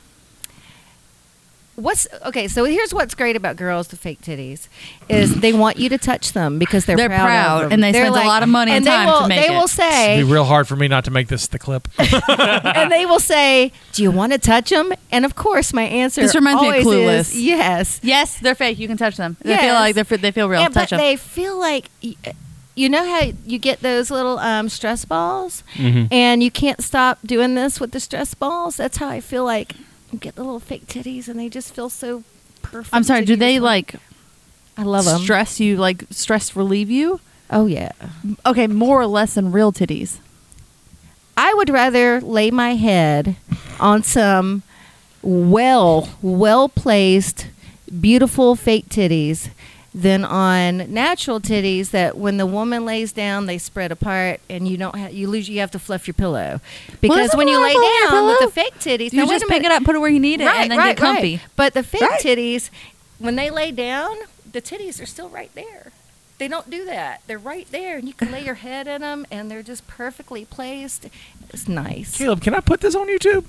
F: What's okay? So here's what's great about girls with fake titties is they want you to touch them because they're,
B: They're
F: proud,
B: proud,
F: of them.
B: and they
F: They're
B: spent a lot of money and
F: they
B: time to
F: will,
B: make
F: They
B: it.
F: will say,
A: It'd be real hard for me not to make this the clip.
F: and they will say, "Do you want to touch them?" And of course, my answer
B: This reminds me of
F: always
B: Clueless.
F: is yes.
B: Yes, they're fake. You can touch them. They feel
F: Yes.
B: like they're f- they feel real.
F: And-
B: touch
F: but
B: them.
F: they feel like y- eh, you know how you get those little um, stress balls,
E: Mhm.
F: and you can't stop doing this with the stress balls. That's how I feel like you get the little fake titties, and they just feel so perfect.
B: I'm sorry.
F: and
B: Do
F: you
B: they
F: just want-
B: like
F: I love them.
B: stress you? Like stress relieve you?
F: oh yeah.
B: Okay, more or less than real titties.
F: I would rather lay my head on some well, well placed, beautiful fake titties than on natural titties that when the woman lays down they spread apart and you don't ha- you lose you have to fluff your pillow because
B: isn't
F: when you
B: that
F: lay
B: a little
F: down with
B: pillow?
F: the fake titties
B: You
F: now, wait
B: just
F: a
B: pick
F: minute.
B: it up, put it where you need it, and then get comfy.
F: Right. But the fake
B: Right.
F: titties, when they lay down, the titties are still right there. They don't do that. They're right there, and you can lay your head in them, and they're just perfectly placed. It's nice.
A: Caleb, can I put this on YouTube?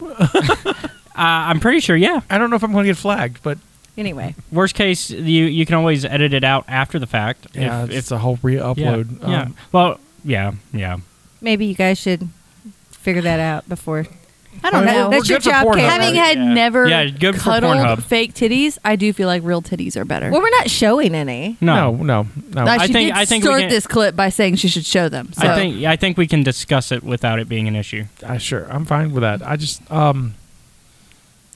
E: Uh, I'm pretty sure. Yeah.
A: I don't know if I'm going to get flagged, but
F: Anyway,
E: Worst case, you you can always edit it out after the fact.
A: yeah,
E: If-
A: it's, Um, a
E: if-
A: whole re-upload.
E: Yeah. yeah. well. Yeah. Yeah.
F: maybe you guys should figure that out before
B: I don't
A: Well,
B: know.
A: we're
F: That's your
A: good for
F: job,
A: Pornhub.
F: Kate.
B: Having had
E: Yeah.
B: never
E: Yeah, good for Pornhub.
B: cuddled fake titties, I do feel like real titties are better.
F: Well, we're not showing any.
A: no,
E: No,
A: no, no.
B: Now,
E: Oh, I
B: she
E: think-
B: did
E: I think we
B: start
E: can-
B: this clip by saying she should show them. So.
E: I think I think we can discuss it without it being an issue.
A: I sure I'm fine with that. I just um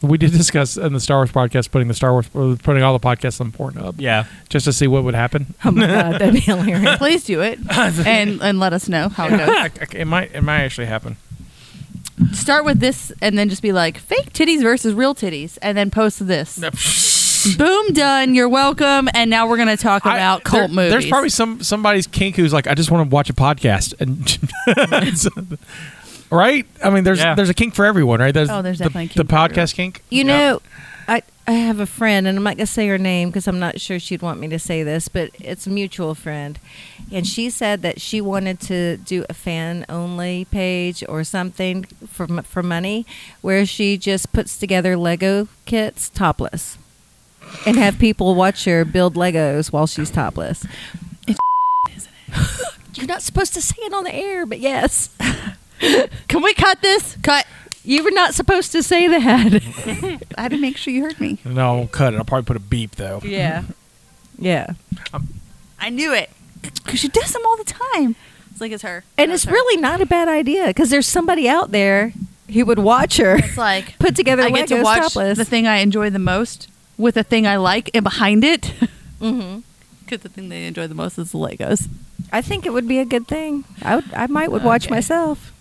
A: we did discuss in the Star Wars podcast putting the Star Wars uh, putting all the podcasts on Pornhub.
E: Yeah.
A: Just to see what would happen.
F: Oh my god, that'd be hilarious.
B: please do it and and let us know how it goes.
A: it might it might actually happen.
B: Start with this and then just be like fake titties versus real titties and then post this. Boom done. You're welcome. And now we're gonna talk
A: I-
B: about cult
A: there-
B: movies.
A: There's probably some somebody's kink who's like, I just want to watch a podcast, and so- right? I mean, there's
E: Yeah.
A: there's a kink for everyone, right? There's,
B: Oh, there's
A: the,
B: definitely a
A: the
B: kink for everyone.
A: podcast kink.
F: You know, I I have a friend, and I'm not gonna say her name because I'm not sure she'd want me to say this, but it's a mutual friend, and she said that she wanted to do a fan only page or something for m- for money, where she just puts together Lego kits topless, and have people watch her build Legos while she's topless. You're not supposed to say it on the air, but yes.
B: Can we cut this? Cut.
F: You were not supposed to say that.
B: I had to make sure you heard me.
A: No, I won't cut it. I'll probably put a beep though.
F: Yeah. Yeah.
B: I knew it because she does them all the time. It's like it's her,
F: And
B: That's
F: it's
B: her.
F: really not a bad idea because there's somebody out there who would watch her
B: It's like
F: put together
B: I
F: Legos
B: get to watch
F: topless.
B: the thing I enjoy the most with the thing I like and behind it. Mm-hmm.
F: hmm
B: Because the thing they enjoy the most is the Legos. Uh,
F: I think it would be a good thing. I, would, I might would watch
B: Okay.
F: myself.